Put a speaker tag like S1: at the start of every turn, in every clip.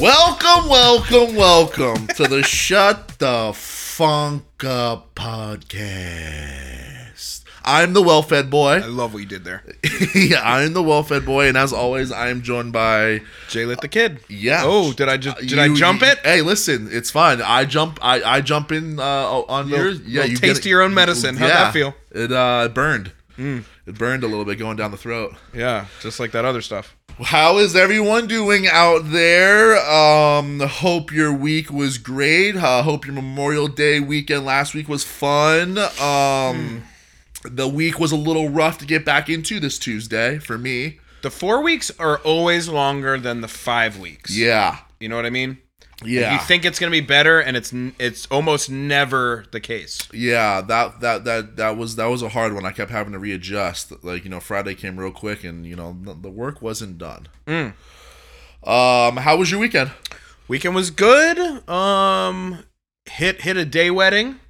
S1: Welcome, welcome, welcome to the Shut the Funk Up podcast. I'm the well fed
S2: I
S1: boy.
S2: love what you did there.
S1: I'm the well fed boy, and as always, I am joined by.
S2: Jay lit the kid.
S1: Yeah.
S2: Oh, did I just did I
S1: You-
S2: jump
S1: you-
S2: it?
S1: Hey, listen, it's fine. I jump. I, I jump in uh, on
S2: Little-
S1: yours. Yeah,
S2: little
S1: you
S2: taste
S1: get
S2: of your own medicine. How'd that feel? Mm.
S1: It uh, burned. It burned a little bit going down the throat.
S2: Yeah, just like that other stuff.
S1: How is everyone doing out there? Um, hope your week was great. Uh, hope your Memorial Day weekend last week was fun. Um,
S2: Hmm.
S1: the week was a little rough to get back into this Tuesday for me.
S2: The four weeks are always longer than the five weeks.
S1: Yeah,
S2: You know what I mean?
S1: yeah,
S2: You think it's gonna be better, and it's n- it's almost never the case.
S1: yeah. That that that that was that was a hard one. I kept having to readjust. Like you know, Friday came real quick, and you know the, the work wasn't done.
S2: Hmm.
S1: Um, how was your weekend?
S2: Weekend was good. Um, hit hit a day wedding.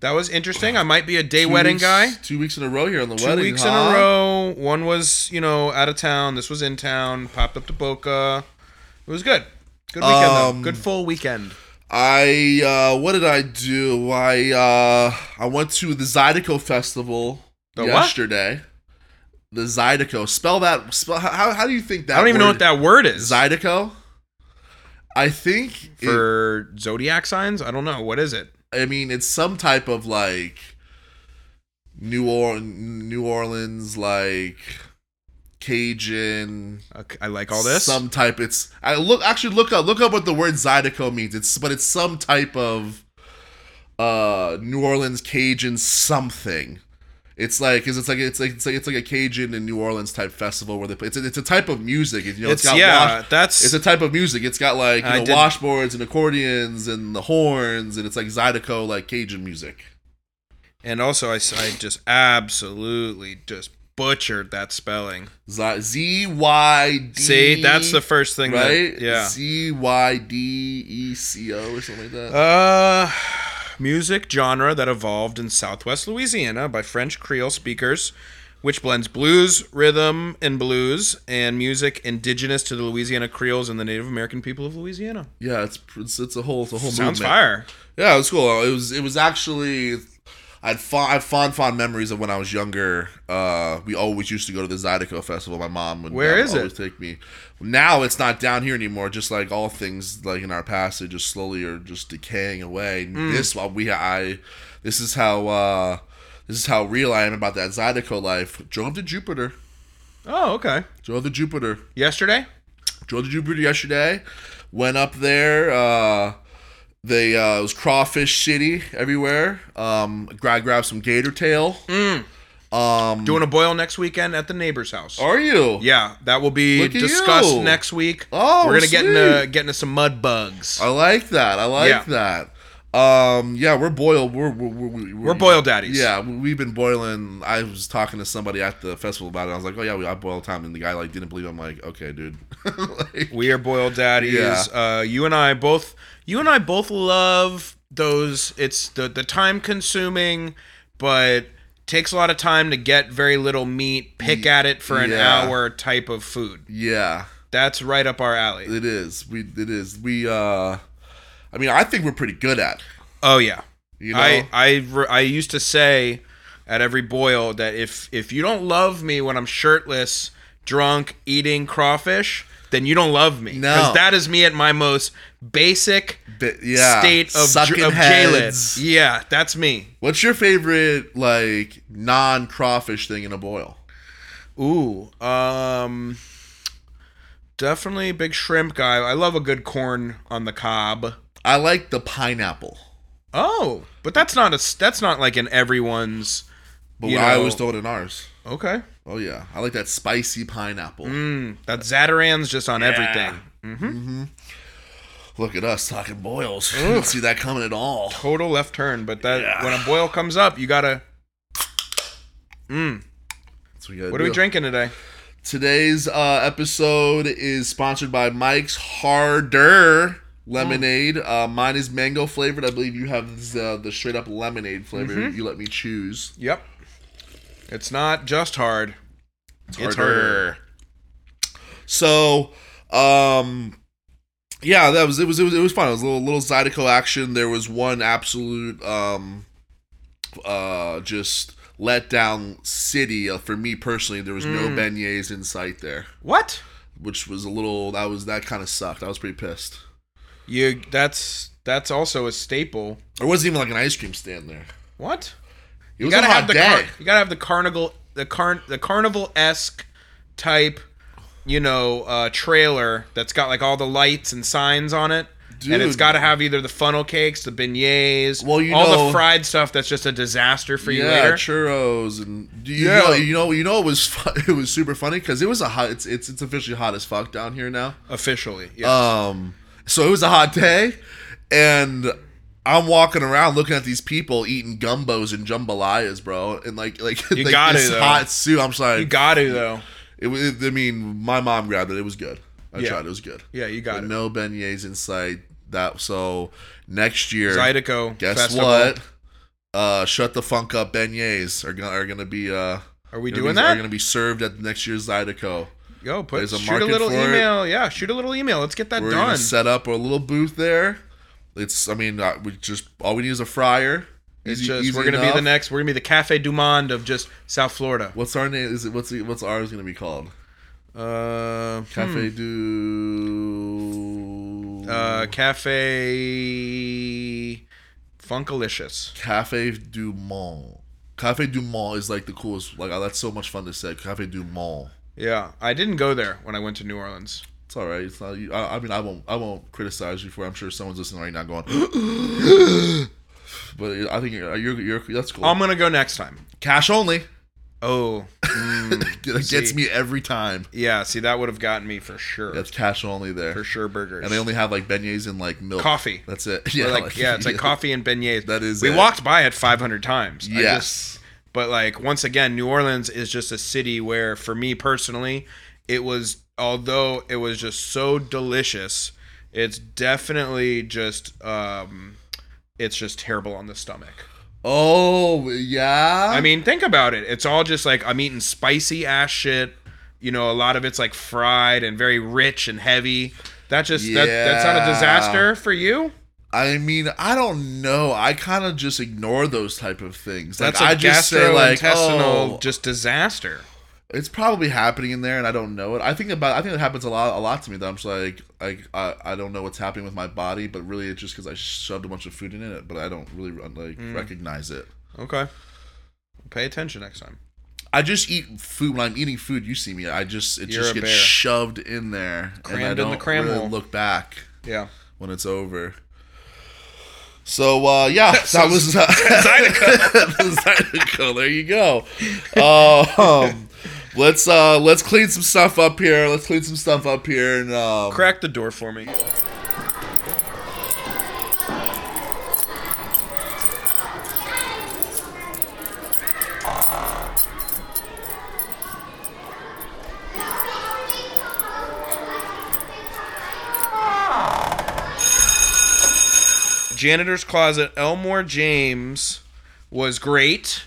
S2: That was interesting. I might be a day
S1: Two
S2: wedding
S1: weeks-
S2: guy.
S1: Two weeks in a row here on the
S2: Two
S1: wedding.
S2: weeks
S1: huh?
S2: in a row. One was you know out of town. This was in town. Popped up to Boca. It was good. Good weekend
S1: Um,
S2: though. Good full weekend.
S1: I uh what did I do? I uh I went to the Zydeco festival
S2: The what?
S1: yesterday. The Zydeco. Spell that spell how how do you think that
S2: I don't even know what
S1: word-
S2: that word is.
S1: Zydeco? I think it-
S2: for zodiac signs. I don't know what is it.
S1: I mean it's some type of like New or New Orleans like Cajun
S2: Okay, I like all this.
S1: some type it's I look actually look up look up what the word Zydeco means. It's but it's some type of uh New Orleans Cajun something. It's like cause it's like it's like it's like it's like a Cajun and New Orleans type festival where they play. It's a, it's a type of music. You know,
S2: it's
S1: it's got
S2: yeah.
S1: wash-
S2: that's
S1: it's a type of music. It's got like you
S2: I
S1: know
S2: did-
S1: washboards and accordions and the horns and it's like Zydeco like Cajun music.
S2: and also I, s- I just absolutely just butchered that spelling.
S1: Z Z Y D. E,
S2: See, that's the first thing. that-
S1: right.
S2: yeah.
S1: Z Y D E C O or something like that.
S2: Uh, music genre that evolved in Southwest Louisiana by French Creole speakers, which blends blues, rhythm, and blues, and music indigenous to the Louisiana Creoles and the Native American people of Louisiana.
S1: Yeah, it's it's, it's a whole it's a whole
S2: Sounds
S1: movement.
S2: fire.
S1: Yeah, it was cool. It was it was actually I had fond I have fond fond memories of when I was younger. Uh, we always used to go to the Zydeco festival. My mom would
S2: Where
S1: dad
S2: is
S1: would always take me. Now it's not down here anymore. Just like all things like in our past, they just slowly are just decaying away.
S2: Hmm.
S1: This while we I this is how uh, this is how real I am about that Zydeco life. Drove to Jupiter.
S2: Oh, okay.
S1: Drove to Jupiter
S2: Yesterday?
S1: drove to Jupiter yesterday. Went up there. Uh, they uh, it was crawfish city everywhere. Um, I grabbed some gator tail.
S2: Mm.
S1: Um,
S2: Doing a boil next weekend at the neighbor's house.
S1: are you?
S2: Yeah, that will be
S1: Look at
S2: discussed
S1: you.
S2: next week.
S1: Oh,
S2: we're gonna get into
S1: sweet.
S2: get into some mud bugs.
S1: I like that. I like
S2: Yeah.
S1: that. Um, yeah, we're boiled. We're we're, we're, we-
S2: We're boiled daddies.
S1: Yeah, we- we've been boiling. I was talking to somebody at the festival about it. I was like, "Oh yeah, we I boil time," and the guy like didn't believe. It. I'm like, "Okay, dude." Like,
S2: We are boiled daddies.
S1: Yeah.
S2: Uh, you and I both. You and I both love those. It's the the time consuming, but takes a lot of time to get very little meat. Pick at it for an
S1: Yeah.
S2: hour type of food.
S1: yeah,
S2: That's right up our alley.
S1: it is. We it is. We uh, I mean, I think we're pretty good at. it,
S2: Oh yeah.
S1: You know,
S2: I I re- I used to say at every boil that if if you don't love me when I'm shirtless, drunk, eating crawfish, then you don't love me.
S1: No.
S2: that is me at my most basic
S1: Bi- yeah.
S2: state of
S1: Sucking
S2: dr- of J-Lid.
S1: heads.
S2: Yeah, that's me.
S1: What's your favorite like non crawfish thing in a boil?
S2: Ooh, um, definitely a big shrimp guy. I love a good corn on the cob.
S1: I like the pineapple,
S2: Oh, but that's not a s- that's not like in everyone's.
S1: but
S2: You
S1: I
S2: know-
S1: always throw it in ours.
S2: Okay,
S1: Oh yeah, I like that spicy pineapple.
S2: mm, that Zataran's just on everything.
S1: Look at us talking boils. I Didn't see that coming at all.
S2: total left turn, but that
S1: Yeah.
S2: when a boil comes up, you gotta.
S1: That's what, you gotta
S2: What are we
S1: do.
S2: drinking today?
S1: Today's uh, episode is sponsored by Mike's Harder Lemonade.
S2: Mm.
S1: Uh, mine is mango flavored. I believe you have the, the straight up lemonade flavor.
S2: Mm-hmm.
S1: You let me choose.
S2: Yep, it's not just hard. It's harder.
S1: So, um, yeah, that was it was it was, it was fun. It was a little little Zydeco action. There was one absolute um uh just let down city uh, for me personally. There was
S2: Mm.
S1: no beignets in sight there,
S2: What?
S1: which was a little that was that kind of sucked. I was pretty pissed.
S2: You that's that's also a staple.
S1: There wasn't even like an ice cream stand there.
S2: What?
S1: It
S2: You
S1: was
S2: gotta
S1: a hot
S2: have the
S1: day.
S2: car- you gotta have the carnival the carn the carnival esque type, you know, uh, trailer that's got like all the lights and signs on it. And it's
S1: Dude.
S2: got to have either the funnel cakes, the beignets,
S1: Well, you
S2: all
S1: know-
S2: the fried stuff that's just a disaster for you
S1: yeah,
S2: later.
S1: churros and do you
S2: Yeah.
S1: know you know you know it was fun, it was super funny because it was a hot it's, it's it's officially hot as fuck down here now.
S2: Officially, yeah.
S1: Um, so it was a hot day, and I'm walking around looking at these people eating gumbos and jambalayas, bro, and like like,
S2: You
S1: like
S2: gotta,
S1: this
S2: though.
S1: hot soup. I'm sorry,
S2: you got to though.
S1: it, was- it, I mean, my mom grabbed it. It was good. I
S2: Yeah.
S1: tried. It was good.
S2: Yeah, you
S1: But
S2: got it.
S1: no beignets in sight. That so next year.
S2: Zydeco.
S1: guess
S2: Festival.
S1: what? Uh, shut the funk up. Beignets are gonna are gonna be uh
S2: Are we
S1: gonna
S2: doing
S1: be, are
S2: that?
S1: gonna be served at next year's Zydeco.
S2: Yo, put
S1: There's a
S2: shoot a
S1: market
S2: little
S1: for it.
S2: email. Yeah, shoot a little email. Let's get that
S1: We're
S2: done.
S1: gonna set up a little booth there. It's, I mean, uh, we just all we need is a fryer.
S2: It's
S1: Easy-
S2: just
S1: easy
S2: we're gonna be the
S1: enough.
S2: next. We're gonna be the Cafe Du Monde of just South Florida.
S1: What's our name? Is it what's it, what's ours gonna be called?
S2: Uh,
S1: Cafe
S2: hmm,
S1: du.
S2: uh, Cafe Funkalicious.
S1: Cafe du Monde. Cafe du Monde is like the coolest. Like oh, that's so much fun to say. Cafe du Monde.
S2: Yeah, I didn't go there when I went to New Orleans.
S1: It's all right. It's not. You, I, I mean, I won't. I won't criticize you for. I'm sure someone's listening right now going. but I think you're, you're, you're. That's cool.
S2: I'm gonna go next time.
S1: Cash only.
S2: Oh, mm,
S1: It gets
S2: See.
S1: me every time.
S2: yeah. See, that would have gotten me for sure.
S1: That's cash only there.
S2: for sure, burgers.
S1: And they only have like beignets and like milk.
S2: coffee.
S1: That's it.
S2: Or like, yeah, it's like coffee and beignets.
S1: That is
S2: We
S1: it.
S2: walked by it 500 times. I
S1: Yes.
S2: just- But like once again, New Orleans is just a city where for me personally, it was although it was just so delicious, it's definitely just um it's just terrible on the stomach.
S1: oh yeah.
S2: I mean, think about it. It's all just like I'm eating spicy ass shit. You know, a lot of it's like fried and very rich and heavy. That just that, that's not a
S1: Yeah.
S2: disaster for you.
S1: I mean, I don't know. I kind of just ignore those type of things. Like
S2: That's a
S1: I just say like,
S2: gastrointestinal
S1: oh,
S2: just disaster.
S1: it's probably happening in there, and I don't know it. I think about. I think it happens a lot, a lot to me. That I'm just like, like I, I don't know what's happening with my body, but really it's just because I shoved a bunch of food in it, but I don't really uh, like
S2: Mm.
S1: recognize it.
S2: Okay. Pay attention next time.
S1: I just eat food when I'm eating food. You see me. I just it
S2: You're a
S1: just gets
S2: bear.
S1: shoved in there,
S2: Crammed
S1: and I
S2: in the
S1: don't
S2: cram
S1: really
S2: hole.
S1: look back
S2: Yeah.
S1: when it's over. So uh, yeah,
S2: So
S1: that was uh, Zydeco. There you go. Uh, um, let's uh, let's clean some stuff up here. Let's clean some stuff up here and um,
S2: Crack the door for me. Janitor's Closet, Elmore James was great.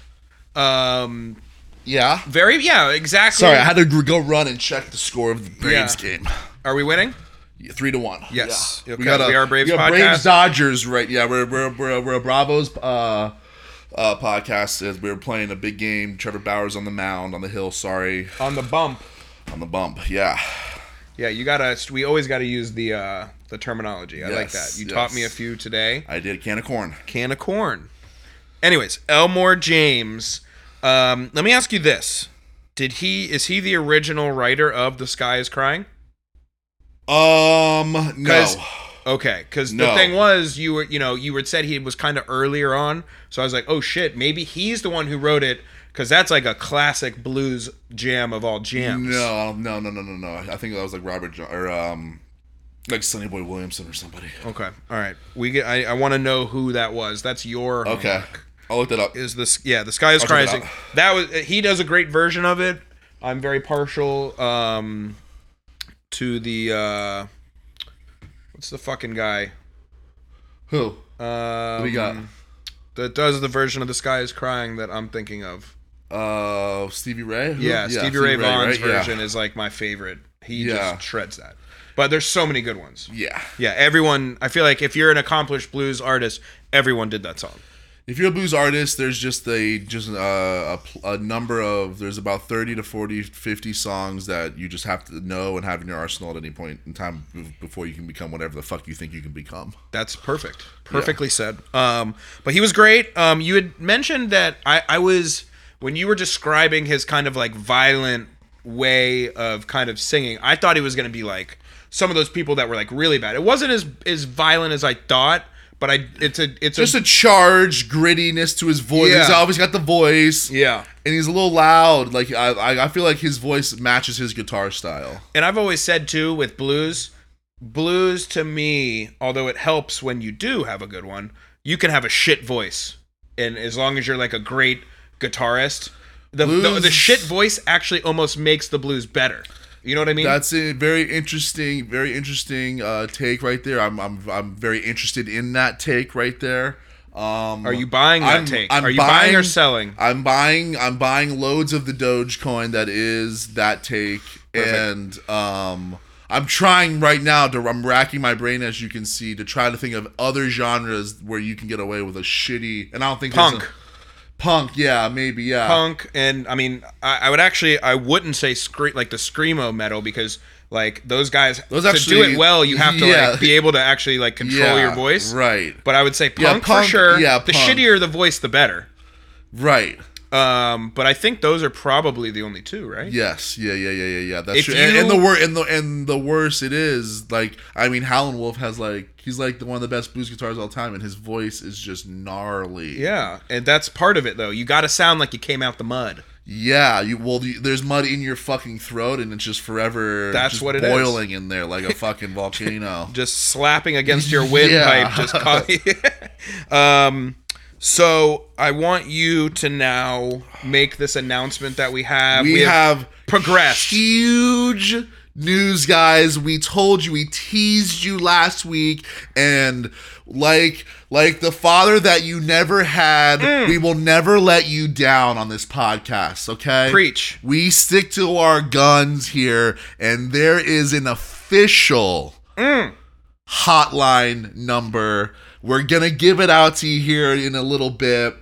S2: Um,
S1: yeah.
S2: very, yeah, exactly.
S1: Sorry, I had to gr- go run and check the score of the Braves game.
S2: Are we winning?
S1: Yeah, Three to one.
S2: Yes.
S1: Yeah.
S2: Okay, we are Braves
S1: we got
S2: podcast.
S1: Braves Dodgers, right? Yeah, we're we're we're, we're a Bravos uh, uh, podcast. As we were playing a big game. Trevor Bowers on the mound on the hill. Sorry,
S2: On the bump.
S1: on the bump. Yeah.
S2: Yeah, you gotta. We always gotta use the uh, the terminology. I like
S1: Yes,
S2: that. You taught me a
S1: yes.
S2: few today.
S1: I did a can of corn.
S2: Can of corn. Anyways, Elmore James. Um, let me ask you this: Did he is he the original writer of "The Sky Is Crying"?
S1: Um, no.
S2: 'Cause- Okay, because the
S1: No.
S2: thing was, you were you know you had said he was kind of earlier on, so I was like, oh shit, maybe he's the one who wrote it, because that's like a classic blues jam of all jams.
S1: No, no, no, no, no, no. I think that was like Robert jo- or um, like Sonny Boy Williamson or somebody.
S2: Okay. All right. We get. I, I want to know who that was. That's your.
S1: Okay,
S2: homework.
S1: I'll look that up.
S2: is this yeah the sky is
S1: check it
S2: crying
S1: out.
S2: that was he does a great version of it i'm very partial um to the uh what's the fucking guy
S1: Who?
S2: um,
S1: we got
S2: that does the version of the sky is crying that i'm thinking of
S1: uh Stevie Ray. Who?
S2: yeah, stevie ray
S1: right?
S2: vaughn's
S1: Yeah.
S2: version is like my favorite he
S1: Yeah.
S2: just shreds that But there's so many good ones.
S1: Yeah.
S2: Yeah, everyone. I feel like if you're an accomplished blues artist, everyone did that song.
S1: If you're a blues artist, there's just a just uh, a, pl- a number of there's about 30 to 40 50 songs that you just have to know and have in your arsenal at any point in time b- before you can become whatever the fuck you think you can become.
S2: That's perfect. Perfectly said. Um, but he was great. Um, you had mentioned that I, I was when you were describing his kind of like violent way of kind of singing. I thought he was going to be like some of those people that were like really bad. It wasn't as as violent as I thought, but I it's a it's
S1: Just
S2: a,
S1: a charge grittiness to his voice.
S2: Yeah.
S1: He's always got the voice.
S2: yeah.
S1: And he's a little loud. Like I, I I feel like his voice matches his guitar style.
S2: And I've always said too with blues, blues to me, although it helps when you do have a good one, you can have a shit voice. And as long as you're like a great guitarist, the the,
S1: Blues-
S2: the shit voice actually almost makes the blues better. You know what I mean?
S1: That's a very interesting, very interesting uh, take right there. I'm, I'm, I'm very interested in that take right there. Um,
S2: Are you buying that
S1: I'm-
S2: take?
S1: I'm
S2: Are you buying, or
S1: buying-
S2: selling?
S1: I'm buying, I'm buying loads of the Dogecoin that is that take, and um, I'm trying right now to. I'm racking my brain as you can see to try to think of other genres where you can get away with a shitty. And I don't think there's
S2: Punk.
S1: a- punk, yeah, maybe, yeah.
S2: punk and I mean I, I would actually I wouldn't say scre- like the screamo metal because like those guys
S1: Those
S2: to do
S1: actually-
S2: it well you have to
S1: yeah.
S2: like be able to actually like control
S1: Yeah,
S2: your voice
S1: right,
S2: But I would say punk,
S1: Yeah,
S2: for
S1: punk-
S2: sure.
S1: yeah,
S2: the
S1: punk.
S2: shittier the voice, the better.
S1: right.
S2: Um, but I think those are probably the only two, right?
S1: Yes, yeah, yeah, yeah, yeah, yeah. That's
S2: If
S1: true. And,
S2: you-
S1: and the wor- and the and the worse it is, like I mean, Howlin' Wolf has like he's like the one of the best blues guitars of all time, and his voice is just gnarly.
S2: Yeah, and that's part of it though. You got to sound like you came out the mud.
S1: yeah. You well, you, there's mud in your fucking throat, and it's just forever.
S2: That's
S1: just
S2: what it is.
S1: boiling in there like a fucking volcano.
S2: just slapping against your windpipe
S1: Yeah.
S2: just caught um so I want you to now make this announcement that we have.
S1: we, have
S2: progressed.
S1: huge news guys we told you we teased you last week and like like the father that you never had
S2: Mm.
S1: we will never let you down on this podcast okay
S2: Preach.
S1: we stick to our guns here and there is an official hotline number we're gonna give it out to you here in a little bit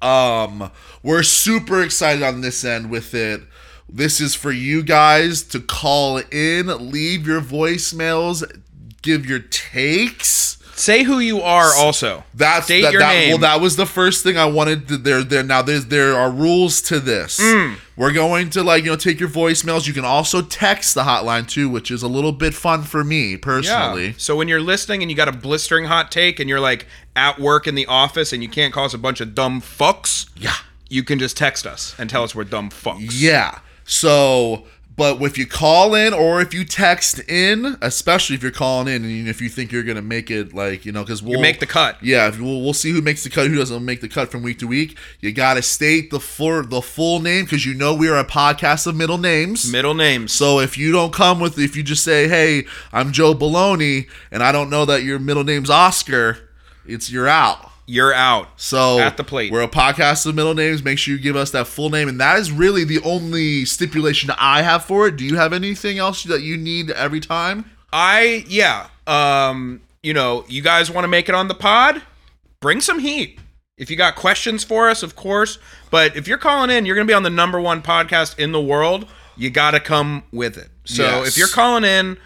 S1: um, we're super excited on this end with it. This is for you guys to call in, leave your voicemails, give your takes.
S2: Say who you are also.
S1: That's
S2: State
S1: that,
S2: your
S1: that-
S2: name.
S1: Well, that was the first thing I wanted. To, there, there. Now, there's there are rules to this.
S2: Mm.
S1: We're going to like you know take your voicemails. You can also text the hotline too, which is a little bit fun for me personally.
S2: Yeah. So when you're listening and you got a blistering hot take and you're like at work in the office and you can't call us a bunch of dumb fucks,
S1: Yeah.
S2: you can just text us and tell us we're dumb fucks.
S1: Yeah. So, but if you call in or if you text in, especially if you're calling in and if you think you're gonna make it, like you know, because we'll
S2: Make the cut.
S1: Yeah, if- we'll, we'll see who makes the cut, who doesn't make the cut from week to week. You gotta state the full the full name because you know we are a podcast of middle names.
S2: Middle names.
S1: So if you don't come with, if you just say, "Hey, I'm Joe Baloney," and I don't know that your middle name's Oscar, it's you're out.
S2: You're out.
S1: So
S2: At the plate.
S1: we're a podcast of middle names. Make sure you give us that full name, and that is really the only stipulation I have for it. Do you have anything else that you need every time?
S2: I yeah. Um, you know, you guys want to make it on the pod? Bring some heat. If you got questions for us, of course. But if you're calling in, you're gonna be on the number one podcast in the world. You gotta come with it. So
S1: Yes.
S2: if you're calling in,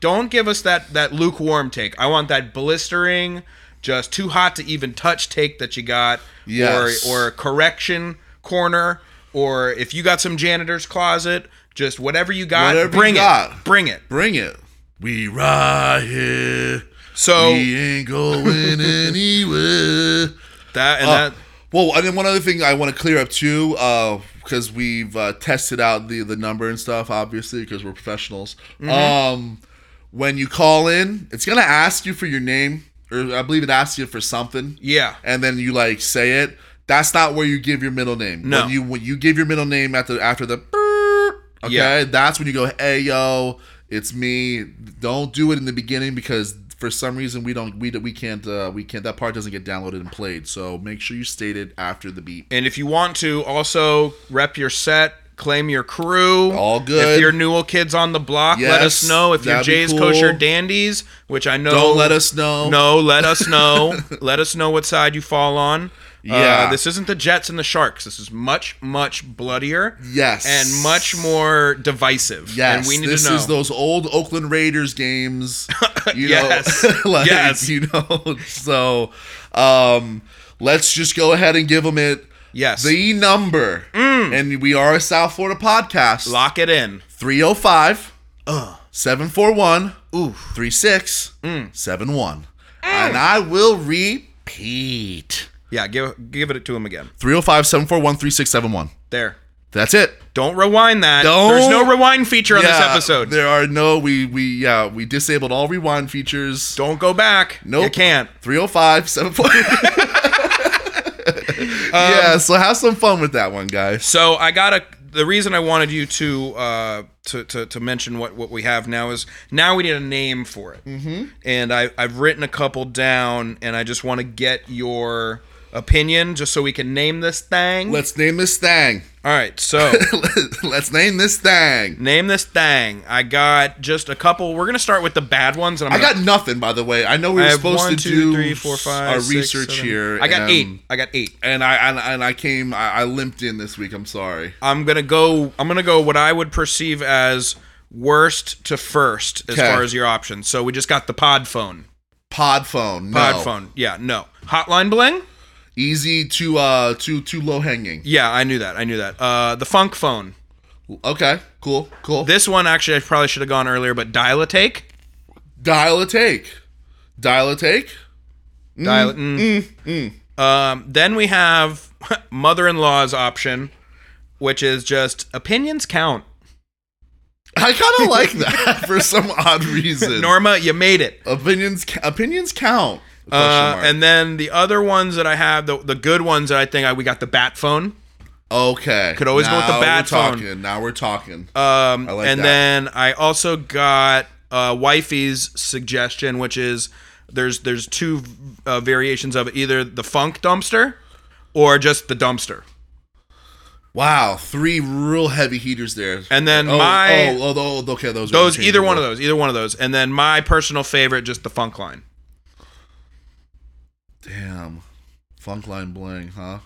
S2: don't give us that that lukewarm take. I want that blistering, just too hot to even touch take that you got.
S1: Yes.
S2: Or or correction corner. Or if you got some janitor's closet, just whatever you got,
S1: Whatever you
S2: bring it.
S1: got.
S2: Bring it.
S1: Bring it. We right here.
S2: So
S1: We ain't going anywhere.
S2: That and that.
S1: Well, and then one other thing I want to clear up too, because we've uh, tested out the the number and stuff, obviously, because we're professionals. Um, when you call in, it's gonna ask you for your name, or I believe it asks you for something.
S2: Yeah.
S1: and then you like say it. That's not where you give your middle name.
S2: No.
S1: when you when you give your middle name at the after the beep, okay,
S2: Yeah.
S1: that's when you go, hey yo, it's me. Don't do it in the beginning because for some reason we don't we we can't uh, we can't that part doesn't get downloaded and played. So make sure you state it after the beep.
S2: And if you want to also rep your set, Claim your crew.
S1: All
S2: If
S1: good.
S2: you're new kids on the block, let us
S1: Yes,
S2: know. If you're
S1: that'd be
S2: Jay's
S1: cool.
S2: Kosher Dandies, which I know.
S1: Don't let us know.
S2: No, let us know. let us know what side you fall on.
S1: Yeah.
S2: Uh, this isn't the Jets and the Sharks. This is much, much bloodier
S1: Yes.
S2: and much more divisive.
S1: Yes.
S2: and we need
S1: this
S2: to know.
S1: is those old Oakland Raiders games. You
S2: Yes.
S1: Know, like,
S2: Yes.
S1: You know. So, um, let's just go ahead and give them it.
S2: yes, Mm.
S1: The number, and we are a South Florida podcast.
S2: lock it in.
S1: 305
S2: Ugh.
S1: 741
S2: Ooh. Mm.
S1: 3671. And I will repeat
S2: Yeah, give give it to him again.
S1: 305 741 3671.
S2: There.
S1: That's it.
S2: Don't rewind that.
S1: Don't-
S2: There's no rewind feature on this episode.
S1: There are no, we, we, yeah, we disabled all rewind features.
S2: Don't go back. No, You
S1: Nope.
S2: can't.
S1: 305 741. yeah,
S2: Um,
S1: so have some fun with that one, guys.
S2: So I got to The reason I wanted you to uh, to, to to mention what what we have now is now we need a name for it. Mm-hmm. And I I've written a couple down, and I just want to get your opinion just so we can name this thing.
S1: Let's name this thing.
S2: All right. So
S1: Let's name this thing.
S2: name this thing. I got just a couple. We're gonna start with the bad ones, and I'm
S1: I
S2: gonna,
S1: got nothing, by the way. I know we were
S2: I have
S1: supposed
S2: one,
S1: to
S2: two,
S1: do
S2: three, four, five,
S1: our
S2: six,
S1: research
S2: seven.
S1: here.
S2: I got
S1: and-
S2: eight. I got eight.
S1: and I and, and I came I, I limped in this week. I'm sorry.
S2: I'm gonna go. I'm gonna go what I would perceive as worst to first as
S1: Okay.
S2: far as your options. So we just got the pod phone.
S1: Pod phone, no.
S2: Pod phone. Yeah. No. Hotline bling.
S1: easy to uh to too low hanging.
S2: Yeah, I knew that. I knew that. Uh, the funk phone.
S1: Okay, cool, cool.
S2: This one actually, I probably should have gone earlier, but dial a take.
S1: dial a take, dial a take.
S2: Dial. Mm. Um, then we have mother-in-law's option, which is just opinions count.
S1: I kind of like that for some odd reason.
S2: Norma, you made it.
S1: opinions ca- opinions count. Question
S2: Uh,
S1: mark.
S2: and then the other ones that I have, the, the good ones that I think I, we got the bat phone.
S1: okay,
S2: Could always go with the
S1: Now
S2: bad
S1: we're
S2: phone.
S1: talking. Now we're talking.
S2: Um,
S1: I like
S2: and
S1: that.
S2: then I also got uh, wifey's suggestion, which is there's there's two uh, variations of it, either the funk dumpster or just the dumpster.
S1: wow, three real heavy heaters there.
S2: And then
S1: oh,
S2: my-
S1: oh, oh, oh, okay, those are
S2: Those either one
S1: interchangeable.
S2: of those, either one of those. And then my personal favorite, just the funk line.
S1: Damn, funk line bling, huh?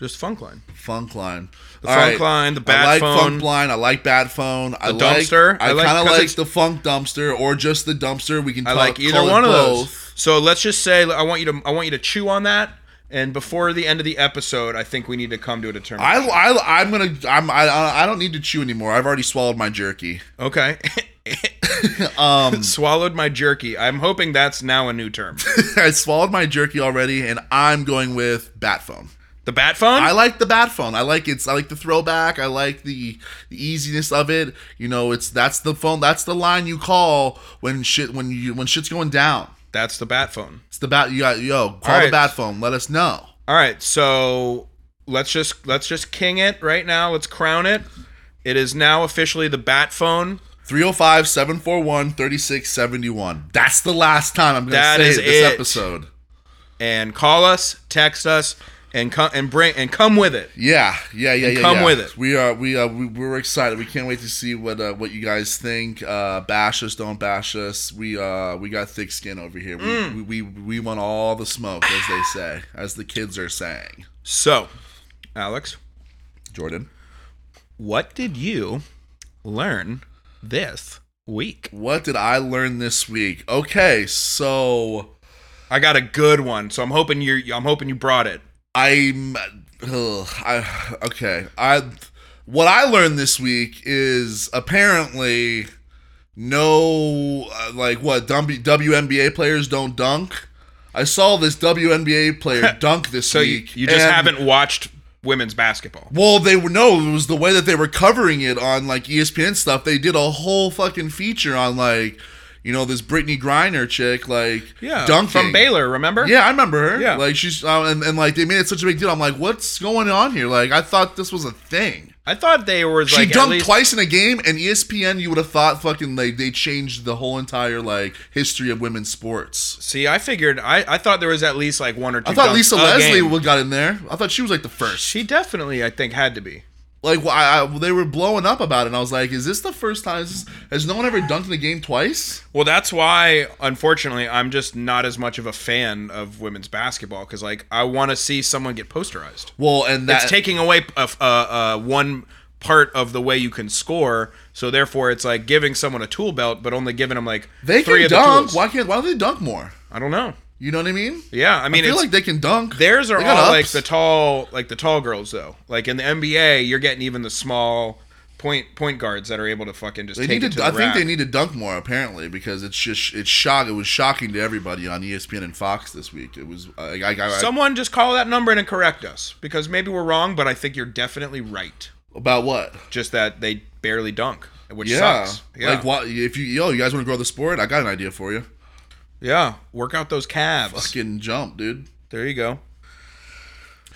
S2: Just funk line.
S1: Funk line.
S2: The funk line, the bad
S1: I like
S2: phone.
S1: funk line. I like bad phone. I
S2: The
S1: like,
S2: dumpster.
S1: I,
S2: I like-
S1: kind of
S2: 'cause
S1: like
S2: it's-
S1: the funk dumpster or just the dumpster. We can.
S2: I
S1: call-
S2: like either
S1: call it
S2: one of
S1: both.
S2: those. So let's just say I want you to I want you to chew on that and before the end of the episode, I think we need to come to a
S1: I,
S2: determination.
S1: I I'm gonna I'm I- I I don't need to chew anymore. I've already swallowed my jerky.
S2: okay.
S1: Um,
S2: Swallowed my jerky. I'm hoping that's now a new term.
S1: I swallowed my jerky already, and I'm going with bat phone.
S2: The bat phone?
S1: I like the bat phone. I like it's. I like the throwback. I like the, the easiness of it. You know, it's that's the phone. That's the line you call when shit when you when shit's going down.
S2: That's the bat phone.
S1: It's the bat. You got yo. Call
S2: All right.
S1: the bat phone. Let us know.
S2: All right, so let's just let's just king it right now. Let's crown it. It is now officially the bat phone.
S1: 305 741 3671. That's the last time I'm going
S2: That
S1: to
S2: is
S1: say it this
S2: it.
S1: episode.
S2: And call us, text us, and come and bring and come with it.
S1: Yeah, yeah, yeah, yeah.
S2: come
S1: yeah.
S2: with it.
S1: We are, we are, we, we're excited. We can't wait to see what uh, what you guys think. Uh, bash us, don't bash us. We uh, we got thick skin over here. We,
S2: Mm.
S1: we, we we want all the smoke, as they say, as the kids are saying.
S2: So, Alex,
S1: Jordan,
S2: what did you learn this week?
S1: what did I learn this week? Okay, so
S2: I got a good one, so I'm hoping you I'm hoping you brought it.
S1: I'm ugh, I okay. I what I learned this week is apparently no uh, like what dumb- WNBA players don't dunk. I saw this WNBA player dunk this
S2: So you,
S1: week.
S2: you just
S1: and-
S2: haven't watched women's basketball.
S1: Well, they were no. It was the way that they were covering it on like E ESPN stuff. They did a whole fucking feature on like, you know, this Brittany Griner chick like
S2: Yeah.
S1: dunking
S2: From Baylor, remember?
S1: yeah, I remember her.
S2: Yeah.
S1: like she's uh, and, and like they made it such a big deal. I'm like, what's going on here? Like I thought this was a thing.
S2: I thought they were like
S1: She
S2: at
S1: dunked
S2: least
S1: twice in a game, and E ESPN. You would have thought fucking like they changed the whole entire like history of women's sports.
S2: See, I figured I, I thought there was at least like one or two.
S1: I thought
S2: dunks
S1: Lisa
S2: a
S1: Leslie
S2: game.
S1: would got in there. I thought she was like the first.
S2: She definitely, I think, had to be.
S1: Like wh- I, I, they were blowing up about it, and I was like, "Is this the first time? Is this, has no one ever dunked in a game twice?"
S2: Well, that's why, unfortunately, I'm just not as much of a fan of women's basketball because, like, I want to see someone get posterized.
S1: Well, and that
S2: It's taking away a, a, a one part of the way you can score, so therefore it's like giving someone a tool belt, but only giving them like
S1: they
S2: three
S1: can
S2: of the
S1: dunk.
S2: tools.
S1: Why can't? Why don't they dunk more?
S2: I don't know.
S1: You know what I mean?
S2: Yeah, I
S1: I
S2: mean,
S1: feel
S2: it's,
S1: like they can dunk.
S2: theirs are
S1: They got
S2: all like
S1: ups.
S2: the tall, like the tall girls though. Like in the NBA, you're getting even the small point point guards that are able to fucking just
S1: They need
S2: take
S1: to.
S2: it to the
S1: I think they
S2: rack.
S1: need to dunk more apparently because it's just it's shock. It was shocking to everybody on E ESPN and Fox this week. It was I, I, I,
S2: Someone just call that number in and correct us because maybe we're wrong, but I think you're definitely right.
S1: about what?
S2: Just that they barely dunk, which
S1: Yeah.
S2: sucks. Yeah,
S1: Like what? If you yo, you guys want to grow the sport? I got an idea for you.
S2: yeah. Work out those calves.
S1: Fucking jump, dude.
S2: There you go.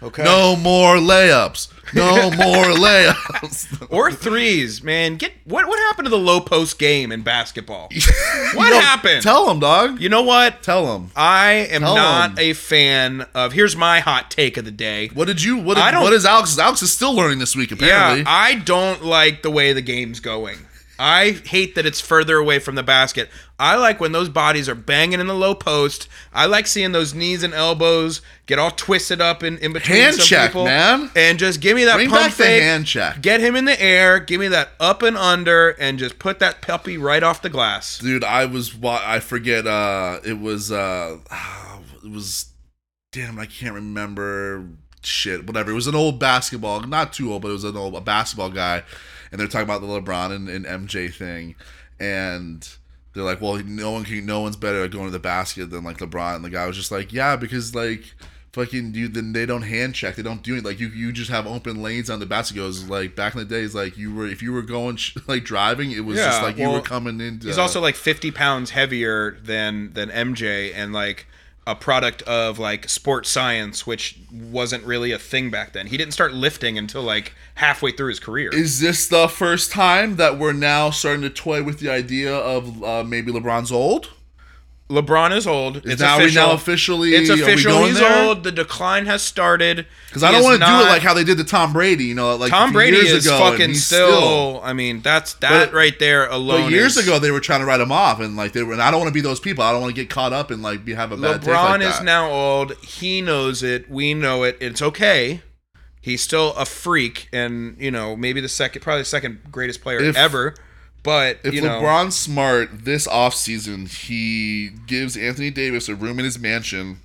S2: Okay.
S1: No more layups. No more layups.
S2: Or threes, man. Get what? What happened to the low post game in basketball? What
S1: Yo,
S2: happened?
S1: Tell them, dog.
S2: you know what?
S1: Tell them.
S2: I am
S1: Tell
S2: not
S1: 'em.
S2: a fan of. Here's my hot take of the day.
S1: What did you? What?
S2: I
S1: Did,
S2: don't-
S1: what is Alex? Alex is still learning this week. Apparently,
S2: Yeah, I don't like the way the game's going. I hate that it's further away from the basket. I like when those bodies are banging in the low post. I like seeing those knees and elbows get all twisted up in, in between
S1: Hand
S2: some
S1: check,
S2: people.
S1: man.
S2: And just give me that
S1: bring
S2: pump
S1: back
S2: fake.
S1: the hand check,
S2: Get him in the air. Give me that up and under, and just put that puppy right off the glass.
S1: dude. I was. wa- I forget. Uh, it was. Uh, it was. Damn, I can't remember. Shit, whatever. It was an old basketball, not too old, but it was an old a basketball guy, and they're talking about the LeBron and, and MJ thing, and they're like, well, no one can, no one's better at going to the basket than like LeBron. And the guy was just like, yeah, because like. Fucking you, then they don't hand check. They don't do it. Like you, you just have open lanes on the basket. It Goes like back in the days, like you were if you were going sh- like driving, it was just
S2: Yeah,
S1: like you
S2: well,
S1: were coming into.
S2: He's also like 50 pounds heavier than than MJ, and like a product of like sports science, which wasn't really a thing back then. He didn't start lifting until like halfway through his career.
S1: Is this the first time that we're now starting to toy with the idea of uh, maybe LeBron's old?
S2: LeBron is old.
S1: Is
S2: It's
S1: now
S2: official.
S1: we now officially
S2: it's
S1: are we
S2: official.
S1: going
S2: He's
S1: there?
S2: old. The decline has started.
S1: Because I
S2: He
S1: don't
S2: is
S1: want to do
S2: not-
S1: it like how they did to Tom Brady. You know, like a
S2: Tom
S1: few
S2: Brady
S1: years
S2: is
S1: ago, and
S2: fucking
S1: he's
S2: still, I mean, that's
S1: But-
S2: that right there alone.
S1: But years
S2: is-
S1: ago, they were trying to write him off, and like they were. And I don't want to be those people. I don't want to get caught up and like be have a bad take
S2: LeBron
S1: like
S2: is
S1: that.
S2: now old. He knows it. We know it. It's okay. He's still a freak, and you know maybe the second, probably the second greatest player
S1: If-
S2: ever. But
S1: if
S2: you know,
S1: LeBron's smart this offseason, he gives Anthony Davis a room in his mansion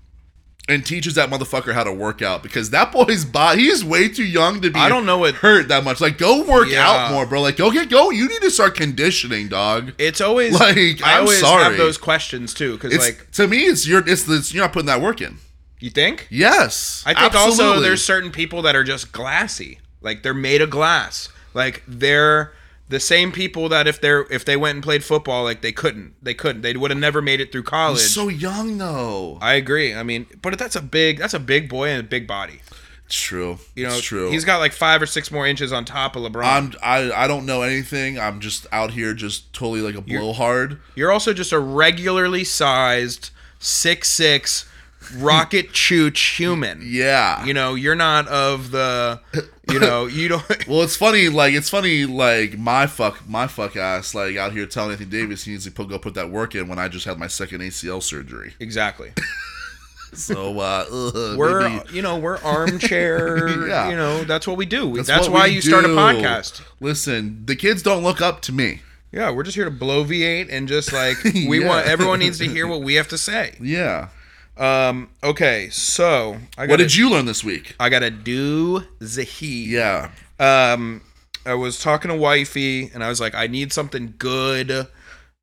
S1: and teaches that motherfucker how to work out because that boy's body he is way too young to be
S2: I don't know what-
S1: hurt that much. Like go work
S2: Yeah.
S1: out more, bro. Like go get go you need to start conditioning, dog.
S2: it's always
S1: Like,
S2: I
S1: I'm
S2: always have
S1: sorry.
S2: those questions too because
S1: It's
S2: like
S1: to me it's your it's, it's you're not putting that work in.
S2: you think
S1: Yes.
S2: I think also
S1: absolutely.
S2: there's certain people that are just glassy, like they're made of glass, like they're the same people that if they're if they went and played football, like they couldn't, they couldn't, they would have never made it through college.
S1: He's so young though.
S2: I agree. I mean, but that's a big that's a big boy and a big body.
S1: It's true.
S2: You know,
S1: it's true.
S2: He's got like five or six more inches on top of LeBron.
S1: I'm I, I don't know anything. I'm just out here just totally like a blowhard.
S2: You're also just a regularly sized six six rocket chooch human.
S1: Yeah.
S2: You know, you're not of the. You know, you don't.
S1: Well, it's funny. Like it's funny. Like my fuck, my fuck ass. Like out here telling Anthony Davis he needs to put, go put that work in when I just had my second ACL surgery.
S2: Exactly.
S1: So uh, ugh,
S2: We're
S1: maybe-
S2: you know we're armchair.
S1: Yeah.
S2: You know that's what we do. We- That's,
S1: what
S2: why
S1: we
S2: you start a
S1: do.
S2: podcast.
S1: Listen, the kids don't look up to me.
S2: Yeah, we're just here to bloviate and just like we
S1: Yeah.
S2: want everyone needs to hear what we have to say.
S1: Yeah.
S2: Um. Okay. So I got
S1: What did you learn this week?
S2: I gotta do zahi.
S1: Yeah.
S2: um, I was talking to wifey, and I was like, I need something good.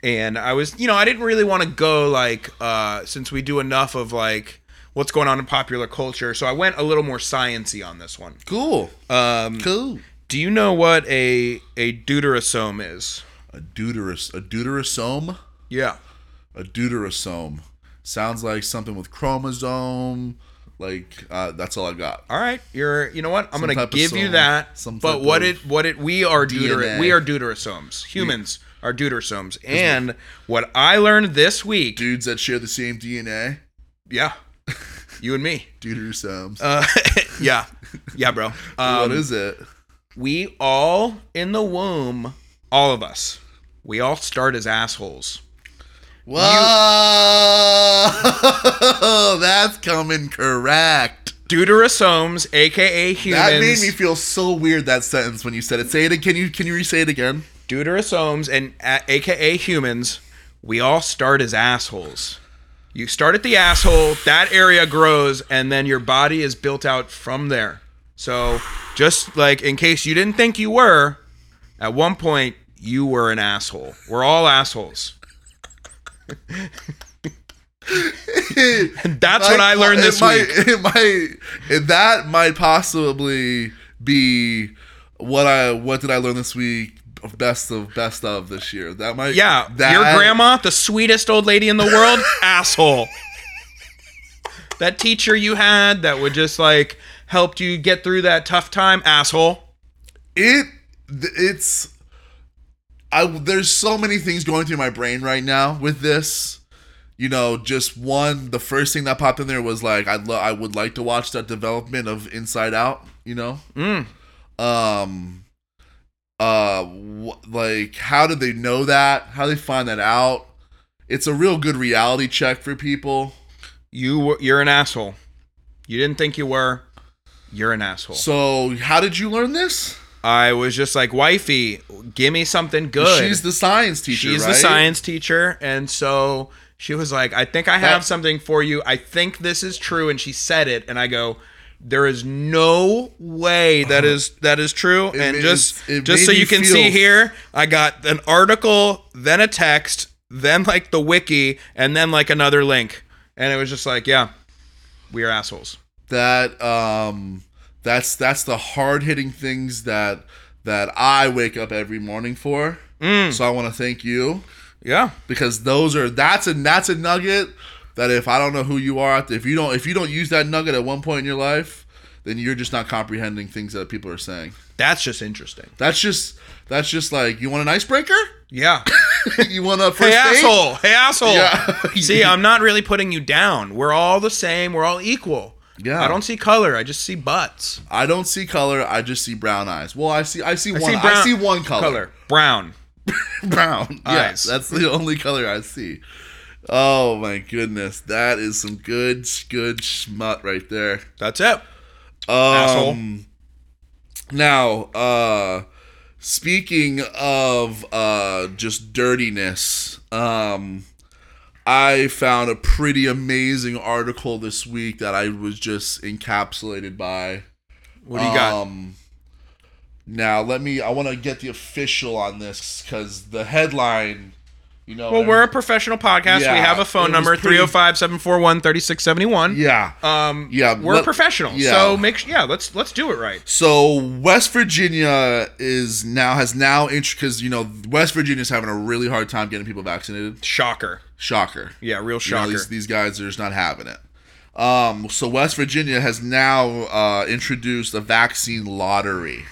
S2: And I was, you know, I didn't really want to go like, uh, since we do enough of like what's going on in popular culture. So I went a little more sciency on this one.
S1: Cool.
S2: Um,
S1: Cool.
S2: do you know what a a deuterosome is?
S1: A deuteros, a deuterosome,
S2: Yeah.
S1: a deuterosome. Sounds like something with chromosome. Like uh, that's all I got.
S2: All right, you're. You know what? I'm gonna
S1: type of
S2: give you
S1: some-
S2: that.
S1: some
S2: but
S1: type
S2: what
S1: of
S2: it what it we are deuter
S1: DNA.
S2: we are deuterosomes. Humans are deuterosomes. And what I learned this week,
S1: Dudes that share the same DNA,
S2: yeah, you and me.
S1: deuterosomes.
S2: Uh, yeah, yeah, bro. Um,
S1: what is it?
S2: We all in the womb, all of us, we all start as assholes.
S1: Whoa, that's coming correct.
S2: Deuterosomes, aka humans.
S1: That made me feel so weird. That sentence when you said it. Say it. Can you can you re-say it again?
S2: Deuterosomes and a- aka humans, we all start as assholes. You start at the asshole, that area grows, and then your body is built out from there. So, just like in case you didn't think you were, at one point you were an asshole. We're all assholes. And that's what I learned this
S1: it might,
S2: week.
S1: It might. It, that might possibly be what I. What did I learn this week? Of best of best of this year. That might.
S2: Yeah,
S1: That,
S2: your grandma, the sweetest old lady in the world, asshole. That teacher you had that would just like helped you get through that tough time, asshole.
S1: it th- it's i there's so many things going through my brain right now with this you know just one the first thing that popped in there was like i lo- i would like to watch that development of inside out you know
S2: Mm.
S1: um uh wh- like how did they know that how they find that out it's a real good reality check for people
S2: You were, you're an asshole. You didn't think you were. You're an asshole.
S1: so how did you learn this
S2: I was just like, wifey, give me something good.
S1: she's the science teacher
S2: She's the
S1: right?
S2: science teacher, and so she was like, "I think I have
S1: That-
S2: something for you. I think this is true." And she said it, and I go, "There is no way that is that is true." and
S1: made-
S2: just
S1: Uh-huh. it
S2: just
S1: made
S2: so
S1: me
S2: you can
S1: feel-
S2: see here, I got an article, then a text, then like the wiki, and then like another link, and it was just like, "Yeah, we are assholes."
S1: that um that's that's the hard hitting things that that I wake up every morning for.
S2: Mm.
S1: So I want to thank you
S2: Yeah,
S1: because those are that's a that's a nugget that if I don't know who you are, if you don't if you don't use that nugget at one point in your life, then you're just not comprehending things that people are saying.
S2: that's just interesting.
S1: That's just that's just like you want an icebreaker?
S2: Yeah,
S1: you want a first
S2: hey
S1: date?
S2: asshole, hey asshole.
S1: Yeah.
S2: See, I'm not really putting you down. We're all the same. We're all equal.
S1: Yeah.
S2: I don't see color. I just see butts.
S1: I don't see color. I just see brown eyes. Well, I see I see one
S2: see
S1: I
S2: brown-
S1: see one color.
S2: Color. Brown.
S1: brown. Yes,
S2: Eyes.
S1: that's the only color I see. Oh my goodness, that is some good, good schmut right there.
S2: That's it.
S1: Um,
S2: Asshole.
S1: Now, uh, speaking of uh, just dirtiness, um, I found a pretty amazing article this week that I was just encapsulated by.
S2: What do you got?
S1: Um, now let me. I want to get the official on this because the headline. You know.
S2: Well, we're a professional podcast.
S1: Yeah,
S2: we have a
S1: it
S2: phone
S1: was
S2: number
S1: pretty-
S2: 305 741 3671.
S1: Yeah.
S2: Um,
S1: Yeah,
S2: We're
S1: let-
S2: professional.
S1: yeah.
S2: So make sure. Yeah, let's let's do it right.
S1: So West Virginia is now has now because you know West Virginia is having a really hard time getting people vaccinated.
S2: Shocker.
S1: Shocker.
S2: Yeah, real
S1: You know,
S2: shocker.
S1: these, these guys are just not having it. Um, so West Virginia has now uh, introduced a vaccine lottery.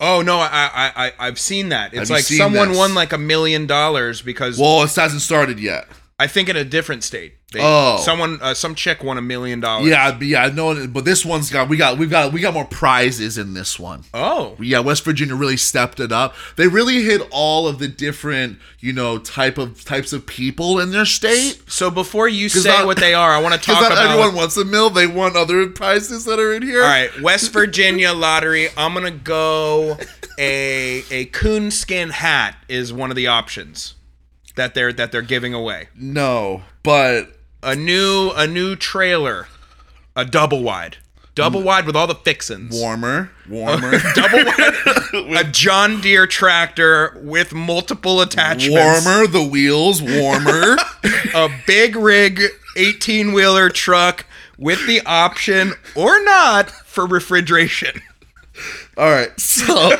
S2: oh, no. I, I, I, I've seen that. It's
S1: you
S2: like
S1: seen
S2: someone
S1: this?
S2: won like a million dollars because
S1: Well, it hasn't started yet.
S2: I think in a different state. They,
S1: Oh.
S2: Someone, uh, some chick won a million dollars.
S1: Yeah, but yeah, no, but this one's got we got we got we got more prizes in this one.
S2: Oh.
S1: yeah, West Virginia really stepped it up. They really hit all of the different, you know, type of types of people in their state.
S2: So before you say
S1: not-
S2: what they are, I want to talk
S1: Because not
S2: about.
S1: everyone wants a mill. They want other prizes that are in here.
S2: All right, West Virginia lottery. I'm gonna go a a coonskin hat is one of the options that they're that they're giving away.
S1: No, but
S2: A new a new trailer, a double wide, double wide with all the fixins.
S1: warmer, warmer,
S2: Double wide, a John Deere tractor with multiple attachments.
S1: warmer. The wheels, warmer.
S2: a big rig 18 wheeler truck with the option or not for refrigeration.
S1: all right, so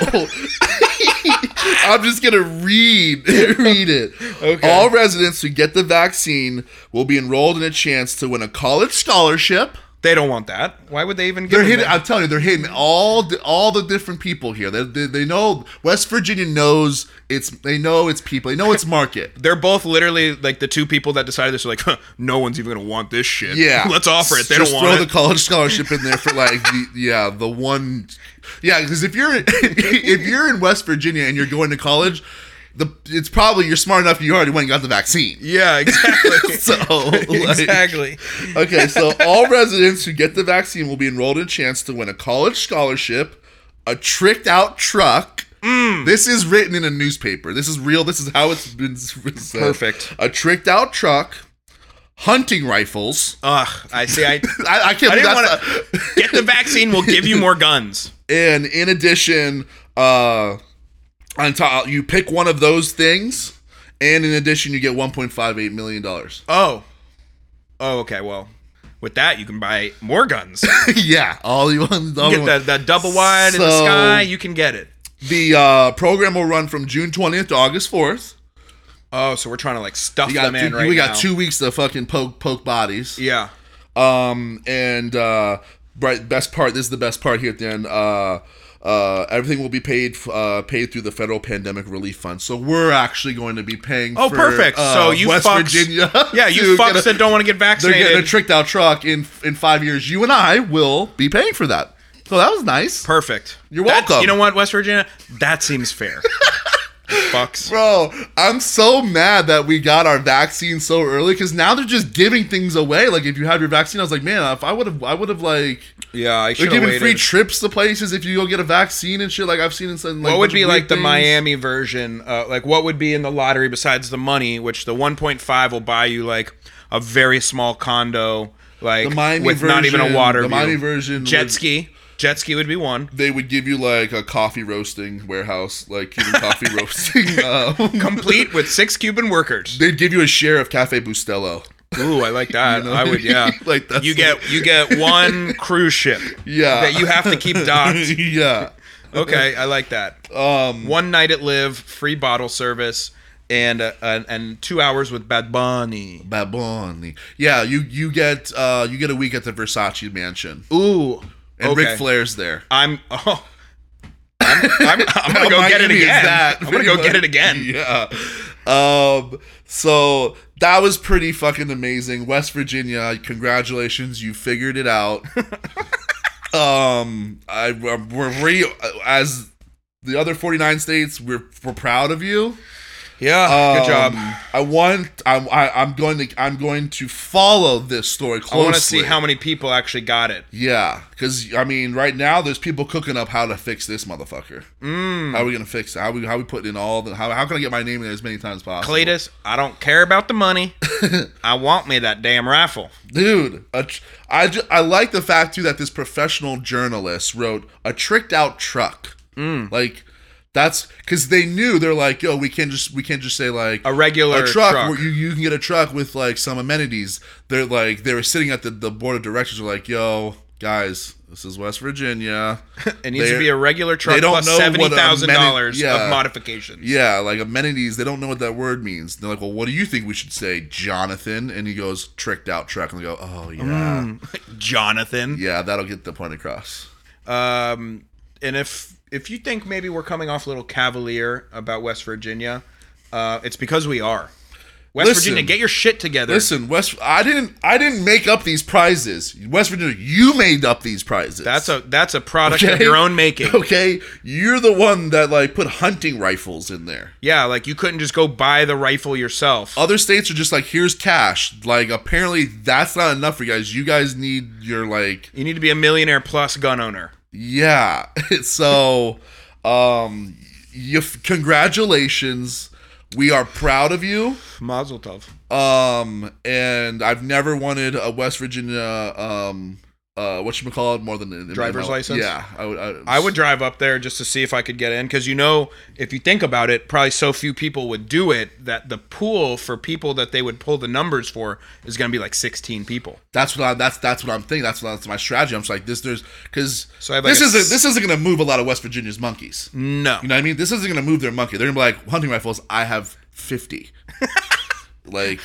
S1: I'm just gonna read read it.
S2: Okay.
S1: All residents who get the vaccine will be enrolled in a chance to win a college scholarship.
S2: They don't want that. Why would they even give
S1: They're
S2: them
S1: hitting.
S2: that?
S1: I'm telling you, they're hitting all the, all the different people here. They, they, they know West Virginia knows it's. They know it's people. They know it's market.
S2: They're both literally like the two people that decided this are like, huh, no one's even gonna want this shit.
S1: Yeah,
S2: let's offer it. They
S1: Just
S2: don't
S1: throw
S2: want
S1: the
S2: it.
S1: college scholarship in there for like the yeah the one yeah because if you're if you're in West Virginia and you're going to college, the it's probably you're smart enough you already went and got the vaccine.
S2: yeah, exactly.
S1: So like-
S2: exactly.
S1: okay, so all residents who get the vaccine will be enrolled in a chance to win a college scholarship, a tricked out truck.
S2: Mm.
S1: This is written in a newspaper. This is real. This is how it's been said.
S2: Perfect.
S1: A tricked out truck, hunting rifles.
S2: Ugh, I see. I
S1: I, I can't.
S2: I
S1: believe
S2: didn't
S1: that's
S2: want
S1: a-
S2: to get the vaccine. We'll give you more guns.
S1: and in addition, uh, on top you pick one of those things, and in addition you get 1.58 million dollars.
S2: Oh, oh, okay. Well, with that, you can buy more guns.
S1: yeah, all you want. All you
S2: get
S1: want.
S2: that that double wide in the
S1: So-
S2: sky. You can get it.
S1: The uh, program will run from June 20th to August 4th.
S2: Oh, so we're trying to like stuff
S1: We got,
S2: them in
S1: two,
S2: right
S1: we
S2: now.
S1: got two weeks to fucking poke poke bodies.
S2: Yeah.
S1: Um, and uh, right, best part. This is the best part here. Then uh, uh, everything will be paid uh, paid through the federal pandemic relief fund. So we're actually going to be paying.
S2: Oh,
S1: for,
S2: perfect.
S1: uh,
S2: so you
S1: West
S2: fucks,
S1: Virginia.
S2: Yeah,
S1: to
S2: you
S1: get
S2: fucks
S1: a-
S2: that don't want to get
S1: they're getting a
S2: vaccinated.
S1: tricked out truck in in five years. You and I will be paying for that. So that was nice,
S2: Perfect.
S1: You're
S2: That-
S1: welcome.
S2: you know what, West Virginia? That seems fair. Fucks.
S1: bro. I'm so mad that we got our vaccine so early because now they're just giving things away. Like if you have your vaccine, I was like, man, if I would have, I would have like.
S2: Yeah, I
S1: They're
S2: should have
S1: giving
S2: waited.
S1: free trips to places if you go get a vaccine and shit. Like I've seen in some. Like,
S2: what would
S1: bunch
S2: be
S1: of
S2: like
S1: weird
S2: the
S1: things.
S2: Miami version? Uh, like what would be in the lottery besides the money, which the 1.5 will buy you like a very small condo, like
S1: The Miami
S2: with not even a
S1: version-
S2: water.
S1: the Miami
S2: view.
S1: version
S2: Jet
S1: would-
S2: ski. Jet ski would be one.
S1: They would give you like a coffee roasting warehouse, like Cuban coffee roasting. Um,
S2: Complete with six Cuban workers.
S1: they'd give you a share of Cafe Bustelo.
S2: Ooh, I like that.
S1: know?
S2: I would, yeah.
S1: Like, that's
S2: you get you get one cruise ship.
S1: Yeah.
S2: that you have to keep docked.
S1: yeah.
S2: Okay, I like that.
S1: Um.
S2: One night at Live, free bottle service, and uh, and, and two hours with Bad Bunny.
S1: Baboni. Yeah. You you get uh you get a week at the Versace mansion
S2: Ooh,
S1: and
S2: okay.
S1: Ric Flair's there.
S2: I'm oh. I'm, I'm, I'm gonna go
S1: How
S2: get it
S1: Miami is
S2: again.
S1: that,
S2: I'm gonna go
S1: pretty
S2: get
S1: much.
S2: it again.
S1: Yeah. Um, so that was pretty fucking amazing. West Virginia, congratulations, you figured it out. um, I we're re as the other 49 states, we're, we're proud of you.
S2: Yeah, good
S1: Um,
S2: job.
S1: I want I'm I, I'm going to I'm going to follow this story
S2: I
S1: closely.
S2: want to see how many people actually got it.
S1: Yeah, because I mean, right now there's people cooking up how to fix this motherfucker. Mm. How are we gonna fix it? How we how we putting in all the how, how can I get my name in there as many times as possible?
S2: Cletus, I don't care about the money. I want me that damn rifle.
S1: Dude, a tr- I ju- I like the fact too that this professional journalist wrote a tricked out truck.
S2: Mm.
S1: Like that's because they knew they're like, yo, we can't just we can't just say like
S2: A regular
S1: a truck,
S2: truck.
S1: Where you, you can get a truck with like some amenities. They're like they were sitting at the, the board of directors are like, yo, guys, this is West Virginia.
S2: It needs to
S1: They're-
S2: be a regular truck
S1: they don't
S2: plus
S1: know what a
S2: seventy thousand dollars
S1: many- yeah.
S2: of modifications.
S1: Yeah, like amenities. They don't know what that word means. They're like, "Well, what do you think we should say, Jonathan?" And he goes, "Tricked out truck." And they go, "Oh yeah,
S2: Jonathan.
S1: yeah, that'll get the point across."
S2: Um, and if if you think maybe we're coming off a little cavalier about West Virginia, uh, it's because we are. West
S1: Listen.
S2: Virginia, get your shit together.
S1: Listen, West, I didn't, I didn't make up these prizes. West Virginia, you made up these prizes.
S2: That's a that's a product of
S1: Okay.
S2: your own making.
S1: okay. You're the one that like put hunting rifles in there.
S2: Yeah, like you couldn't just go buy the rifle yourself.
S1: Other states are just like, here's cash. Like apparently that's not enough for you guys. You guys need your like
S2: You need to be a millionaire plus gun owner.
S1: Yeah. so, um, you congratulations. We are proud of you.
S2: Mazel tov.
S1: Um, and I've never wanted a West Virginia um uh what you call it more than in- in
S2: Driver's
S1: my-
S2: license?
S1: Yeah, I would. I,
S2: I would drive up there just to see if I could get in because you know, if you think about it, probably so few people would do it that the pool for people that they would pull the numbers for is going to be like 16 people.
S1: That's what I. That's that's what I'm thinking. That's what, that's my strategy. I'm just like this. There's because
S2: So I have like
S1: this
S2: a
S1: isn't
S2: s-
S1: this isn't gonna move a lot of West Virginia's monkeys.
S2: No.
S1: You know what I mean? This isn't gonna move their monkey. They're gonna be like hunting rifles. I have fifty. like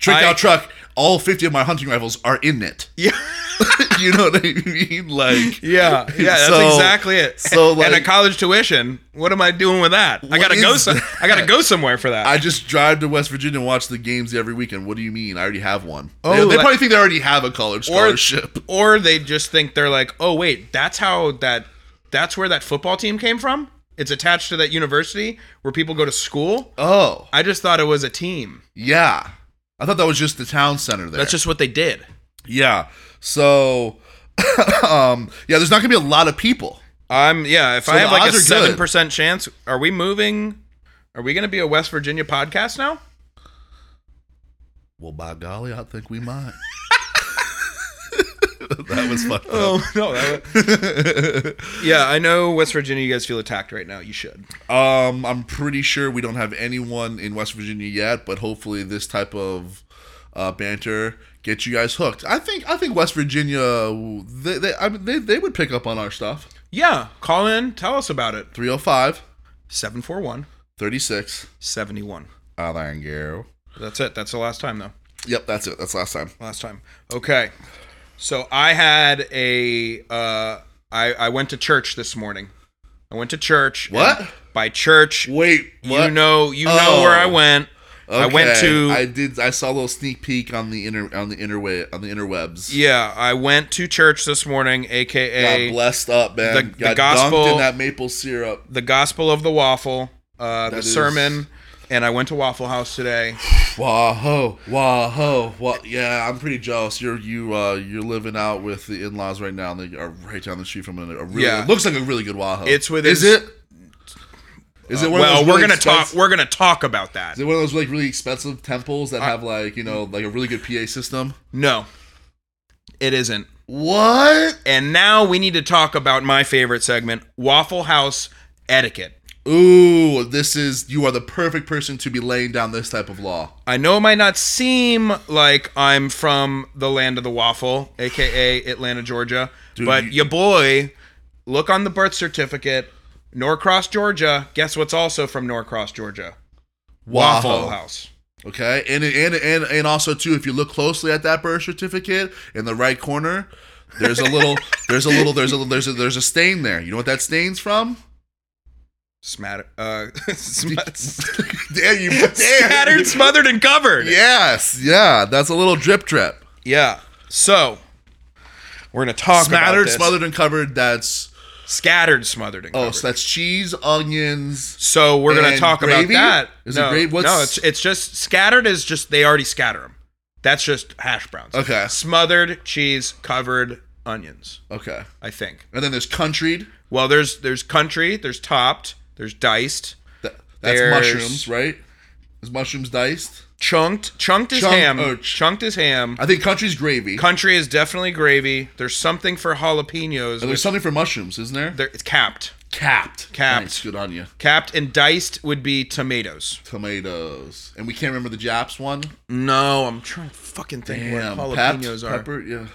S1: trick
S2: I-
S1: out truck. All fifty of my hunting rifles are in it.
S2: Yeah.
S1: you know what I mean? Like,
S2: Yeah, yeah, that's
S1: So-
S2: exactly it.
S1: so,
S2: and a
S1: like-
S2: college tuition. What am I doing with that? I
S1: What
S2: gotta go.
S1: is
S2: Some,
S1: that?
S2: I gotta go somewhere for that.
S1: I just drive to West Virginia and watch the games every weekend. What do you mean? I already have one.
S2: Oh,
S1: they, they
S2: like-
S1: probably think they already have a college
S2: Or-
S1: scholarship.
S2: or they just think they're like, oh wait, that's how that. That's where that football team came from. It's attached to that university where people go to school.
S1: oh,
S2: I just thought it was a team.
S1: yeah. I thought that was just the town center there.
S2: That's just what they did.
S1: yeah. So, um, yeah, there's not gonna be a lot of people.
S2: I'm yeah. If I
S1: the
S2: have like a
S1: odds are good.
S2: seven percent chance, are we moving? Are we gonna be a West Virginia podcast now?
S1: Well, by golly, I think we might. that was fucked up.
S2: Oh no. yeah, I know West Virginia. You guys feel attacked right now. You should.
S1: Um, I'm pretty sure we don't have anyone in West Virginia yet, but hopefully this type of uh, banter gets you guys hooked. I think I think West Virginia they they I mean, they, they would pick up on our stuff.
S2: Yeah, call in. Tell us about it.
S1: 305
S2: 741
S1: 36
S2: 71.
S1: I thank you.
S2: That's it. That's the last time, though.
S1: Yep, that's it. That's last time.
S2: Last time. Okay. So I had a. Uh, I, I went to church this morning. I went to church. and
S1: What?
S2: By church.
S1: Wait, what?
S2: You know, you know
S1: Oh.
S2: where I went. I went
S1: Okay,
S2: to.
S1: I did I saw a little sneak peek on the inner on the interweb on the interwebs.
S2: yeah, I went to church this morning, aka
S1: Got blessed up, man.
S2: the- the
S1: Got
S2: gospel-
S1: dunked in that maple syrup.
S2: the Gospel of the Waffle, uh, the
S1: That is-
S2: sermon, and I went to Waffle House today.
S1: Wahoo, wahoo, wah. Yeah, I'm pretty jealous. You're you uh you're living out with the in-laws right now. and They are right down the street from a, a really.
S2: Yeah.
S1: It looks like a really good wahoo.
S2: It's within-
S1: Is it? Is it one
S2: well,
S1: of those
S2: we're
S1: really
S2: gonna
S1: expensive-
S2: talk. We're gonna talk about that.
S1: Is it one of those like really expensive temples
S2: Uh,
S1: that have like you know like a really good PA system?
S2: No, it isn't.
S1: What?
S2: And now we need to talk about my favorite segment, Waffle House etiquette.
S1: Ooh, this is you are the perfect person to be laying down this type of law.
S2: I know it might not seem like I'm from the land of the waffle, aka Atlanta, Georgia, but
S1: you-
S2: ya boy, look on the birth certificate, Norcross, Georgia. Guess what's also from Norcross, Georgia? Waffle
S1: Wahoo.
S2: House.
S1: Okay, and and and and also too, if you look closely at that birth certificate in the right corner, there's a little, there's a little, there's a there's a there's a stain there. You know what that stain's from?
S2: Smatter, uh, smat-
S1: damn you, damn.
S2: scattered, smothered, and covered.
S1: Yes, yeah, that's a little drip drip.
S2: Yeah. So we're gonna talk about
S1: Smattered,
S2: this.
S1: smothered, and covered. That's
S2: scattered, smothered, and
S1: oh,
S2: covered.
S1: so that's cheese, onions.
S2: So we're gonna
S1: And
S2: talk
S1: gravy?
S2: about that.
S1: Is it
S2: no,
S1: gravy? What's-
S2: no, it's it's just scattered is just they already scatter them. That's just hash browns.
S1: Okay.
S2: Smothered cheese, covered onions.
S1: Okay,
S2: I think.
S1: and then there's countryed.
S2: Well, there's there's country, there's topped, there's diced,
S1: That, that's
S2: There's-
S1: mushrooms, right? Is mushrooms diced?
S2: chunked. Chunked is
S1: Chunk-
S2: ham.
S1: oh, ch-
S2: chunked is ham.
S1: I think country's gravy.
S2: Country is definitely gravy. There's something for jalapenos.
S1: there's
S2: which-
S1: something for mushrooms, isn't there?
S2: there- it's capped.
S1: Capped.
S2: Capped.
S1: Nice, good on you.
S2: Capped and diced would be tomatoes.
S1: tomatoes, and we can't remember the Japs one.
S2: No, I'm trying to fucking think
S1: Damn,
S2: what
S1: pep-
S2: jalapenos are.
S1: pepper, yeah.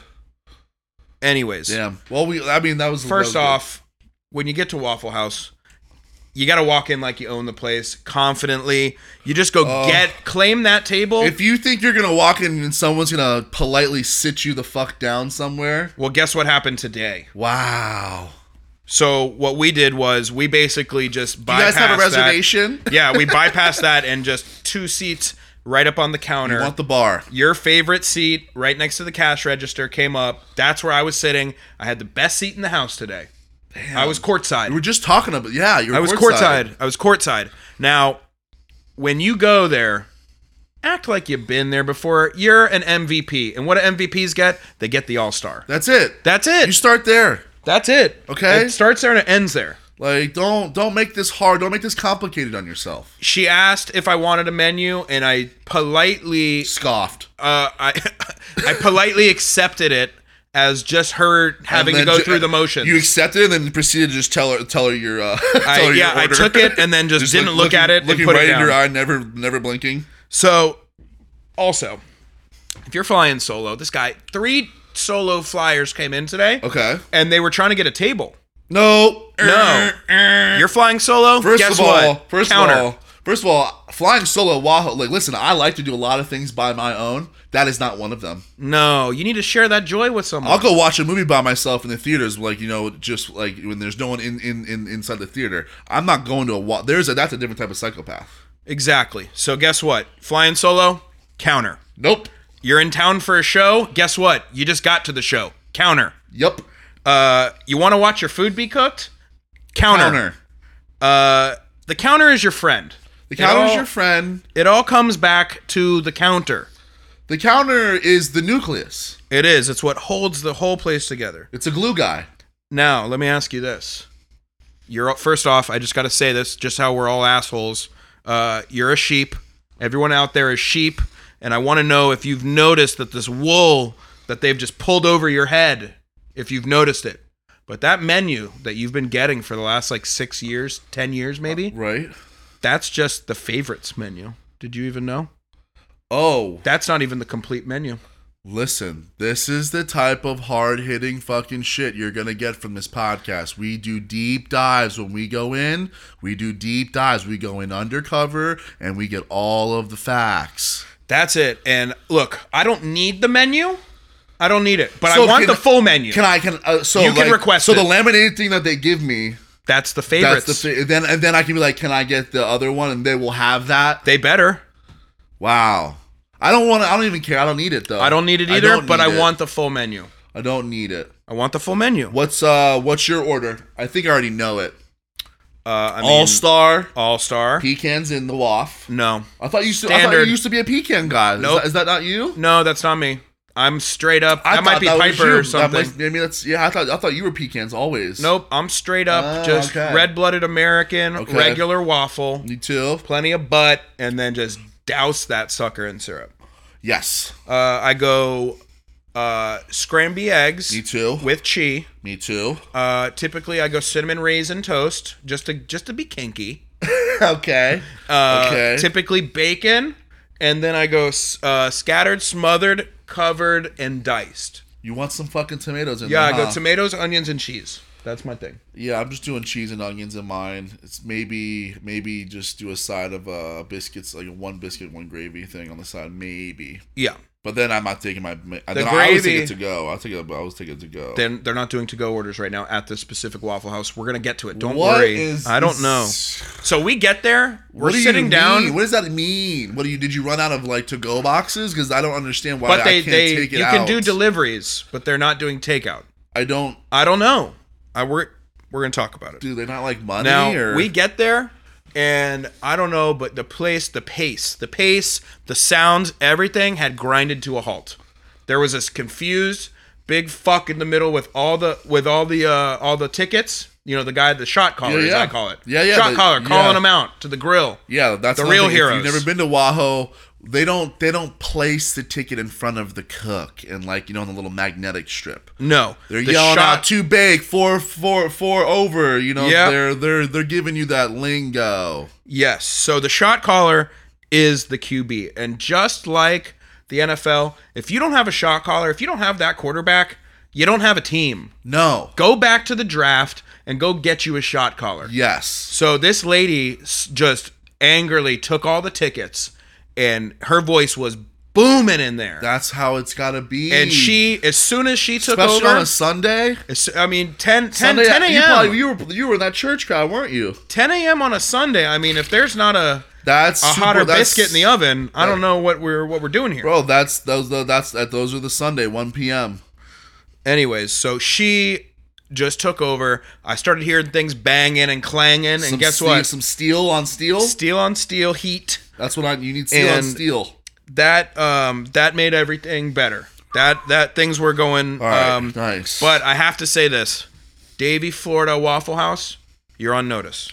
S2: Anyways.
S1: Damn. Well, we. I mean, that was that was
S2: First
S1: good.
S2: off, when you get to Waffle House, you got to walk in like you own the place confidently. You just go get claim that table.
S1: If you think you're gonna walk in and someone's gonna politely sit you the fuck down somewhere,
S2: well, guess what happened today?
S1: wow.
S2: So what we did was we basically just bypassed
S1: You guys have a
S2: that.
S1: reservation?
S2: yeah, we bypassed that and just two seats right up on the counter.
S1: You want the bar?
S2: Your favorite seat right next to the cash register came up. That's where I was sitting. I had the best seat in the house today. I was courtside.
S1: We were just talking about. Yeah, you're.
S2: I was courtside. I was courtside. Now, when you go there, act like you've been there before. You're an MVP, and what do MVPs get? They get the All Star.
S1: That's it.
S2: That's
S1: You
S2: it.
S1: start there.
S2: That's it.
S1: Okay.
S2: It starts there and it ends there.
S1: Like, don't don't make this hard. Don't make this complicated on yourself.
S2: She asked if I wanted a menu, and I politely,
S1: Scoffed.
S2: uh, I, I politely accepted it as just her having to
S1: And
S2: go
S1: then ju-
S2: through the motions.
S1: You accepted it and then proceeded to just tell her tell her your. Uh, tell
S2: I,
S1: her
S2: yeah,
S1: your
S2: I
S1: order.
S2: took it and then just,
S1: Just
S2: didn't look,
S1: looking-
S2: at it and
S1: looking
S2: put
S1: right
S2: it down.
S1: in your eye, never, never blinking.
S2: So, also, if you're flying solo, this guy, three solo flyers came in today,
S1: Okay.
S2: and they were trying to get a table.
S1: No.
S2: No.
S1: Err, err.
S2: You're flying solo.
S1: First
S2: guess
S1: of all,
S2: what?
S1: first
S2: Counter.
S1: of all, First of all, flying solo Wahoo. Like, listen, I like to do a lot of things by my own. That is not one of them.
S2: No, you need to share that joy with someone.
S1: I'll go watch a movie by myself in the theaters, like you know, just like when there's no one in, in, in inside the theater. I'm not going to a walk. There's a that's a different type of psychopath.
S2: Exactly. So guess what? Flying solo, counter.
S1: Nope.
S2: You're in town for a show. Guess what? You just got to the show. Counter.
S1: Yep.
S2: Uh, you want to watch your food be cooked? Counter.
S1: Counter.
S2: Uh, the counter is your friend.
S1: The counter is
S2: all-
S1: your friend.
S2: It all comes back to the counter.
S1: The counter is the nucleus.
S2: It is. It's what holds the whole place together.
S1: It's a glue guy.
S2: Now, let me ask you this. You're first off, I just got to say this, just how we're all assholes. Uh, you're a sheep. Everyone out there is sheep, and I want to know if you've noticed that this wool that they've just pulled over your head, if you've noticed it. But that menu that you've been getting for the last like six years, ten years maybe,
S1: Right.
S2: that's just the favorites menu. Did you even know?
S1: Oh,
S2: That's not even the complete menu.
S1: listen. This is the type of hard hitting fucking shit you're gonna get from this podcast. We do deep dives when we go in. We do deep dives. We go in undercover and we get all of the facts.
S2: That's it. And look, I don't need the menu. I don't need it, but
S1: So
S2: I want
S1: can-
S2: the full menu.
S1: Can I? Can uh, so
S2: You can
S1: like,
S2: request
S1: So the
S2: it.
S1: laminated thing that they give me.
S2: That's the
S1: That's
S2: favorites.
S1: the thing. then and then I can be like, can I get the other one? And they will have that.
S2: they better.
S1: Wow. I don't want to. I don't even care. I don't need it though.
S2: I don't need it either,
S1: don't
S2: but
S1: need
S2: I
S1: it.
S2: want the full menu.
S1: I don't need it.
S2: I want the full menu.
S1: What's uh? What's your order? I think I already know it.
S2: Uh, I mean,
S1: All star
S2: all star.
S1: pecans in the waff.
S2: No,
S1: I thought you. Used to, I thought you
S2: Standard.
S1: used to be a pecan guy. Is,
S2: Nope.
S1: that, is that not you?
S2: no, that's not me. I'm straight up.
S1: I
S2: that might
S1: thought
S2: be
S1: was you.
S2: Piper or
S1: That
S2: something.
S1: must- maybe that's yeah. I thought I thought you were pecans always.
S2: Nope, I'm straight up
S1: Ah,
S2: just
S1: okay.
S2: red-blooded American,
S1: Okay.
S2: regular waffle,
S1: You too.
S2: plenty of butt, and then just douse that sucker in syrup.
S1: Yes.
S2: Uh, I go uh, scramby eggs
S1: Me too.
S2: with chi.
S1: Me too.
S2: Uh, typically, I go cinnamon raisin toast just to just to be kinky.
S1: okay.
S2: Uh,
S1: Okay.
S2: Typically bacon, and then I go s- uh, scattered, smothered, covered, and diced.
S1: You want some fucking tomatoes in
S2: Yeah,
S1: there?
S2: I go
S1: huh?
S2: tomatoes, onions, and cheese. That's my thing.
S1: Yeah, I'm just doing cheese and onions in mine. It's maybe maybe just do a side of uh biscuits, like a one biscuit, one gravy thing on the side, maybe.
S2: Yeah.
S1: But then I'm not taking my. The then I always take
S2: gravy-
S1: it to go. I take it. I always take it to go.
S2: Then they're not doing to go orders right now at this specific Waffle House. We're gonna get to it. Don't
S1: What
S2: worry.
S1: is
S2: I don't know.
S1: this-
S2: So we get there. We're
S1: What do you
S2: sitting
S1: mean?
S2: down.
S1: What does that mean? What do you? Did you run out of like to go boxes? Because I don't understand why
S2: But
S1: I
S2: they
S1: can't
S2: they
S1: take it
S2: you
S1: out.
S2: can do deliveries, but they're not doing takeout.
S1: I don't.
S2: I don't know. I we're we're gonna talk about it.
S1: Do they not like money?
S2: Now
S1: or
S2: we get there, and I don't know, but the place, the pace, the pace, the sounds, everything had grinded to a halt. There was this confused big fuck in the middle with all the with all the uh, all the tickets. You know, the guy, the shot caller,
S1: Yeah,
S2: as
S1: yeah.
S2: I call it.
S1: Yeah, yeah,
S2: Shot
S1: the-
S2: caller,
S1: yeah.
S2: calling them out to the grill.
S1: Yeah, that's
S2: The
S1: another
S2: real
S1: thing. If
S2: heroes.
S1: you've never been to Wahoo, they don't they don't place the ticket in front of the cook and like you know on the little magnetic strip.
S2: No,
S1: They're
S2: the
S1: yelling
S2: shot-
S1: out too big, four four four over. You know
S2: Yeah.
S1: they're they're they're giving you that lingo.
S2: Yes. So the shot caller is the QB. And just like the NFL, if you don't have a shot caller, if you don't have that quarterback, you don't have a team.
S1: No.
S2: Go back to the draft and go get you a shot caller.
S1: Yes.
S2: So this lady s- just angrily took all the tickets and her voice was booming in there.
S1: That's how it's gotta be.
S2: and she, as soon as she took
S1: especially on
S2: over,
S1: a Sunday.
S2: as soo- I mean, 10, 10,
S1: Sunday
S2: 10
S1: you, probably,
S2: a.m.
S1: you were you were in that church crowd, weren't you?
S2: 10 a.m. on a Sunday. I mean, if there's not a,
S1: That's
S2: a
S1: super-
S2: hotter
S1: that's-
S2: biscuit in the oven, I don't know what we're what we're doing here.
S1: Bro, that's those that's that those are the Sunday one p.m.
S2: Anyways, so she just took over. I started hearing things banging and clanging, and
S1: Some
S2: guess
S1: steel,
S2: what?
S1: Some steel on steel.
S2: Steel on steel heat.
S1: That's what I you need steel on
S2: And-
S1: steel.
S2: That um that made everything better. That that things were going
S1: All right,
S2: um
S1: nice.
S2: but I have to say this. Davie, Florida Waffle House, you're on notice.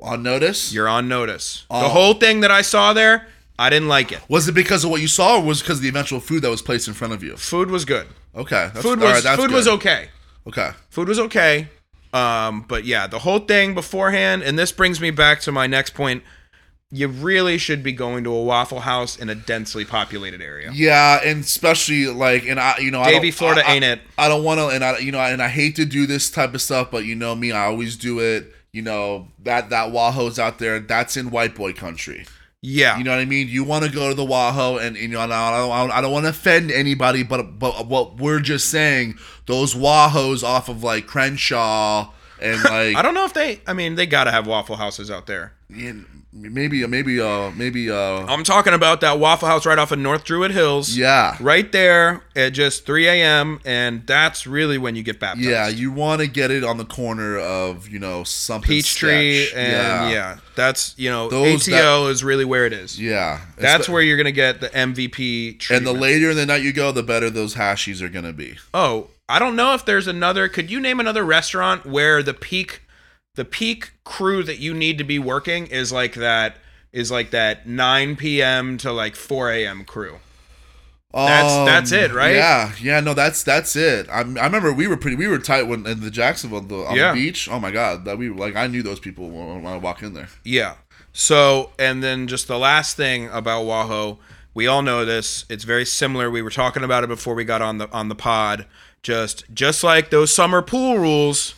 S1: on notice,
S2: You're on notice.
S1: Oh.
S2: The whole thing that I saw there, I didn't like it.
S1: was it because of what you saw, or was it because of the eventual food that was placed in front of you?
S2: Food was good.
S1: Okay, that's,
S2: Food
S1: all right,
S2: was
S1: that's
S2: food
S1: good.
S2: was okay.
S1: okay.
S2: food was okay um but yeah the whole thing beforehand and this brings me back to my next point you really should be going to a waffle house in a densely populated area
S1: Yeah, and especially like, and I, you know, I
S2: Davie,
S1: don't-
S2: Florida
S1: I- I-
S2: ain't it.
S1: I don't want to, and I, you know, and I hate to do this type of stuff, but you know me, I always do it. you know that that Wahoo's out there. That's in white boy country.
S2: Yeah.
S1: You know what I mean? You want to go to the Wahoo, and, and, you know, and I don't, I don't- I don't want to offend anybody, but but what we're just saying, those Wahoos off of like Crenshaw and like
S2: I don't know if they. I mean, they gotta have Waffle Houses out there.
S1: and maybe maybe uh maybe uh
S2: I'm talking about that Waffle House right off of North Druid Hills.
S1: yeah
S2: Right there at just 3 a.m. and that's really when you get baptized.
S1: yeah you want to get it on the corner of you know something
S2: Peachtree
S1: sketch.
S2: and yeah. that's you know
S1: Those
S2: ATO is really where it is.
S1: yeah
S2: That's
S1: Espe-
S2: where you're gonna get the MVP treatment.
S1: and the later in the night you go, the better those hashies are gonna be.
S2: Oh, I don't know if there's another. Could you name another restaurant where the peak, the peak crew that you need to be working is like that is like that 9 p.m. to like 4 a.m. crew. That's- that's it, right?
S1: Um, Yeah, yeah. No, that's that's it. I, I remember we were pretty we were tight when in the Jacksonville the, on
S2: Yeah.
S1: the beach. Oh my god, that we were like I knew those people when, when I walk in there.
S2: Yeah. So, and then just the last thing about Wahoo, we all know this. It's very similar. We were talking about it before we got on the on the pod. Just just like those summer pool rules,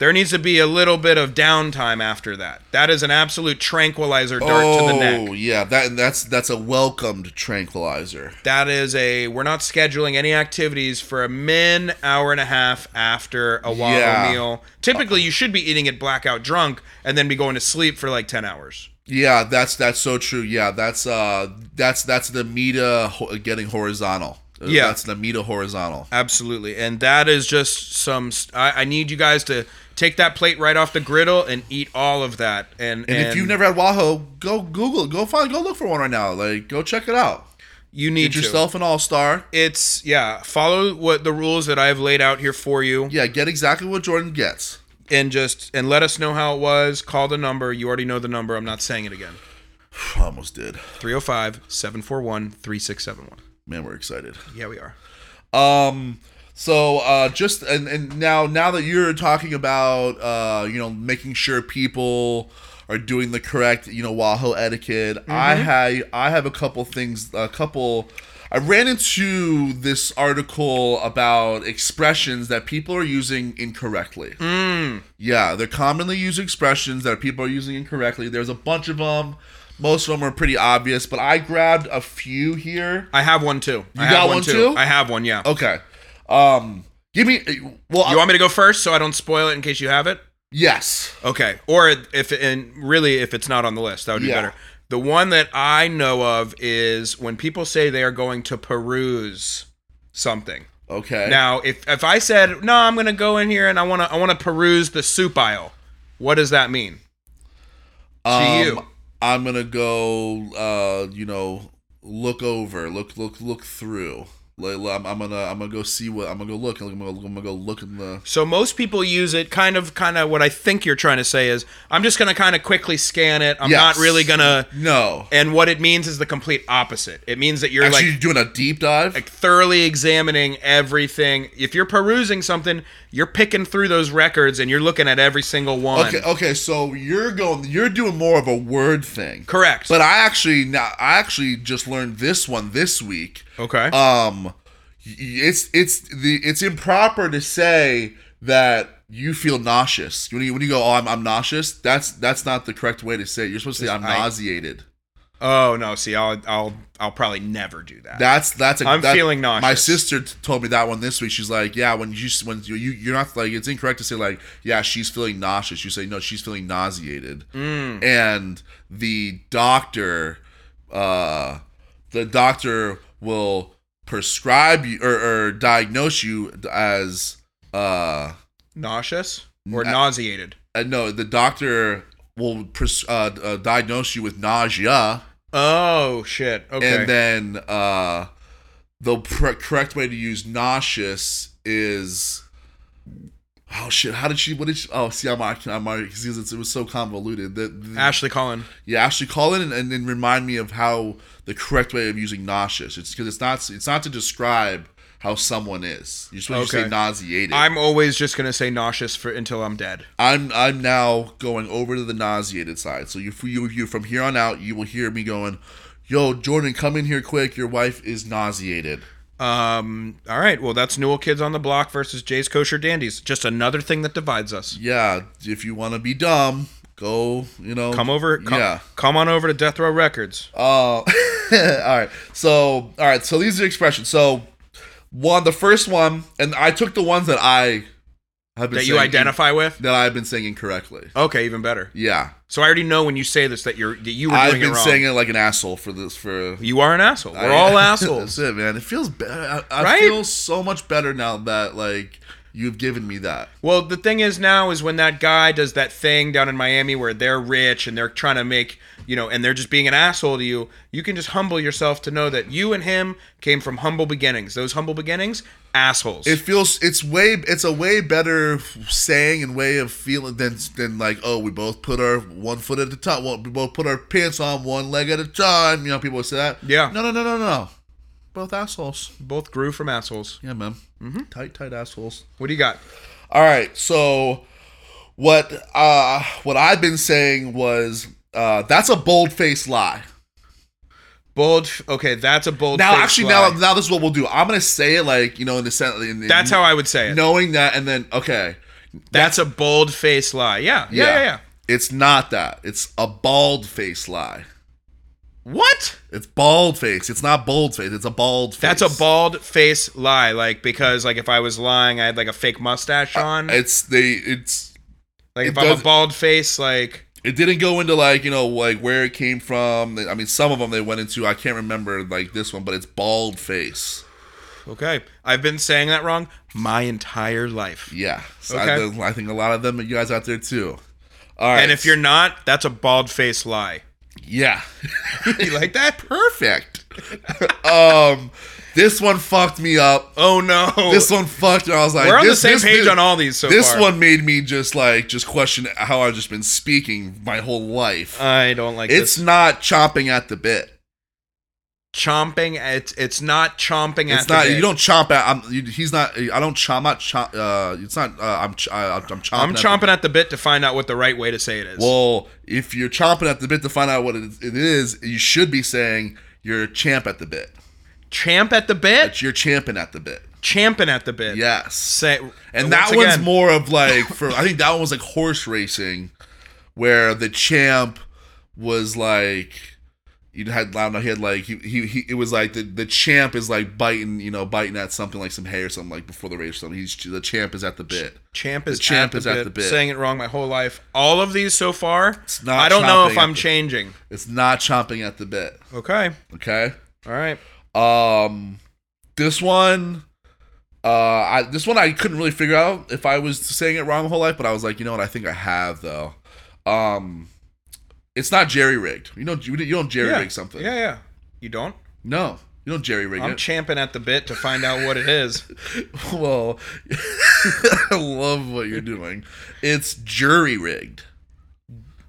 S2: there needs to be a little bit of downtime after that. That is an absolute tranquilizer dart to the neck.
S1: Oh yeah, that and that's that's a welcomed tranquilizer.
S2: That is a we're not scheduling any activities for a min hour and a half after a Wahoo
S1: Yeah.
S2: meal. Typically, you should be eating it blackout drunk and then be going to sleep for like ten hours.
S1: Yeah, that's that's so true. Yeah, that's uh that's that's the meta ho- getting horizontal. Uh,
S2: Yeah.
S1: that's the meta horizontal.
S2: Absolutely, and that is just some. st- I, I need you guys to take that plate right off the griddle and eat all of that. And,
S1: And, if you've never had Wahoo, go Google, it. go find, go look for one right now. Like, go check it out.
S2: you need
S1: Get
S2: to.
S1: yourself an all star.
S2: It's yeah. Follow what the rules that I have laid out here for you.
S1: Yeah, get exactly what Jordan gets.
S2: and just and let us know how it was. Call the number. You already know the number. I'm not saying it again.
S1: Almost did.
S2: 305-741-3671.
S1: Man, we're excited.
S2: Yeah, we are.
S1: Um, so uh, just and, and now now that you're talking about uh, you know making sure people are doing the correct you know Wahoo etiquette, I had I have a couple things a couple. I ran into this article about expressions that people are using incorrectly. Yeah, they're commonly used expressions that people are using incorrectly. There's a bunch of them. Most of them are pretty obvious, but I grabbed a few here.
S2: I have one too. You I have
S1: got one, too? Oh,
S2: I have one. Yeah.
S1: Okay. Um give me well
S2: You want me to go first so I don't spoil it in case you have it?
S1: yes.
S2: Okay. Or if and really if it's not on the list, that would be
S1: Yeah.
S2: better. The one that I know of is when people say they are going to peruse something.
S1: Okay.
S2: Now, if if I said, "No, I'm going to go in here and I want to I want to peruse the soup aisle." What does that mean? to you.
S1: Um, I'm going to go uh you know look over, look look look through. Like, I'm, I'm gonna I'm gonna go see what I'm gonna go look. I'm gonna, I'm gonna go look in the.
S2: So most people use it kind of kind of what I think you're trying to say is I'm just going to kind of quickly scan it. I'm
S1: Yes.
S2: not really going to
S1: No.
S2: and what it means is the complete opposite. It means that you're
S1: Actually,
S2: like
S1: you're doing a deep dive.
S2: like thoroughly examining everything. If you're perusing something, you're picking through those records and you're looking at every single one.
S1: okay. Okay. So you're going. You're doing more of a word thing.
S2: Correct.
S1: But I actually now I actually just learned this one this week.
S2: okay.
S1: um y- it's it's the it's improper to say that you feel nauseous when you when you go oh I'm, I'm nauseous that's that's not the correct way to say it. you're supposed to say I'm
S2: I-
S1: nauseated
S2: oh no, see I'll I'll I'll probably never do that.
S1: that's that's a,
S2: I'm
S1: that-
S2: feeling nauseous.
S1: my sister t- told me that one this week she's like yeah when you s- when you you- you're not like it's incorrect to say like yeah she's feeling nauseous you say no she's feeling nauseated
S2: Mm.
S1: and the doctor uh the doctor will prescribe you or, or diagnose you as uh,
S2: Nauseous or
S1: Na-
S2: nauseated.
S1: uh no the doctor will pres- uh, uh, diagnose you with nausea
S2: Oh shit. Okay.
S1: and then uh the pr- correct way to use nauseous is oh shit how did she what did she oh see i'm already- i'm already- 'cause it's- it was so convoluted the, the-
S2: Ashley Collin.
S1: yeah actually call in and, and then remind me of how the correct way of using nauseous it's because it's not it's not to describe how someone is you're supposed to
S2: Okay.
S1: say nauseated
S2: I'm always just gonna say nauseous for until I'm dead.
S1: I'm I'm now going over to the nauseated side. So you you you from here on out, you will hear me going, "Yo, Jordan, come in here quick. Your wife is nauseated."
S2: Um, all right. Well, that's Newell Kids on the Block versus Jay's Kosher Dandies. Just another thing that divides us.
S1: Yeah, if you want to be dumb, go. You know,
S2: Come over. Come,
S1: Yeah.
S2: come on over to Death Row Records.
S1: Uh, all right. So, all right. So these are expressions. So, one, the first one, and I took the ones that I have been
S2: that you
S1: saying-
S2: identify with.
S1: that I've been saying incorrectly.
S2: Okay, even better.
S1: Yeah,
S2: So I already know when you say this that you're that you were
S1: I've
S2: doing
S1: been
S2: it wrong.
S1: saying it like an asshole for this for.
S2: you are an asshole. We're
S1: I-
S2: all assholes.
S1: That's it, man. It feels better. I, I
S2: Right?
S1: feel so much better now that like you've given me that.
S2: Well, the thing is now is when that guy does that thing down in Miami where they're rich and they're trying to make, you know, and they're just being an asshole to you, you can just humble yourself to know that you and him came from humble beginnings. Those humble beginnings, assholes.
S1: It feels it's way it's a way better saying and way of feeling than than like oh we both put our one foot at a time well, we both put our pants on one leg at a time you know people would say that
S2: Yeah.
S1: no no no no no both assholes
S2: Both grew from assholes.
S1: yeah man
S2: Mm-hmm.
S1: tight tight assholes
S2: What do you got?
S1: all right so what uh what I've been saying was uh that's a bold faced lie
S2: Bold. Okay, that's a bold.
S1: now
S2: faced
S1: actually
S2: lie.
S1: now now this is what we'll do I'm gonna say it like you know in the sense in, the-
S2: that's how I would say it.
S1: knowing that and then okay
S2: that's a bold faced lie. Yeah, yeah, yeah, yeah.
S1: It's not that. It's a bald face lie.
S2: What?
S1: It's bald face. It's not bold face. It's a bald face.
S2: That's a bald face lie. Like because like if I was lying, I had like a fake mustache on.
S1: It's they. It's
S2: like
S1: it
S2: if I'm a
S1: does-
S2: bald face, like
S1: it didn't go into like you know like where it came from. I mean, some of them they went into. I can't remember like this one, but it's bald face.
S2: okay, I've been saying that wrong my entire life.
S1: Yeah. So I,
S2: Okay.
S1: think- I think a lot of them you guys out there too. All right.
S2: And if you're not, that's a bald face lie.
S1: yeah,
S2: You like that?
S1: perfect. um, this one fucked me up.
S2: Oh no.
S1: This one fucked. And I was like,
S2: We're on
S1: this-
S2: the same
S1: this-
S2: page
S1: this-
S2: on all these so
S1: this
S2: far.
S1: one made me just like just question how I've just been speaking my whole life.
S2: I don't like
S1: it's
S2: Uh, this.
S1: not chomping at the bit.
S2: chomping. It's it's not chomping at
S1: It's
S2: the
S1: not.
S2: bit.
S1: You don't chomp at. I'm. You, he's not. I don't chomp. Not chomp. Uh, it's not. Uh, I'm. Ch- I, I'm chomping.
S2: I'm
S1: at
S2: chomping at the bit to find out what the right way to say it is.
S1: The, well, if you're chomping at the bit to find out what it, it is, you should be saying you're a champ at the bit.
S2: Champ at the bit.
S1: That you're champing at the bit.
S2: Champing at the bit.
S1: Yes.
S2: Say
S1: And
S2: once
S1: that one's
S2: again,
S1: more of like for. I think that one was like horse racing, where the champ was like you had I don't know he had like he he, he it was like the, the champ is like biting you know biting at something like some hay or something like before the race or something. He's the champ is at the bit.
S2: Champ is,
S1: The champ
S2: at, the
S1: is at
S2: bit,
S1: the bit.
S2: Saying it wrong my whole life. All of these so far,
S1: not
S2: I don't know
S1: chomping
S2: if
S1: at
S2: I'm
S1: the-
S2: changing.
S1: It's not chomping at the bit.
S2: Okay.
S1: Okay.
S2: All right.
S1: Um, this one. Uh, I, this one I couldn't really figure out if I was saying it wrong my whole life, but I was like, you know what? I think I have though. Um, it's not jerry rigged. You know, you, you don't jerry
S2: yeah.
S1: rig something.
S2: Yeah, yeah. You don't?
S1: No, you don't jerry rig
S2: I'm
S1: it.
S2: champing at the bit to find out what it is.
S1: well, I love what you're doing. It's jury rigged.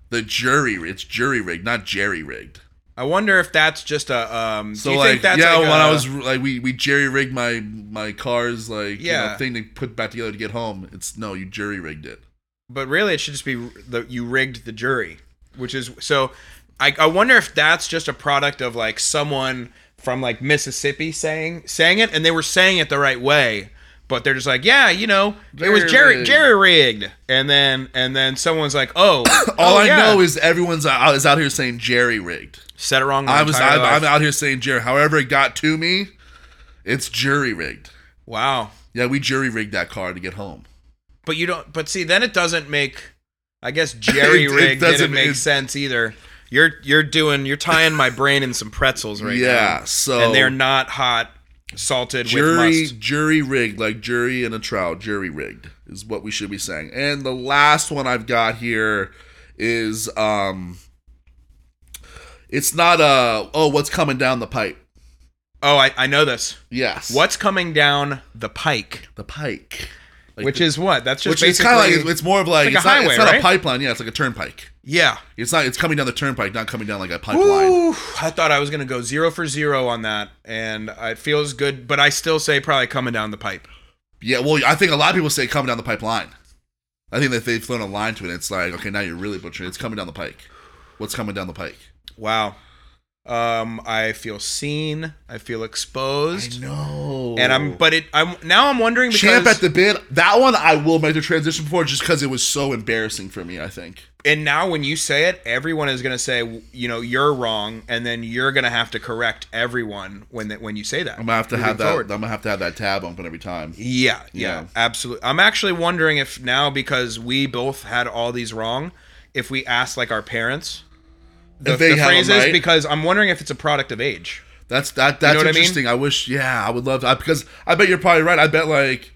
S1: The jury, it's jury rigged, not jerry rigged.
S2: I wonder if that's just a um
S1: So
S2: do you
S1: like,
S2: think that's
S1: yeah,
S2: like
S1: when
S2: I
S1: I was like, we we jerry rigged my my car's like you
S2: Yeah.
S1: know, thing to put back together to get home. It's no, you jerry rigged it.
S2: but really it should just be the you rigged the jury, which is so I, I wonder if that's just a product of like someone from like Mississippi saying saying it and they were saying it the right way. But they're just like, yeah, you know, it was Jerry
S1: Jerry-rigged.
S2: Jerry rigged, and then and then someone's like, oh,
S1: All I know
S2: is.
S1: is everyone's out, is out here saying jerry rigged.
S2: Said it wrong. my
S1: I was
S2: entire
S1: I'm,
S2: life.
S1: I'm out here saying jerry. However, it got to me, it's jury rigged.
S2: wow.
S1: Yeah, we jury rigged that car to get home.
S2: But you don't. But see, then it doesn't make. I guess Jerry
S1: It- it
S2: rig
S1: doesn't-
S2: didn't make
S1: it-
S2: sense either. You're you're doing you're tying my brain in some pretzels right now.
S1: yeah, so
S2: and they're not hot, salted with
S1: jury
S2: must.
S1: jury rigged like jury in a trial jury rigged is what we should be saying and the last one i've got here is um it's not uh oh what's coming down the pipe
S2: Oh, I, I know this.
S1: yes
S2: What's coming down the pike?
S1: the pike Like
S2: Which
S1: the-
S2: is what? That's just
S1: which is
S2: basically.
S1: kind of like it's more of like
S2: like a
S1: it's, not,
S2: highway,
S1: it's not
S2: right?
S1: a pipeline yeah it's like a turnpike
S2: yeah.
S1: it's not it's coming down the turnpike not coming down like a pipeline
S2: Ooh, I thought I was gonna go zero for zero on that, and it feels good, but I still say probably coming down the pipe.
S1: yeah well i think a lot of people say coming down the pipeline i think that they've thrown a line to it and it's like okay now you're really butchering it. it's coming down the pike what's coming down the pike
S2: Wow. Um, I feel seen. I feel exposed.
S1: No.
S2: and I'm, but it, I'm now I'm wondering because
S1: Champ at the bit. That one I will make the transition for just because it was so embarrassing for me, I think.
S2: and now when you say it, everyone is gonna say, you know, you're wrong, and then you're gonna have to correct everyone when that when you say that.
S1: I'm gonna have to
S2: Moving
S1: have that
S2: forward.
S1: I'm gonna have to have that tab open every time.
S2: Yeah, yeah,
S1: Yeah.
S2: absolutely. I'm actually wondering if now because we both had all these wrong, if we ask like our parents, the,
S1: If they
S2: the
S1: have 'em
S2: phrases,
S1: right.
S2: because I'm wondering if it's a product of age.
S1: That's that that's
S2: know what I mean?
S1: interesting. I, wish yeah, I would love to, because I bet you're probably right. I bet like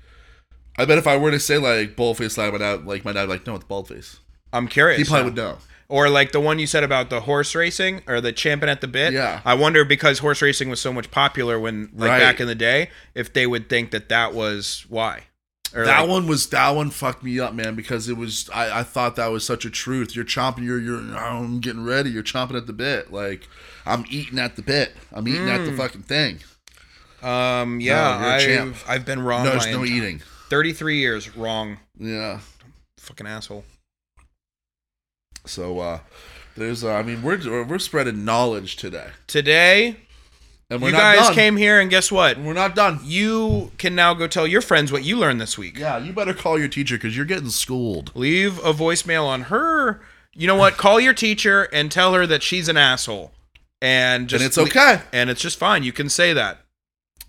S1: I bet if I were to say like bald face lie, my dad like my dad would be like, no, it's bald face.
S2: I'm curious.
S1: He probably
S2: now.
S1: would know.
S2: Or like the one you said about the horse racing or the champing at the bit.
S1: Yeah.
S2: I wonder because horse racing was so much popular when like
S1: Right.
S2: back in the day, if they would think that that was why. Or
S1: That
S2: like,
S1: one was that one fucked me up, man, because it was I, I thought that was such a truth. You're chomping, you're you're I'm getting ready, you're chomping at the bit. Like I'm eating at the bit. I'm eating at the
S2: Mm.
S1: fucking thing.
S2: Um. Yeah.
S1: No, you're a champ.
S2: I've I've been wrong.
S1: No,
S2: my
S1: it's no e-
S2: ent-
S1: eating.
S2: 33 years wrong.
S1: Yeah.
S2: Fucking asshole.
S1: So uh there's uh, I mean we're we're- we're spreading knowledge today.
S2: Today,
S1: And we're
S2: you
S1: not
S2: guys
S1: done.
S2: came here and guess what?
S1: we're not done.
S2: You can now go tell your friends what you learned this week.
S1: Yeah, you better call your teacher cuz you're getting schooled.
S2: Leave a voicemail on her. You know what? Call your teacher and tell her that she's an asshole. And just
S1: and it's
S2: le-
S1: okay.
S2: and it's just fine. You can say that.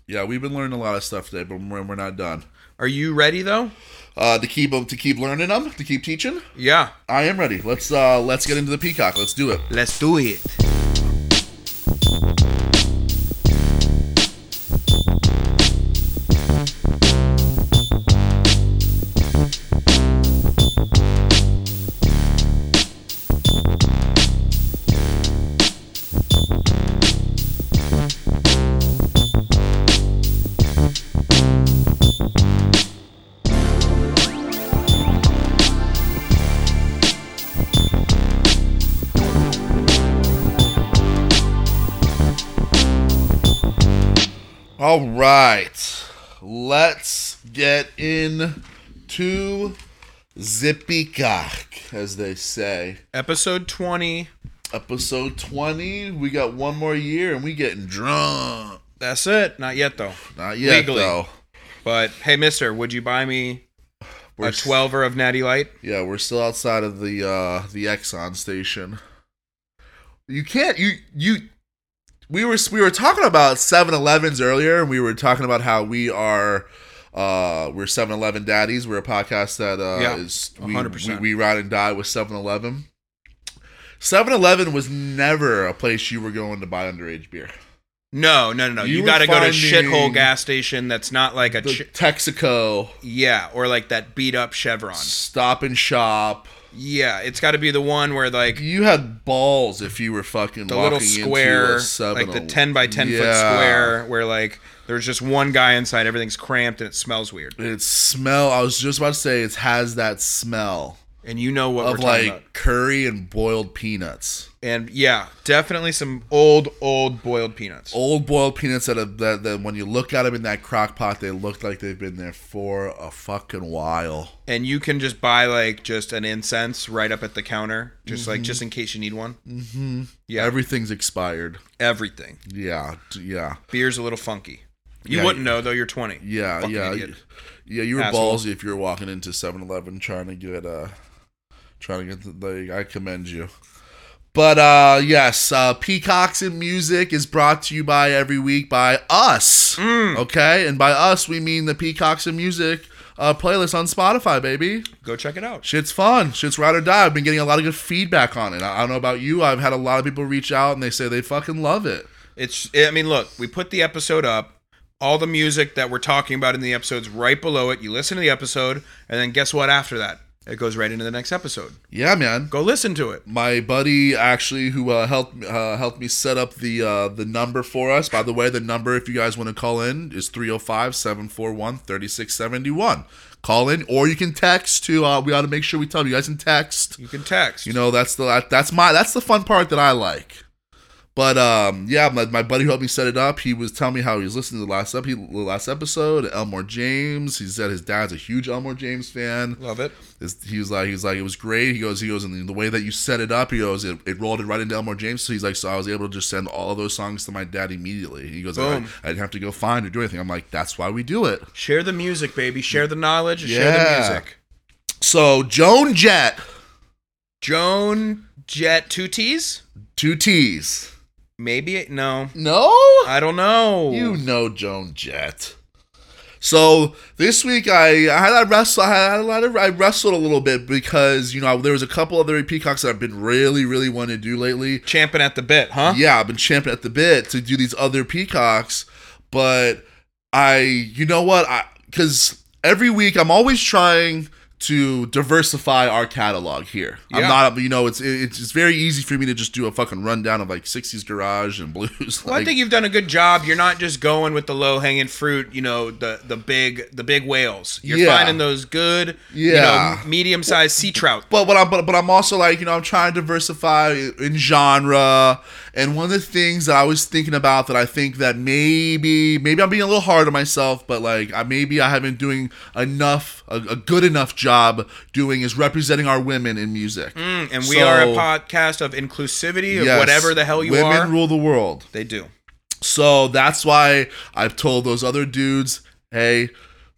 S1: Yeah, we've been learning a lot of stuff today, but we're, we're not done.
S2: Are you ready though?
S1: Uh, to keep to keep learning them, to keep teaching.
S2: Yeah.
S1: I am ready. Let's uh, let's get into the peacock. Let's do it.
S2: Let's do it.
S1: All right, let's get in to the peacock, as they say.
S2: Episode 20.
S1: Episode twenty. We got one more year, and we getting drunk.
S2: That's it. Not yet though.
S1: Not yet
S2: Legally.
S1: though.
S2: But hey mister, would you buy me
S1: We're
S2: a
S1: s-
S2: 12er of Natty Light?
S1: Yeah, we're still outside of the uh the Exxon station. You can't you you we were we were talking about 7-Elevens earlier and we were talking about how we are uh we're 7-Eleven daddies. We're a podcast that uh
S2: Yeah,
S1: is we,
S2: 100%.
S1: we we ride and die with 7-Eleven. 7-Eleven was never a place you were going to buy underage beer.
S2: No, no, no, no.
S1: You
S2: You,
S1: were
S2: gotta go to a
S1: finding-
S2: shithole gas station that's not like a
S1: The
S2: chi-
S1: Texaco,
S2: yeah, or like that beat up Chevron.
S1: Stop and Shop.
S2: Yeah, it's gotta be the one where like
S1: You had balls if you were fucking
S2: the
S1: walking
S2: little square,
S1: into a
S2: like the
S1: 7-Eleven.
S2: ten by ten foot
S1: Yeah.
S2: square, where like there's just one guy inside, everything's cramped and it smells weird.
S1: It smell. I was just about to say it has that smell
S2: And you know what
S1: of
S2: we're
S1: like
S2: talking about.
S1: curry and boiled peanuts.
S2: And yeah, definitely some old, old boiled peanuts.
S1: Old boiled peanuts that, have, that that when you look at them in that crock pot, they look like they've been there for a fucking while.
S2: And you can just buy like just an incense right up at the counter, just like
S1: Mm-hmm.
S2: just in case you need one. Yeah.
S1: Everything's expired.
S2: Everything.
S1: Yeah, d- yeah,
S2: Beer's a little funky. You
S1: Yeah,
S2: wouldn't know though. You're 20.
S1: yeah,
S2: Fucking
S1: yeah,
S2: idiot.
S1: yeah. You were
S2: Asshole.
S1: ballsy if you were walking into 7-Eleven trying to get uh trying to get the. Like, I commend you. But uh yes, uh Peacocks and Music is brought to you by every week by us.
S2: Mm.
S1: Okay, and by us we mean the Peacocks and Music uh, playlist on Spotify, baby.
S2: Go check it out.
S1: Shit's fun. Shit's ride or die. I've been getting a lot of good feedback on it. I, I don't know about you. I've had a lot of people reach out and they say they fucking love it.
S2: It's. I mean, look, we put the episode up. All the music that we're talking about in the episodes right below it. You listen to the episode, and then guess what? After that, it goes right into the next episode.
S1: Yeah, man.
S2: Go listen to it.
S1: My buddy actually, who uh, helped uh, helped me set up the uh, the number for us. By the way, the number if you guys want to call in is 305-741-3671. Call in, or you can text to. Uh, we ought to make sure we tell you guys can text.
S2: You can text.
S1: You know, that's the that's my that's the fun part that I like. But um, yeah, my, my buddy who helped me set it up, he was telling me how he was listening to the last, ep- he- the last episode, Elmore James. He said his dad's a huge Elmore James fan.
S2: Love it.
S1: It's- he was like, he was like, it was great. He goes, he goes, and the- the way that you set it up, he goes, it, it rolled it right into Elmore James. So he's like, so I was able to just send all of those songs to my dad immediately. He goes, I, I
S2: Boom.
S1: didn't have to go find or do anything. I'm like, that's why we do it.
S2: Share the music, baby. Share the knowledge. and
S1: Yeah.
S2: Share the music.
S1: So Joan Jett,
S2: Joan Jett, two T's?
S1: two T's.
S2: Maybe it, no.
S1: No,
S2: I don't know.
S1: you know Joan Jett. So this week I, I had I wrestle I had a lot of I wrestled a little bit because you know there was a couple other peacocks that I've been really really wanting to do lately.
S2: champing at the bit, huh?
S1: Yeah, I've been champing at the bit to do these other peacocks, but I, you know what? I because every week I'm always trying to diversify our catalog here. I'm
S2: Yeah.
S1: not, you know, it's it's it's very easy for me to just do a fucking rundown of like '60s garage and blues.
S2: Well, I
S1: like-
S2: think you've done a good job. You're not just going with the low hanging fruit, you know, the the big the big whales. You're
S1: Yeah.
S2: finding those good,
S1: Yeah.
S2: you know, medium sized sea trout.
S1: But what I'm but, but I'm also like you know I'm trying to diversify in genre, and one of the things that I was thinking about that I think that maybe maybe I'm being a little hard on myself, but like I maybe I haven't doing enough a, a good enough job doing is representing our women in music.
S2: Mm, And we
S1: So-
S2: are a podcast of inclusivity of
S1: Yes,
S2: whatever the hell you
S1: women
S2: are.
S1: rule the world.
S2: they do.
S1: So that's why I've told those other dudes, hey,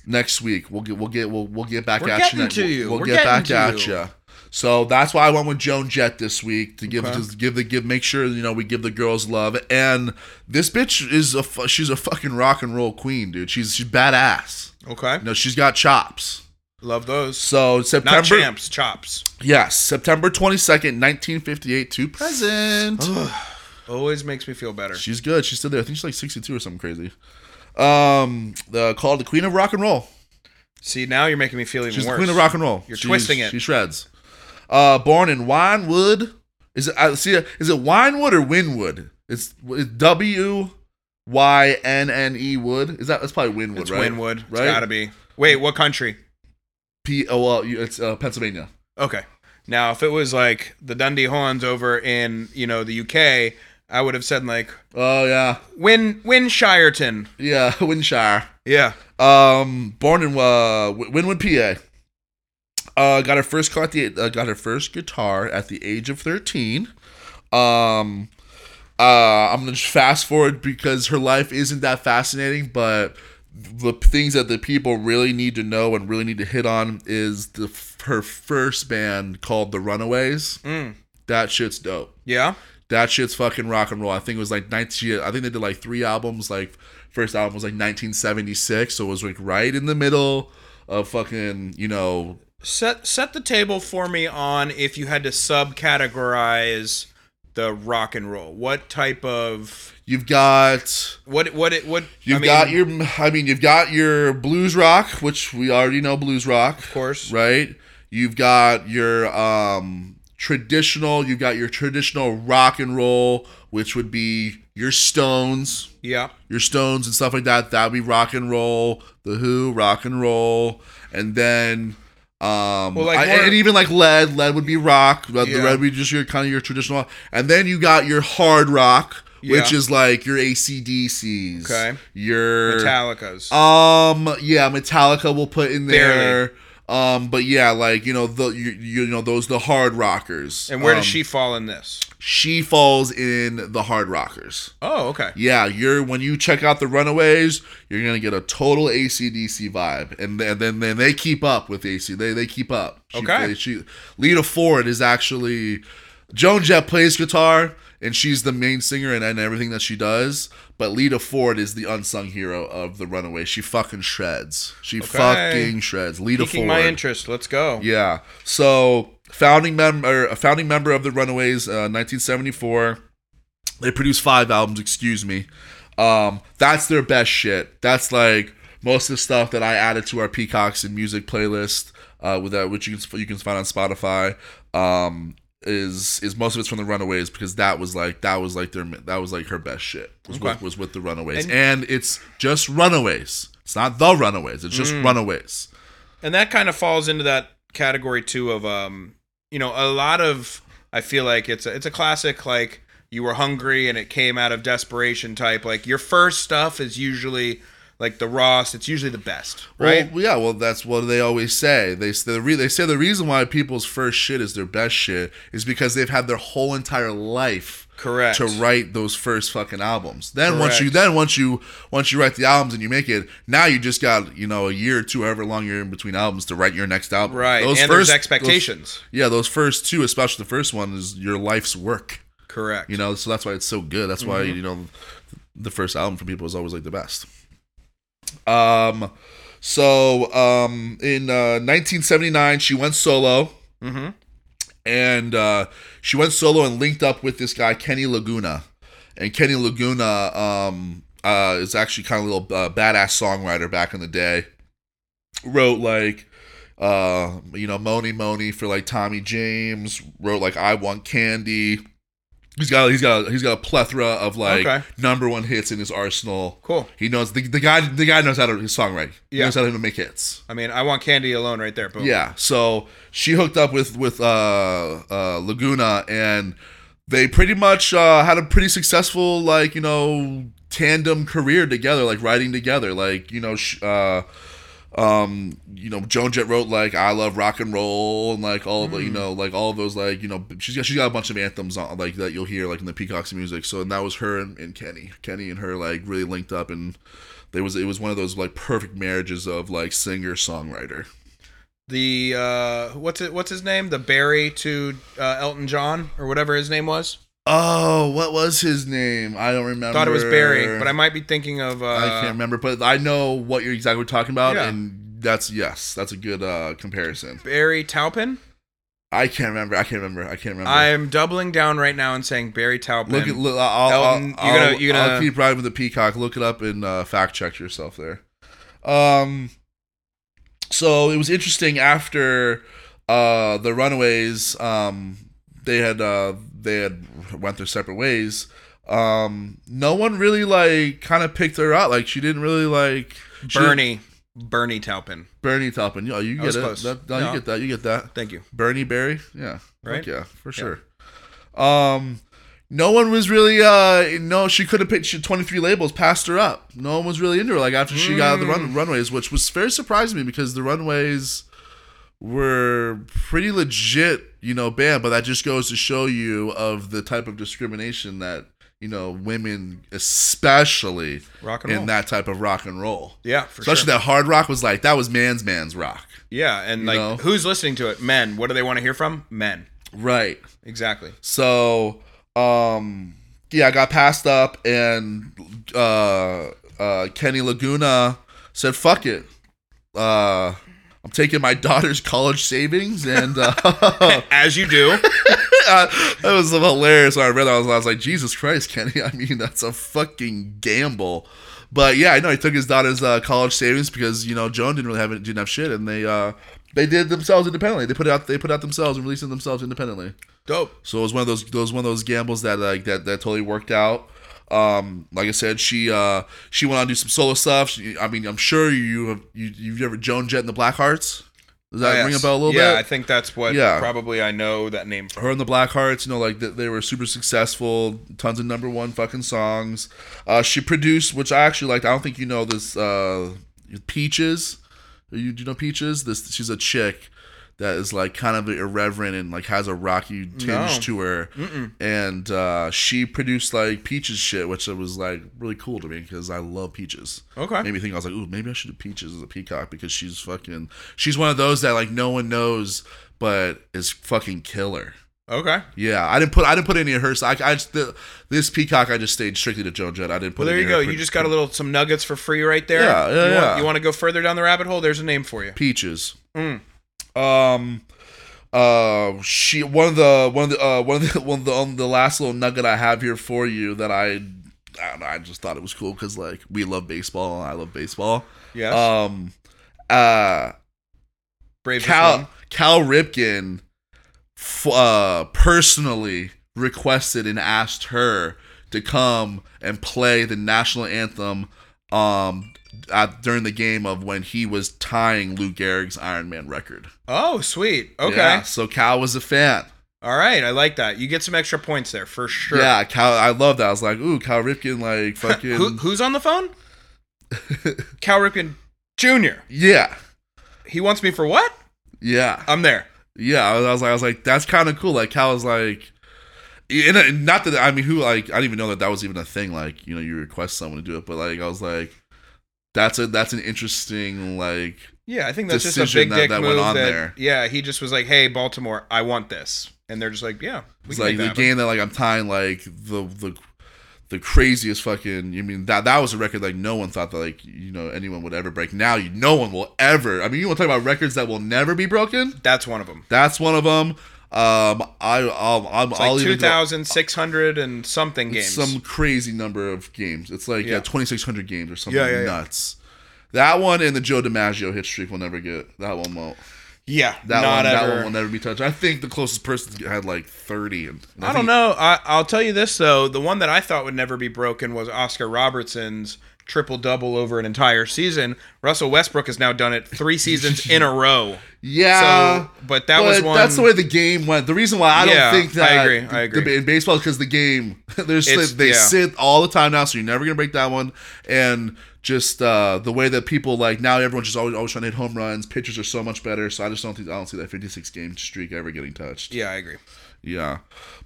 S1: next week we'll get we'll get we'll, we'll get back
S2: We're
S1: at
S2: getting
S1: you.
S2: to you.
S1: We'll,
S2: We're
S1: get back
S2: getting to
S1: at
S2: you.
S1: you. So that's why I went with Joan Jett this week to give
S2: Okay.
S1: to give the give make sure you know we give the girls love and this bitch is a fu- she's a fucking rock and roll queen dude she's she's badass
S2: Okay.
S1: you know she's got chops
S2: Love those.
S1: so
S2: Not
S1: September
S2: champs, chops.
S1: yes September twenty second nineteen fifty eight to present
S2: Always makes me feel better.
S1: she's good she's still there I think she's like sixty two or something crazy um the called the queen of rock and roll
S2: See, now you're making me feel even
S1: She's
S2: worse.
S1: the queen of rock and roll.
S2: You're
S1: She's-
S2: twisting it.
S1: She shreds. Uh, born in Winewood. Is it? I see. uh, Is it Winewood or Winwood? It's, it's W Y N N E Wood. Is that? That's probably Winwood,
S2: It's
S1: right?
S2: Winwood. It's
S1: right?
S2: gotta be. Wait, what country?
S1: P O L. U- It's uh, Pennsylvania.
S2: Okay. Now, if it was like the Dundee Horns over in you know the UK, I would have said like
S1: Oh yeah,
S2: Win Winshireton.
S1: yeah. Windshire.
S2: Yeah.
S1: Um, born in uh, Win- Winwood, PA. Uh, got her first car at the, uh, got her first guitar at the age of thirteen. Um, uh, I'm gonna just fast forward because her life isn't that fascinating, but the things that the people really need to know and really need to hit on is the her first band called the Runaways.
S2: Mm.
S1: That shit's dope.
S2: Yeah.
S1: That shit's fucking rock and roll. I think it was like 19. I think they did like three albums. Like first album was like 1976, so it was like right in the middle of fucking you know.
S2: Set set the table for me on if you had to subcategorize the rock and roll. What type of
S1: You've got
S2: what what it what
S1: you've
S2: I mean,
S1: got your I mean you've got your blues rock, which we already know blues rock,
S2: of course.
S1: right? You've got your um traditional. You've got your traditional rock and roll, which would be your Stones,
S2: Yeah.
S1: your Stones and stuff like that. That would be rock and roll. The Who, rock and roll, and then um,
S2: Well, like
S1: I-
S2: more-
S1: and even like lead. Lead would be rock. Lead, The
S2: Yeah.
S1: red would be just your kind of your traditional. And then you got your hard rock, which
S2: Yeah.
S1: is like your ACDCs.
S2: Okay.
S1: Your
S2: Metallica's.
S1: um, yeah, Metallica will put in there.
S2: Barely.
S1: Um, but yeah, like you know the you, you know those the hard rockers.
S2: and where
S1: Um,
S2: does she fall in this?
S1: She falls in the hard rockers.
S2: Oh, okay.
S1: Yeah, you're when you check out the Runaways, you're gonna get a total ACDC vibe, and then then, then they keep up with AC. They they keep up. She,
S2: Okay.
S1: plays- she Lita Ford is actually Joan Jett plays guitar, and she's the main singer and, and everything that she does. But Lita Ford is the unsung hero of the Runaways. She fucking shreds. She fucking shreds. Lita
S2: Piquing
S1: Ford.
S2: my interest. Let's go.
S1: Yeah. So founding member, a founding member of the Runaways, uh, 1974. They produced five albums. Excuse me. Um, that's their best shit. That's like most of the stuff that I added to our Peacocks and Music playlist, uh, with that which you can you can find on Spotify. Um, is is most of it's from the Runaways because that was like that was like their that was like her best shit was with,
S2: Okay.
S1: was with the Runaways and, it's just Runaways. It's not the Runaways. It's
S2: Mm.
S1: just Runaways.
S2: and that kind of falls into that category too of um you know a lot of i feel like it's a, it's a classic like you were hungry and it came out of desperation type. Like your first stuff is usually like the rawest. It's usually the best, right?
S1: Well, yeah, well, that's what they always say. They s- the re- they say the reason why people's first shit is their best shit is because they've had their whole entire life
S2: Correct.
S1: to write those first fucking albums. Then once
S2: Correct.
S1: you then once you once you write the albums and you make it, now you just got you know a year or two, however long you're in between albums, to write your next album.
S2: right. and there's expectations.
S1: those- yeah, those first two, especially the first one, is your life's work.
S2: Correct. Mm-hmm.
S1: You know, so that's why it's so good. That's why you know the first album for people is always like the best. Um, so um, in uh, 1979, she went solo,
S2: Mm-hmm.
S1: and uh, she went solo and linked up with this guy Kenny Laguna, and Kenny Laguna um uh is actually kind of a little uh, badass songwriter back in the day. Wrote like. Uh, you know, Money Money for like Tommy James wrote like I Want Candy. He's got he's got he's got a plethora of like
S2: Okay.
S1: number one hits in his arsenal.
S2: Cool.
S1: He knows the, the guy. The guy knows how to his songwriting. He
S2: Yeah.
S1: knows how to make hits.
S2: I mean, I want candy alone right there. Boom.
S1: Yeah. So she hooked up with with uh, uh, Laguna, and they pretty much uh, had a pretty successful like you know tandem career together, like writing together. Like you know, sh- uh, um, you know, Joan Jett wrote like "I Love Rock and Roll" and like all of you know, like all of those like you know, she's got she's got a bunch of anthems on like that you'll hear like in the Peacocks music. So and that was her and, and Kenny, Kenny and her like really linked up and. There was it was one of those like perfect marriages of like singer songwriter.
S2: The uh, what's it? What's his name? The Barry to uh, Elton John or whatever his name was.
S1: Oh, what was his name? I don't remember.
S2: Thought it was Barry, but I might be thinking of. Uh,
S1: I can't remember. But I know what you're exactly talking about,
S2: Yeah.
S1: and that's yes, that's a good uh, comparison.
S2: Barry Taupin.
S1: I can't remember. I can't remember. I can't remember.
S2: I'm doubling down right now and saying Barry Taupin.
S1: look at. Look, I'll, I'll,
S2: Elton, you're gonna-
S1: I'll-
S2: you're gonna-
S1: I'll keep riding with the peacock. Look it up and uh, fact check yourself there. Um. So it was interesting after uh, the Runaways. Um, they had uh, they had went their separate ways. Um, no one really like kind of picked her out. Like she didn't really like she didn't-
S2: Bernie. Bernie Taupin.
S1: Bernie Taupin. Yeah, you
S2: I was
S1: get it.
S2: close.
S1: That, no,
S2: No.
S1: you get that. You get that.
S2: Thank you.
S1: Bernie Barry, yeah,
S2: Right?
S1: Heck yeah, for sure. Um, no one was really uh, no, she could have picked she twenty three labels, passed her up. No one was really into her. Like after she got out of the
S2: Hmm.
S1: run- runways, which was very surprising to me because the runways were pretty legit, you know, band. But that just goes to show you of the type of discrimination that you know women, especially
S2: Rock and roll.
S1: in that type of rock and roll.
S2: yeah, for sure.
S1: Especially that hard rock was like that was man's man's rock,
S2: yeah, and like,
S1: know.
S2: who's listening to it? Men. What do they want to hear from? Men.
S1: right?
S2: Exactly.
S1: So, um, yeah, I got passed up, and uh, uh, Kenny Laguna said, "Fuck it, uh, I'm taking my daughter's college savings." And uh, uh,
S2: As you do.
S1: that was hilarious. When I read that, I was, I was like, "Jesus Christ, Kenny! I mean, that's a fucking gamble." But yeah, I know he took his daughter's uh, college savings because you know Joan didn't really have it, didn't have shit, and they uh, they did it themselves independently. They put it out they put it out themselves and released it themselves independently.
S2: Dope.
S1: So it was one of those those one of those gambles that like that that totally worked out. Um, like I said, she uh she went on to do some solo stuff. She, I mean, I'm sure you have you you've ever Joan Jett and the Blackhearts. Does that
S2: Oh, Yes.
S1: ring a bell a little
S2: yeah, I
S1: bit?
S2: think that's what
S1: Yeah.
S2: probably I know that name from.
S1: Her and the Blackhearts, you know, like they, they were super successful, tons of number one fucking songs. Uh, she produced, which I actually liked. I don't think you know this. Uh, Peaches, you do you know Peaches? This she's a chick that is like kind of irreverent and like has a rocky tinge
S2: No.
S1: to her. And uh, she produced like Peaches shit, which was like really cool to me because I love Peaches.
S2: Okay.
S1: Made me think I was like, ooh, maybe I should do Peaches as a peacock because she's fucking. She's one of those that like no one knows, but is fucking killer.
S2: Okay.
S1: Yeah, I didn't put I didn't put any of her. so I, I just, the, this peacock I just stayed strictly to Joan Jett. I didn't put.
S2: Well, there
S1: any
S2: you
S1: of
S2: go.
S1: her
S2: You
S1: pre-
S2: just got a little some nuggets for free right there.
S1: Yeah, yeah,
S2: you
S1: yeah.
S2: Want, you want to go further down the rabbit hole? There's a name for you.
S1: peaches.
S2: Mm.
S1: Um, uh, she one of the one of the uh, one of the one of the, um, the last little nugget I have here for you that I I, don't know, I just thought it was cool because like we love baseball and I love baseball.
S2: Yes.
S1: Um, uh,
S2: Brave.
S1: Cal
S2: Cal-
S1: Cal Ripken, f- uh, personally requested and asked her to come and play the national anthem, um, at, during the game of when he was tying Lou Gehrig's Iron Man record.
S2: oh, sweet. Okay.
S1: Yeah, so Cal was a fan.
S2: All right, I like that. You get some extra points there for sure.
S1: Yeah, Cal. I love that. I was like, ooh, Cal Ripken, like fucking.
S2: Who, who's on the phone? Cal Ripken Jr.
S1: yeah,
S2: He wants me for what?
S1: yeah,
S2: I'm there.
S1: yeah. I was, I was like, I was like, that's kind of cool. Like Cal was like, and, uh, and not that I mean, who like I didn't even know that that was even a thing. Like you know, you request someone to do it, but like I was like, that's a that's an interesting like
S2: Yeah, I think that's just a
S1: Decision
S2: big
S1: that-
S2: dick
S1: that
S2: move.
S1: went on
S2: that-
S1: there.
S2: Yeah, he just was like, "Hey, Baltimore, I want this," and they're just like, "Yeah, we
S1: It's
S2: can
S1: like
S2: make
S1: the
S2: that happen."
S1: game that like I'm tying like the the the craziest fucking. I mean that that was a record like no one thought that like you know anyone would ever break. Now you no one will ever. I mean you want to talk about records that will never be broken?
S2: That's one of them.
S1: That's one of them. Um, I I'll, I'm
S2: Like
S1: I'll
S2: two
S1: even go
S2: thousand six hundred and something games.
S1: some crazy number of games. It's like yeah,
S2: Yeah.
S1: 2,600 games or something
S2: Yeah, yeah, yeah.
S1: nuts. That one and the Joe DiMaggio hit streak will never get. That one won't.
S2: yeah,
S1: That
S2: not
S1: one.
S2: ever.
S1: That one will never be touched. I think the closest person had like 30. And, and
S2: I
S1: think-
S2: don't know. I, I'll tell you this though: the one that I thought would never be broken was Oscar Robertson's triple double over an entire season. Russell Westbrook has now done it three seasons in a row.
S1: Yeah,
S2: So, but that was one-
S1: Uh, That's the way the game went. The reason why I don't
S2: Yeah,
S1: think
S2: I
S1: that
S2: agree,
S1: the-
S2: I agree.
S1: the- in baseball because the game there's
S2: It's-
S1: they
S2: yeah.
S1: sit all the time now, so you're never gonna break that one. And just uh, the way that people like now everyone's just always, always trying to hit home runs. Pitchers are so much better, so I just don't think I don't see that 56 game streak ever getting touched.
S2: Yeah, I agree.
S1: Yeah,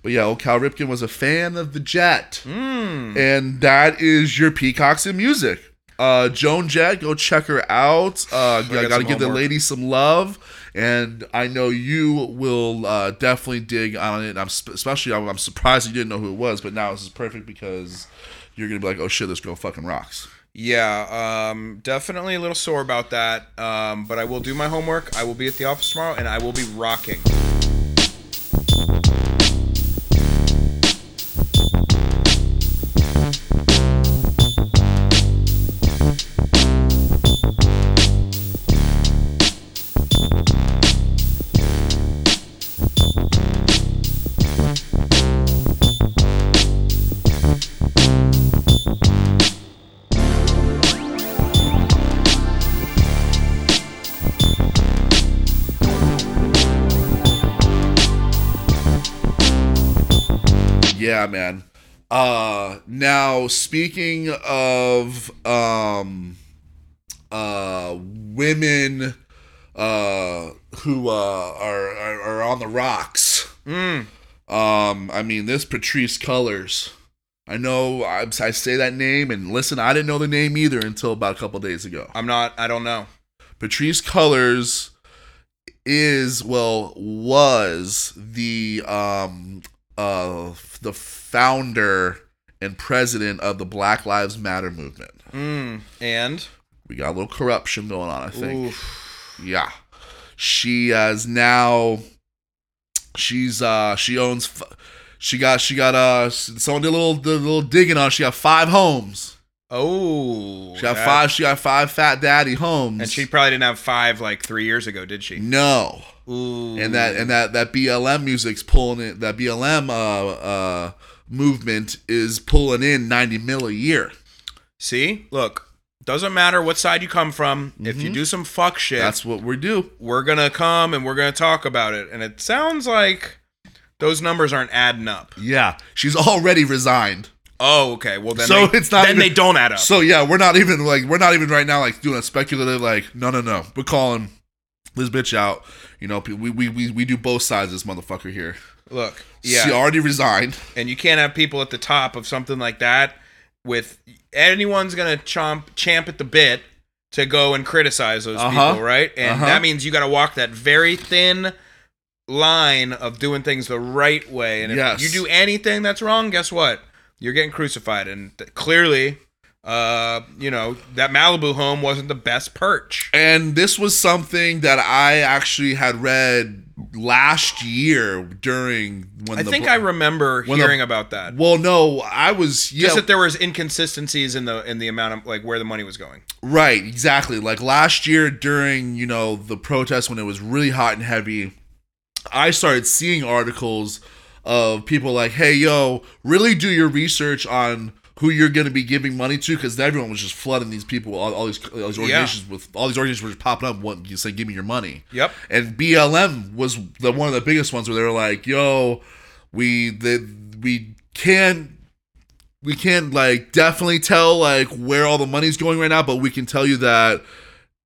S1: but yeah, old Cal Ripken was a fan of the Jet, and that is your peacocks in music. Uh, Joan Jett, go check her out. Uh, I
S2: got
S1: gotta
S2: some
S1: give the
S2: homework.
S1: lady some love, and I know you will uh, definitely dig on it. I'm sp- especially I'm, I'm surprised you didn't know who it was, but now this is perfect because you're gonna be like, oh shit, this girl fucking rocks.
S2: Yeah, um, definitely a little sore about that. Um, but I will do my homework. I will be at the office tomorrow, and I will be rocking.
S1: Yeah, man. Uh now speaking of um uh women uh who uh are are, are on the rocks.
S2: Mm.
S1: Um I mean this Patrice Colors. I know I, I say that name and listen, I didn't know the name either until about a couple days ago.
S2: I'm not. I don't know.
S1: Patrice Colors is well was the um uh the founder and president of the Black Lives Matter movement.
S2: Mm. And
S1: We got a little corruption going on, I think.
S2: Oof.
S1: Yeah. She is now she's uh she owns f- she got she got uh someone did a little did a little digging on her. she got five homes.
S2: oh,
S1: She got
S2: that-
S1: five she got five fat daddy homes.
S2: And she probably didn't have five like three years ago, did she?
S1: No.
S2: Ooh.
S1: Mm-hmm. and that and that that BLM music's pulling it. That BLM uh, uh, movement is pulling in ninety mil a year.
S2: See, look, doesn't matter what side you come from. If you do some fuck shit,
S1: Mm-hmm. That's what we do.
S2: we're gonna come and we're gonna talk about it. And it sounds like those numbers aren't adding up.
S1: Yeah, she's already resigned.
S2: Oh, okay. Well, then
S1: So
S2: they,
S1: it's not
S2: Then
S1: even-
S2: they don't add up.
S1: So yeah, we're not even like we're not even right now like doing a speculative like no no no. We're calling this bitch out. You know, pe- we we we, we do both sides of this motherfucker here.
S2: look,
S1: She
S2: yeah,
S1: already resigned.
S2: and you can't have people at the top of something like that. With anyone's gonna chomp champ at the bit to go and criticize those
S1: Uh-huh.
S2: people, right? And
S1: Uh-huh.
S2: that means you got to walk that very thin line of doing things the right way. And if
S1: Yes.
S2: you do anything that's wrong, guess what? You're getting crucified. And th- clearly, uh, you know that Malibu home wasn't the best perch.
S1: And this was something that I actually had read last year during when
S2: I
S1: the
S2: think
S1: bl-
S2: I remember
S1: when the-
S2: hearing about that.
S1: Well, no, I was yeah.
S2: Just that there was inconsistencies in the in the amount of like where the money was going.
S1: Right, exactly. Like last year during, you know, the protest when it was really hot and heavy, I started seeing articles of people like, "Hey, yo, really do your research on who you're going to be giving money to because everyone was just flooding these people, all, all these all these organizations with all these organizations were just popping up. One, you say, "Give me your money."
S2: Yep.
S1: And BLM was the one of the biggest ones where they were like, "Yo, we the, we can we can't like definitely tell like where all the money's going right now, but we can tell you that."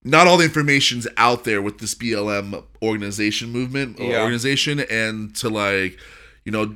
S1: Not all the information's out there with this BLM organization movement or
S2: Yeah.
S1: organization, and to like, you know,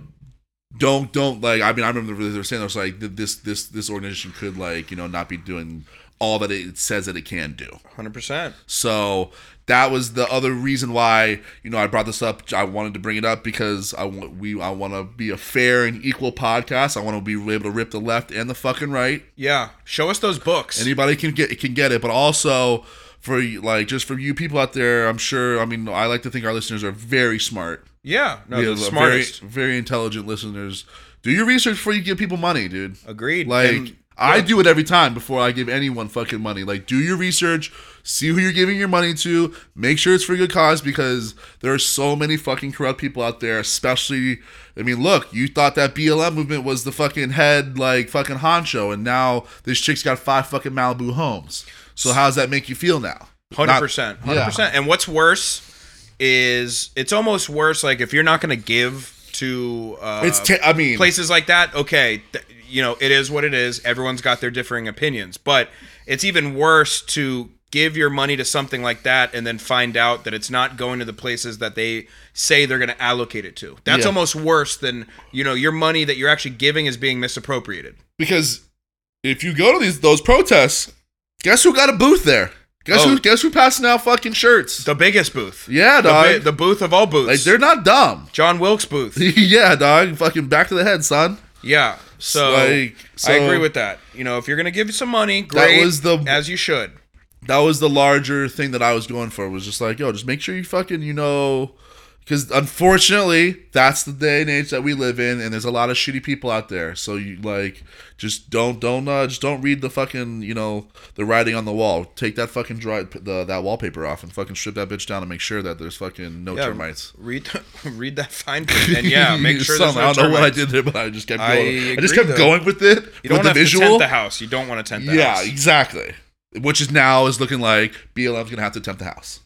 S1: don't don't like i mean i remember they were saying i was like th- this this this organization could like you know not be doing all that it says that it can do
S2: Hundred percent.
S1: so that was the other reason why you know i brought this up i wanted to bring it up because i want we i want to be a fair and equal podcast i want to be able to rip the left and the fucking right
S2: Yeah. Show us those books.
S1: anybody can get can get it but also for like just for you people out there i'm sure i mean i like to think our listeners are very smart
S2: yeah. No,
S1: We
S2: Oh, the
S1: have a
S2: smartest.
S1: very, very intelligent listeners do your research before you give people money dude
S2: Agreed.
S1: like
S2: And-
S1: I do it every time before I give anyone fucking money. Like do your research, see who you're giving your money to, make sure it's for a good cause because there are so many fucking corrupt people out there, especially I mean, look, you thought that BLM movement was the fucking head like fucking honcho and now this chick's got five fucking Malibu homes. So how does that make you feel now?
S2: Hundred percent,
S1: Not-
S2: hundred percent. And what's worse is it's almost worse. Like if you're not going to give to uh,
S1: It's ta- I mean,
S2: places like that, okay, th- you know it is what it is. Everyone's got their differing opinions, but it's even worse to give your money to something like that and then find out that it's not going to the places that they say they're going to allocate it to. That's
S1: Yeah.
S2: almost worse than you know your money that you're actually giving is being misappropriated.
S1: because if you go to these those protests, guess who got a booth there? Guess
S2: Oh.
S1: who guess who passing out fucking shirts?
S2: The biggest booth,
S1: yeah,
S2: the,
S1: dog.
S2: bi- the booth of all booths,
S1: Like they're not dumb.
S2: John Wilkes Booth.
S1: yeah, dog. Fucking back to the head, son.
S2: Yeah. So,
S1: Like,
S2: I
S1: so-
S2: agree with that. You know, if you're gonna give some money, great.
S1: was the-
S2: as you should.
S1: That was the larger thing that I was going for. Was just like, yo, just make sure you fucking, you know, because unfortunately, that's the day and age that we live in, and there's a lot of shitty people out there. So you like, just don't, don't, uh, just don't read the fucking, you know, the writing on the wall. Take that fucking dry, the that wallpaper off, and fucking strip that bitch down, and make sure that there's fucking no
S2: Yeah.
S1: termites.
S2: Read read that fine print, and yeah, make sure there's
S1: Some-
S2: no
S1: I don't know what I
S2: termites.
S1: did there, but I just kept
S2: I
S1: going. I, just
S2: agree,
S1: kept
S2: though.
S1: going with it.
S2: You don't
S1: with
S2: want
S1: the
S2: to
S1: visual.
S2: tent the house. You don't want to tent the
S1: yeah,
S2: house.
S1: exactly. Which is now is looking like BLM's gonna have to attempt the house.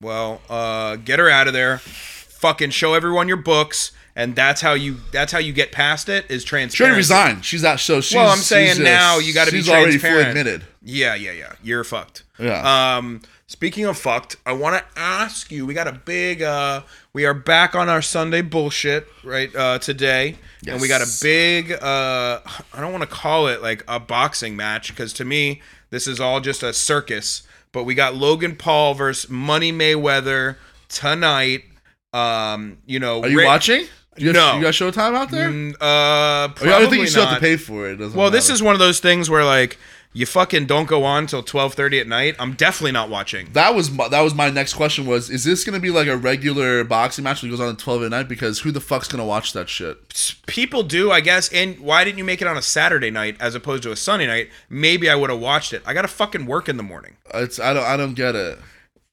S2: Well, uh, get her out of there. Fucking show everyone your books, and that's how you. That's how you get past it. Is
S1: She already
S2: transparency.
S1: resigned. She's out. So she's.
S2: Well, I'm saying
S1: she's just-
S2: now you gotta be
S1: She's already fully
S2: transparent.
S1: admitted.
S2: Yeah, yeah, yeah. You're fucked.
S1: Yeah.
S2: Um, speaking of fucked, I want to ask you. We got a big. Uh, we are back on our Sunday bullshit right uh, today, and we got a
S1: Yes.
S2: big. Uh, I don't want to call it like a boxing match because to me this is all just a circus. But we got Logan Paul versus Money Mayweather tonight. Um, you know,
S1: Are you watching? Do you
S2: No.
S1: Have, you got Showtime out there?
S2: Uh,
S1: Or you- I think
S2: probably
S1: you still have
S2: not.
S1: to pay for it. it doesn't
S2: Well, this
S1: matter.
S2: is one of those things where like you fucking don't go on till twelve thirty at night. I'm definitely not watching.
S1: That was my, that was my next question was is this gonna be like a regular boxing match that goes on at twelve at night because who the fuck's gonna watch that shit?
S2: People do, I guess. And why didn't you make it on a Saturday night as opposed to a Sunday night? Maybe I would have watched it. I gotta fucking work in the morning.
S1: It's I don't I don't get it.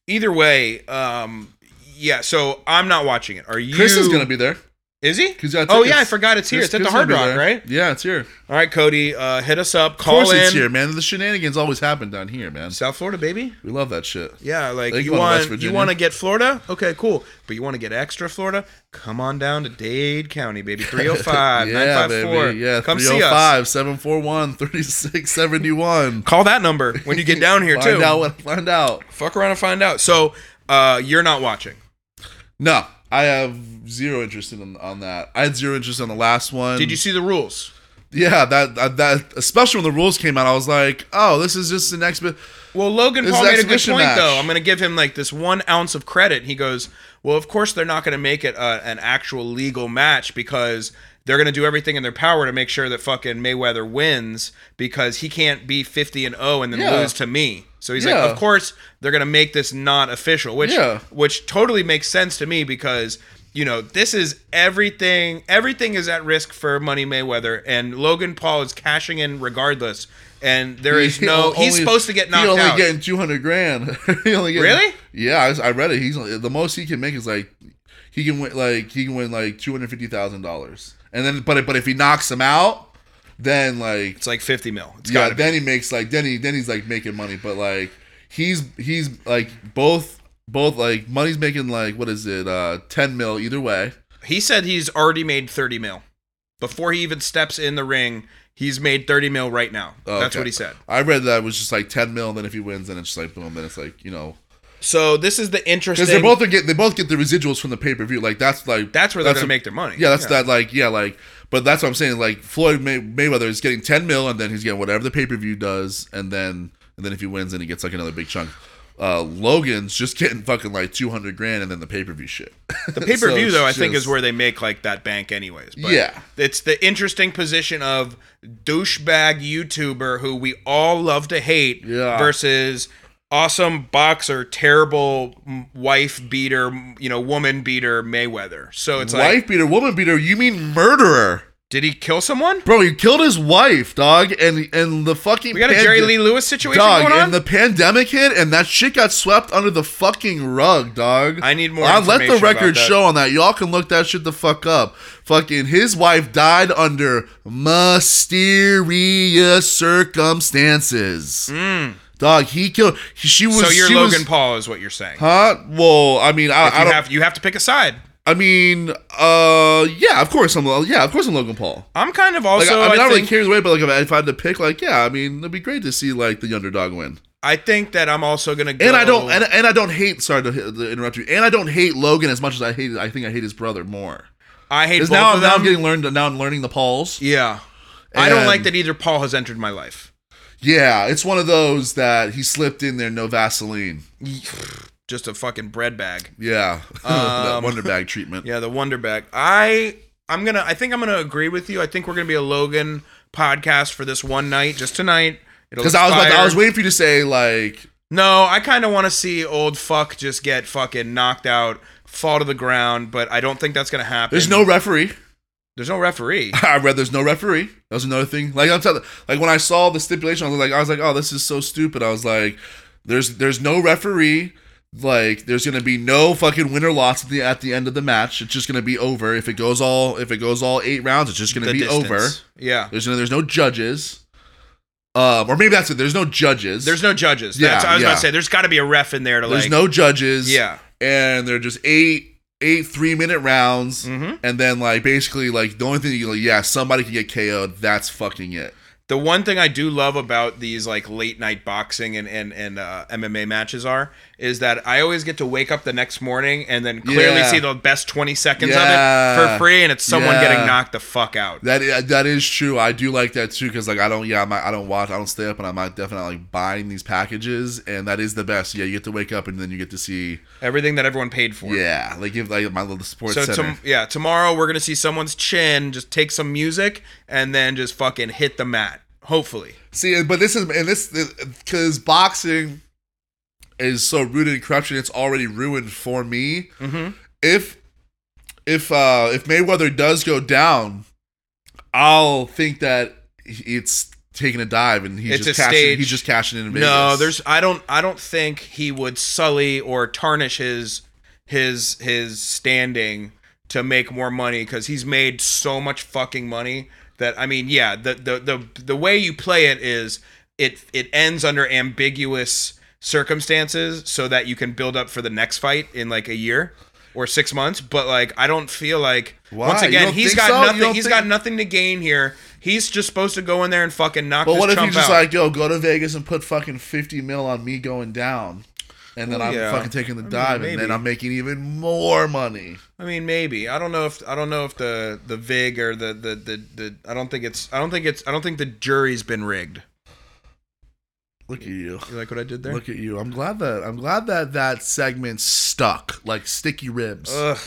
S2: Either way, um, yeah. So I'm not watching it. Are you?
S1: Chris is gonna be there.
S2: Is he?
S1: He's got
S2: Oh
S1: tickets.
S2: yeah, I forgot it's here.
S1: Chris-
S2: It's at the
S1: Chris
S2: Hard
S1: gonna be
S2: Rock,
S1: there.
S2: right?
S1: Yeah, it's here.
S2: All right, Cody, uh, hit us up.
S1: Of
S2: Call
S1: course,
S2: in.
S1: it's here, man. The shenanigans always happen down here, man.
S2: South Florida, baby.
S1: We love that shit.
S2: Yeah, like
S1: They
S2: you
S1: go to West
S2: want you
S1: Virginia.
S2: want to get Florida? Okay, cool. But you want to get extra Florida? Come on down to Dade County, baby. 305
S1: Yeah,
S2: 954.
S1: baby. Yeah,
S2: Come see us.
S1: 305 741 3671.
S2: Call that number when you get down here
S1: Find
S2: too.
S1: out what find out.
S2: Fuck around and find out. So, uh you're not watching.
S1: No, I have zero interest in on that. I had zero interest on the last one.
S2: Did you see the rules?
S1: Yeah, that that, that especially when the rules came out, I was like, oh, this is just the next bit.
S2: Well, Logan
S1: This
S2: Paul
S1: is
S2: made a good
S1: exhibition
S2: point
S1: match.
S2: though. I'm going to give him like this 1 ounce of credit. He goes, "Well, of course they're not going to make it uh, an actual legal match because they're going to do everything in their power to make sure that fucking Mayweather wins because he can't be 50 and 0 and then
S1: Yeah.
S2: lose to me." So he's
S1: Yeah.
S2: like, "Of course they're going to make this not official," which
S1: Yeah.
S2: which totally makes sense to me because you know, this is everything. Everything is at risk for Money Mayweather, and Logan Paul is cashing in regardless. And there is no.
S1: He
S2: he's
S1: only-
S2: supposed to get knocked
S1: He only
S2: out.
S1: getting two hundred grand. he only getting,
S2: Really?
S1: Yeah, I, was- I read it. He's only- the most he can make is like he can win like he can win like two hundred fifty thousand dollars, and then but if- but if he knocks him out, Then like
S2: It's like 50 mil. It's
S1: yeah,
S2: gotta be.
S1: then he makes like then he then he's like making money, but like he's he's like both both like money's making like what is it uh 10 mil either way.
S2: He said he's already made 30 mil. Before he even steps in the ring, he's made 30 mil right now.
S1: Oh,
S2: That's
S1: okay.
S2: what he said.
S1: I read that it was just like 10 mil, and then if he wins, then it's just like boom, then it's like you know
S2: So this is the
S1: because
S2: interesting.
S1: they both are get they both get the residuals from the pay per view. Like that's like
S2: that's where they're
S1: that's
S2: going to
S1: a-
S2: make their money.
S1: yeah, that's that like yeah like. But that's what I'm saying. Like Floyd May- Mayweather is getting 10 mil, and then he's getting whatever the pay per view does, and then and then if he wins, then he gets like another big chunk. Uh, Logan's just getting fucking like 200 grand, and then the pay per view shit.
S2: The pay per view,
S1: So
S2: though, I
S1: it's
S2: think is
S1: just-
S2: where they make like that bank, anyways. But
S1: Yeah.
S2: it's the interesting position of douchebag YouTuber who we all love to hate
S1: Yeah.
S2: versus awesome boxer, terrible m- wife beater, m- you know, woman beater Mayweather. So it's like,
S1: wife beater, woman beater. You mean murderer,
S2: did he kill someone?
S1: bro? He killed his wife, dog, and and the fucking
S2: We got a Jerry
S1: pande-
S2: Lee Lewis situation
S1: dog,
S2: going on.
S1: and the pandemic hit, and that shit got swept under the fucking rug, dog.
S2: I need more
S1: I let the
S2: information about
S1: record
S2: that.
S1: show on that. Y'all can look that shit the fuck up. Fucking his wife died under mysterious circumstances. Dog, he killed. She was.
S2: Hmm. so you're
S1: she
S2: Logan
S1: was,
S2: Paul, is what you're saying.
S1: Huh? Well, I mean, I, I
S2: you
S1: don't.
S2: have you have to pick a side.
S1: I mean, uh, yeah, of course I'm. Yeah, of course I'm Logan Paul.
S2: I'm kind of
S1: Like,
S2: also.
S1: I mean, I,
S2: I
S1: don't really
S2: think-
S1: care either way, but like, if I- if I had to pick, like, yeah, I mean, it'd be great to see like the underdog win.
S2: I think that I'm also gonna. Go,
S1: And I don't, and, and I don't hate. Sorry to, hit- to interrupt you. And I don't hate Logan as much as I hate. I think I hate his brother more.
S2: I hate both
S1: Because now,
S2: of
S1: now I'm
S2: them.
S1: getting learned. Now I'm learning the Pauls.
S2: yeah, I don't like
S1: And-
S2: that either. Paul has entered my life.
S1: Yeah, it's one of those that he slipped in there, no Vaseline.
S2: Just a fucking bread bag.
S1: Yeah, that
S2: Um,
S1: wonder bag treatment.
S2: Yeah, the wonder bag. I I'm gonna. I think I'm gonna agree with you. I think we're gonna be a Logan podcast for this one night, just tonight. It'll
S1: Because I was, about to- I
S2: expire.
S1: was waiting for you to say like,
S2: No, I kind of want to see old fuck just get fucking knocked out, fall to the ground, but I don't think that's gonna happen.
S1: there's no referee.
S2: there's no referee.
S1: I read there's no referee. That was another thing. Like I'm telling, like when I saw the stipulation, I was like, I was like, oh, this is so stupid. I was like, there's there's no referee. Like there's gonna be no fucking win or loss at the at the end of the match. It's just gonna be over. If it goes all if it goes all eight rounds, it's just gonna
S2: The
S1: be
S2: distance.
S1: over.
S2: Yeah.
S1: There's no there's no judges. Um, or maybe that's it. There's no judges.
S2: There's no judges.
S1: Yeah,
S2: That's I was
S1: yeah.
S2: about to say. There's got to be a ref in there to
S1: there's
S2: like.
S1: no judges.
S2: Yeah.
S1: and they're just eight eight three minute rounds.
S2: Mhm.
S1: And then like basically like the only thing you like yeah somebody can get KO'd. That's fucking it.
S2: The one thing I do love about these like late night boxing and and and uh, MMA matches are is that I always get to wake up the next morning and then clearly
S1: Yeah.
S2: see the best twenty seconds of it
S1: Yeah.
S2: for free, and it's someone
S1: Yeah.
S2: getting knocked the fuck out.
S1: That i- that is true. I do like that too because like I don't yeah I'm not, I don't watch I don't stay up and I'm not definitely like buying these packages and that is the best. Yeah, you get to wake up and then you get to see
S2: Everything that everyone paid for.
S1: yeah like give like my little sports
S2: So
S1: center.
S2: tom- yeah, tomorrow we're gonna see someone's chin just take some music and then just fucking hit the mat. Hopefully,
S1: see, but this is and this because boxing is so rooted in corruption. It's already ruined for me.
S2: Mhm.
S1: If if uh if Mayweather does go down, I'll think that it's taking a dive and he's
S2: It's
S1: just
S2: a
S1: cashing,
S2: stage.
S1: he's just cashing in. in
S2: No,
S1: Vegas.
S2: there's I don't I don't think he would sully or tarnish his his his standing to make more money cuz he's made so much fucking money that I mean, yeah, the the the the way you play it is it it ends under ambiguous circumstances so that you can build up for the next fight in like a year or 6 months, but like I don't feel like
S1: Why?
S2: once
S1: You
S2: again,
S1: don't
S2: he's
S1: think
S2: got
S1: so? You
S2: nothing
S1: don't
S2: he's
S1: think-
S2: got nothing to gain here. He's just supposed to go in there and fucking knock
S1: But
S2: this
S1: what if
S2: chump
S1: you just
S2: out.
S1: like, yo, go to Vegas and put fucking fifty mil on me going down, and then
S2: Well,
S1: I'm
S2: yeah.
S1: fucking taking the dive, and then
S2: maybe.
S1: I'm making even more money.
S2: I mean, maybe. I don't know if I don't know if the the vig or the the the, the I don't think it's I don't think it's I don't think the jury's been rigged.
S1: Look at you.
S2: You like what I did there?
S1: Look at you. I'm glad that I'm glad that that segment stuck like sticky ribs.
S2: Ugh.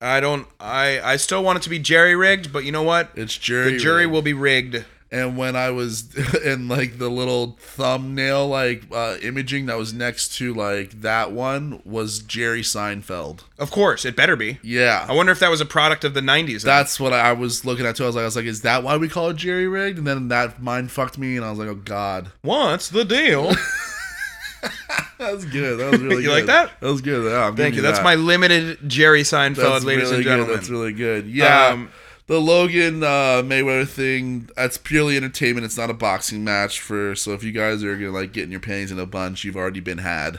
S2: I don't. I I still want it to be jerry rigged, but you know what?
S1: it's jury.
S2: the jury
S1: rib.
S2: will be rigged.
S1: And when I was in like the little thumbnail like uh, imaging that was next to like that one was Jerry Seinfeld.
S2: Of course, it better be.
S1: Yeah.
S2: I wonder if that was a product of the '90s.
S1: That's what I was looking at too. I was like, I was like, is that why we call it jerry rigged? And then that mind fucked me, and I was like, oh god,
S2: What's the deal?
S1: that was good. That was really
S2: You
S1: good.
S2: like that?
S1: That was good. Yeah, I'm giving
S2: Thank you. That's
S1: that.
S2: my limited Jerry Seinfeld,
S1: That's
S2: ladies
S1: really
S2: and
S1: good.
S2: gentlemen.
S1: That's really good. Yeah.
S2: Um,
S1: the Logan uh, Mayweather thing. That's purely entertainment. It's not a boxing match for. So if you guys are gonna like getting your panties in a bunch, you've already been had.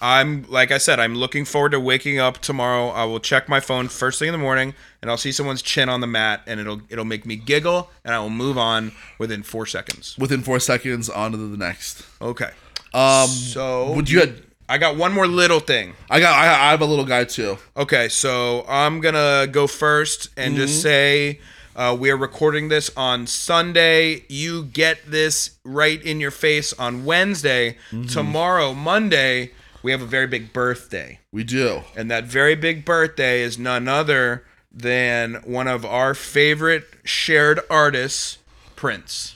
S2: I'm like I said, I'm looking forward to waking up tomorrow. I will check my phone first thing in the morning, and I'll see someone's chin on the mat, and it'll it'll make me giggle, and I will move on within four seconds.
S1: Within four seconds, on to the next.
S2: Okay.
S1: Um,
S2: So
S1: would you? Had,
S2: I got one more little thing.
S1: I got. I, I have a little guy too.
S2: Okay, so I'm gonna go first and
S1: Mm-hmm.
S2: just say uh, we are recording this on Sunday. You get this right in your face on Wednesday.
S1: Mm-hmm.
S2: Tomorrow, Monday, we have a very big birthday.
S1: We do.
S2: And that very big birthday is none other than one of our favorite shared artists, Prince.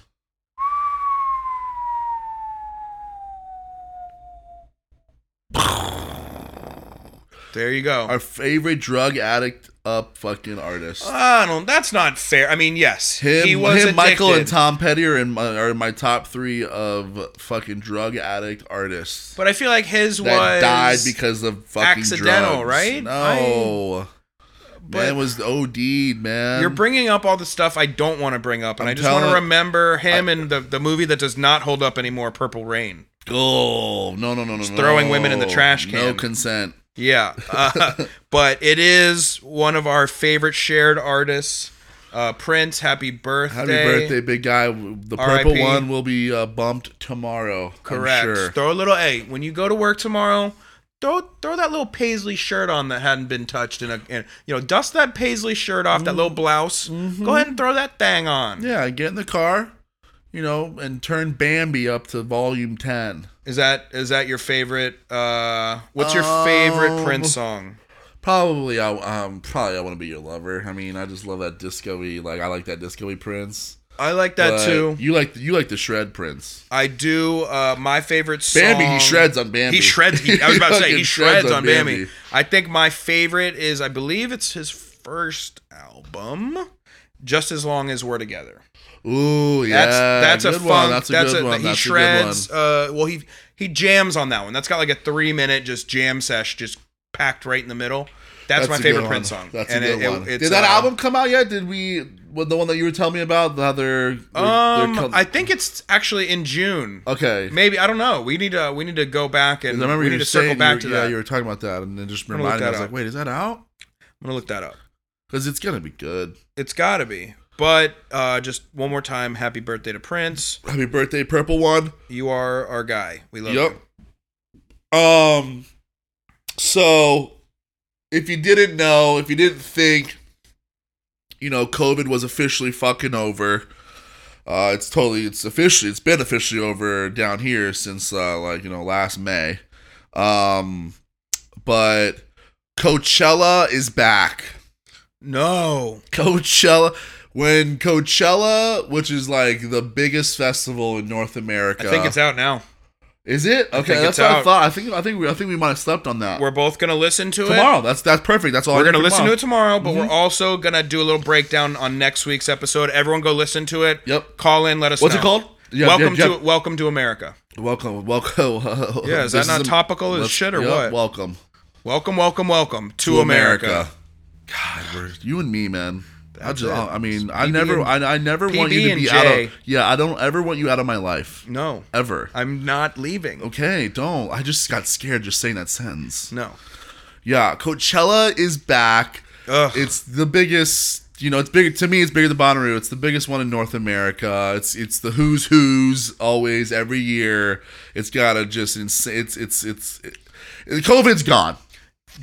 S2: There you go.
S1: Our favorite drug addict, up fucking artist.
S2: I don't. That's not fair. I mean, yes,
S1: Him,
S2: he was
S1: him Michael, and
S2: addicted,
S1: Tom Petty are in, my, are in my top three of fucking drug addict artists
S2: But I feel like his
S1: that
S2: was
S1: died because of fucking
S2: accidental,
S1: drugs.
S2: right?
S1: No,
S2: but-
S1: man was OD'd, man.
S2: You're bringing up all the stuff I don't want to bring up, and i
S1: I'm
S2: just want to
S1: telling-
S2: remember him and the the movie that does not hold up anymore, Purple Rain.
S1: oh no no no no! no.
S2: throwing women in the trash can.
S1: No consent.
S2: Yeah, uh, but it is one of our favorite shared artists, uh, Prince. Happy birthday!
S1: Happy birthday, big guy. The purple
S2: R.I.P..
S1: one will be uh, bumped tomorrow.
S2: Correct.
S1: I'm sure.
S2: Throw a little. Hey, when you go to work tomorrow, throw throw that little paisley shirt on that hadn't been touched in a. In, you know, dust that paisley shirt off, that little blouse. Go ahead and throw that thing on.
S1: Mm-hmm. Yeah, get in the car, you know, and turn Bambi up to volume ten.
S2: Is that is that your favorite? uh What's your favorite
S1: Um,
S2: Prince song?
S1: Probably, I um, probably I want to be your lover. I mean, I just love that disco-y, Like I like that disco-y Prince.
S2: I like that
S1: But
S2: too.
S1: You like you like the shred Prince.
S2: I do. Uh, my favorite song.
S1: Bambi, he shreds on Bambi.
S2: He shreds. He, I was about to say
S1: fucking
S2: he shreds, on Bambi. I think my favorite is I believe it's his first album, just as long as we're together.
S1: Ooh, yeah,
S2: That's that's a
S1: good
S2: funk.
S1: one. That's a good
S2: a,
S1: one.
S2: He
S1: that's
S2: shreds.
S1: a good
S2: Uh, well, he he jams on that one. That's got like a three minute just jam sesh, just packed right in the middle.
S1: That's
S2: That's, my
S1: a good
S2: favorite
S1: one.
S2: Prince song.
S1: That's
S2: And
S1: a good
S2: it- it-
S1: one.
S2: it's,
S1: Did that
S2: uh,
S1: album come out yet? Did we? Well, the one that you were telling me about, the other.
S2: Um, I think it's actually in June.
S1: okay.
S2: Maybe I don't know. We need to we need to go back and
S1: I remember
S2: we
S1: you
S2: need
S1: were
S2: to circle
S1: saying-
S2: back
S1: you
S2: to
S1: were-
S2: that.
S1: Yeah, you were talking about that, and then just
S2: gonna look
S1: reminded me. I
S2: that
S1: was
S2: up.
S1: like, wait, is that out?
S2: I'm gonna look that up.
S1: Because it's gonna be good.
S2: It's gotta be. But uh, just one more time, happy birthday to Prince.
S1: Happy birthday, purple one.
S2: You are our guy. We love
S1: Yep.
S2: you.
S1: Um. So, if you didn't know, if you didn't think, you know, COVID was officially fucking over. Uh, it's totally, it's officially, it's been officially over down here since uh, like you know last May. Um, but Coachella is back.
S2: No.
S1: Coachella. When Coachella, which is like the biggest festival in North America,
S2: I think it's out now.
S1: is it okay?
S2: think
S1: that's
S2: it's
S1: what I
S2: out.
S1: thought. I think I think we I think we might have slept on that.
S2: We're both gonna listen to it.
S1: tomorrow. That's that's perfect. That's all
S2: We're
S1: I need
S2: gonna
S1: for
S2: listen to
S1: tomorrow. Mm-hmm.
S2: it tomorrow, but we're also gonna do a little breakdown on next week's episode. Everyone go listen to it.
S1: Yep.
S2: Call in, let us
S1: What's
S2: know.
S1: it called? Yeah,
S2: welcome
S1: yeah, yeah.
S2: to Welcome to America.
S1: Welcome, welcome.
S2: Yeah, is that
S1: This
S2: not
S1: a-
S2: topical as
S1: let's-
S2: shit or
S1: yep,
S2: what?
S1: Welcome
S2: Welcome, welcome, welcome to, America.
S1: God, we're, you and me, man. I
S2: That's
S1: just,
S2: it.
S1: I mean, I
S2: PB
S1: never,
S2: and-
S1: I, I never want
S2: PB
S1: you to
S2: and
S1: be out
S2: J.
S1: of. Yeah, I don't ever want you out of my life
S2: No.
S1: ever.
S2: I'm not leaving.
S1: Okay, don't. I just got scared just saying that sentence.
S2: No.
S1: Yeah, Coachella is back.
S2: Ugh.
S1: It's the biggest, you know, it's bigger to me. It's bigger than Bonnaroo. It's the biggest one in North America. It's it's the who's who's always every year. It's gotta just ins- it's it's it's it, COVID's gone.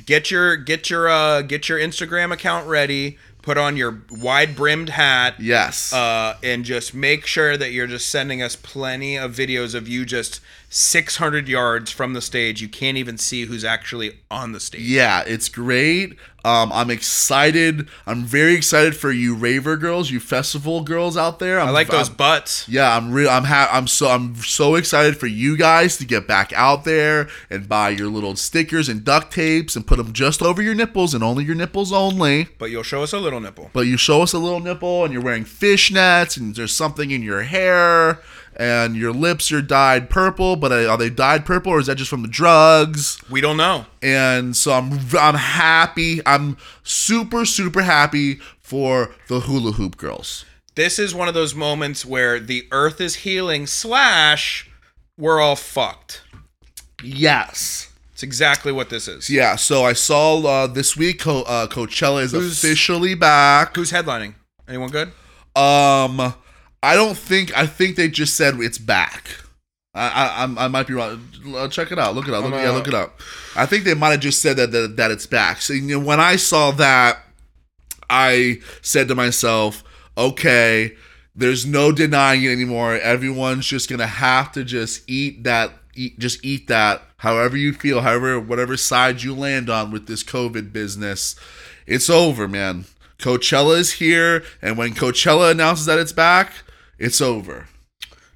S2: get your get your uh get your Instagram account ready. Put on your wide brimmed hat.
S1: Yes,
S2: Uh, and just make sure that you're just sending us plenty of videos of you just 600 yards from the stage. You can't even see who's actually on the stage.
S1: yeah, it's great. Um, I'm excited. I'm very excited for you raver girls, you festival girls out there. I'm,
S2: I like those
S1: I'm-
S2: butts.
S1: Yeah, I'm real. I'm ha- I'm so I'm so excited for you guys to get back out there and buy your little stickers and duct tapes and put them just over your nipples and only your nipples only.
S2: But you'll show us a little nipple.
S1: But you show us a little nipple and you're wearing fishnets and there's something in your hair and your lips are dyed purple, but are they dyed purple or is that just from the drugs?
S2: We don't know.
S1: And so I'm I'm happy. I'm super super happy for the hula hoop girls.
S2: This is one of those moments where the earth is healing, slash, we're all fucked.
S1: Yes.
S2: It's exactly what this is.
S1: Yeah. So I saw uh, this week Co- uh, Coachella is
S2: Who's-
S1: officially back.
S2: Who's headlining? Anyone good?
S1: Um, I don't think. I think they just said it's back. I I, I'm- I might be wrong. Uh, Check it out. Look it up. Look,
S2: I'm
S1: yeah,
S2: out.
S1: look it up. I think they might have just said that that, that it's back. So you know, when I saw that, I said to myself, "Okay, there's no denying it anymore. Everyone's just gonna have to just eat that. Eat, just eat that. However you feel, however whatever side you land on with this COVID business, it's over, man. Coachella is here, and when Coachella announces that it's back, it's over.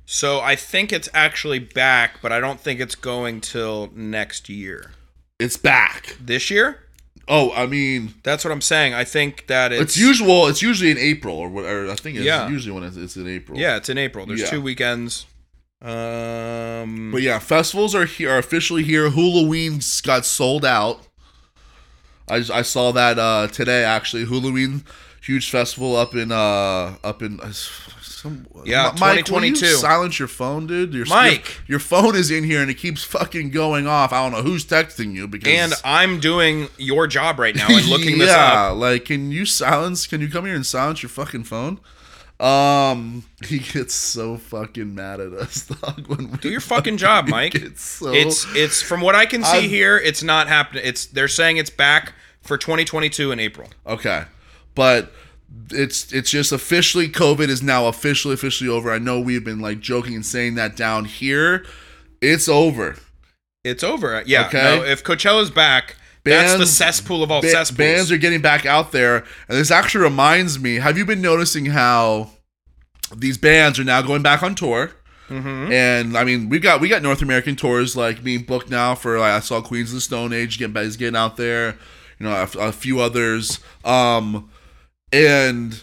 S2: So I think it's actually back, but I don't think it's going till next year.
S1: It's back.
S2: This year?
S1: Oh, I mean,
S2: That's what I'm saying. I think that it's,
S1: it's, usual. It's usually in April, or, what- or I think it's
S2: Yeah.
S1: usually when it's, it's in April.
S2: Yeah, it's in April. There's
S1: Yeah.
S2: two weekends. Um
S1: But yeah, festivals are here are officially here. Halloween got sold out. I, just- I saw that uh, today actually. Halloween huge festival up in uh up in uh, some
S2: Yeah,
S1: M- Mike, will you
S2: 2022.
S1: silence your phone, dude. Your,
S2: Mike!
S1: your, your phone is in here and it keeps fucking going off. I don't know who's texting you because
S2: and I'm doing your job right now and looking this
S1: yeah,
S2: up.
S1: like can you silence? Can you come here and silence your fucking phone? Um, he gets so fucking mad at us, dog. When we
S2: Do your fucking job, Mike.
S1: It's so
S2: It's it's from what I can see
S1: I'm-
S2: here, it's not happening. It's they're saying it's back for 2022 in April.
S1: Okay, but it's it's just officially COVID is now officially officially over. I know we've been like joking and saying that down here. It's over.
S2: It's over. Yeah.
S1: Okay.
S2: No, if Coachella's back, that's the
S1: Bands-
S2: cesspool of all
S1: Ba-
S2: cesspools.
S1: bands are getting back out there, and this actually reminds me. Have you been noticing how these bands are now going back on tour?
S2: Mm-hmm.
S1: And I mean, we got we got North American tours like being booked now for like I saw Queens of the Stone Age getting is getting out there, you know, a, a few others. Um, and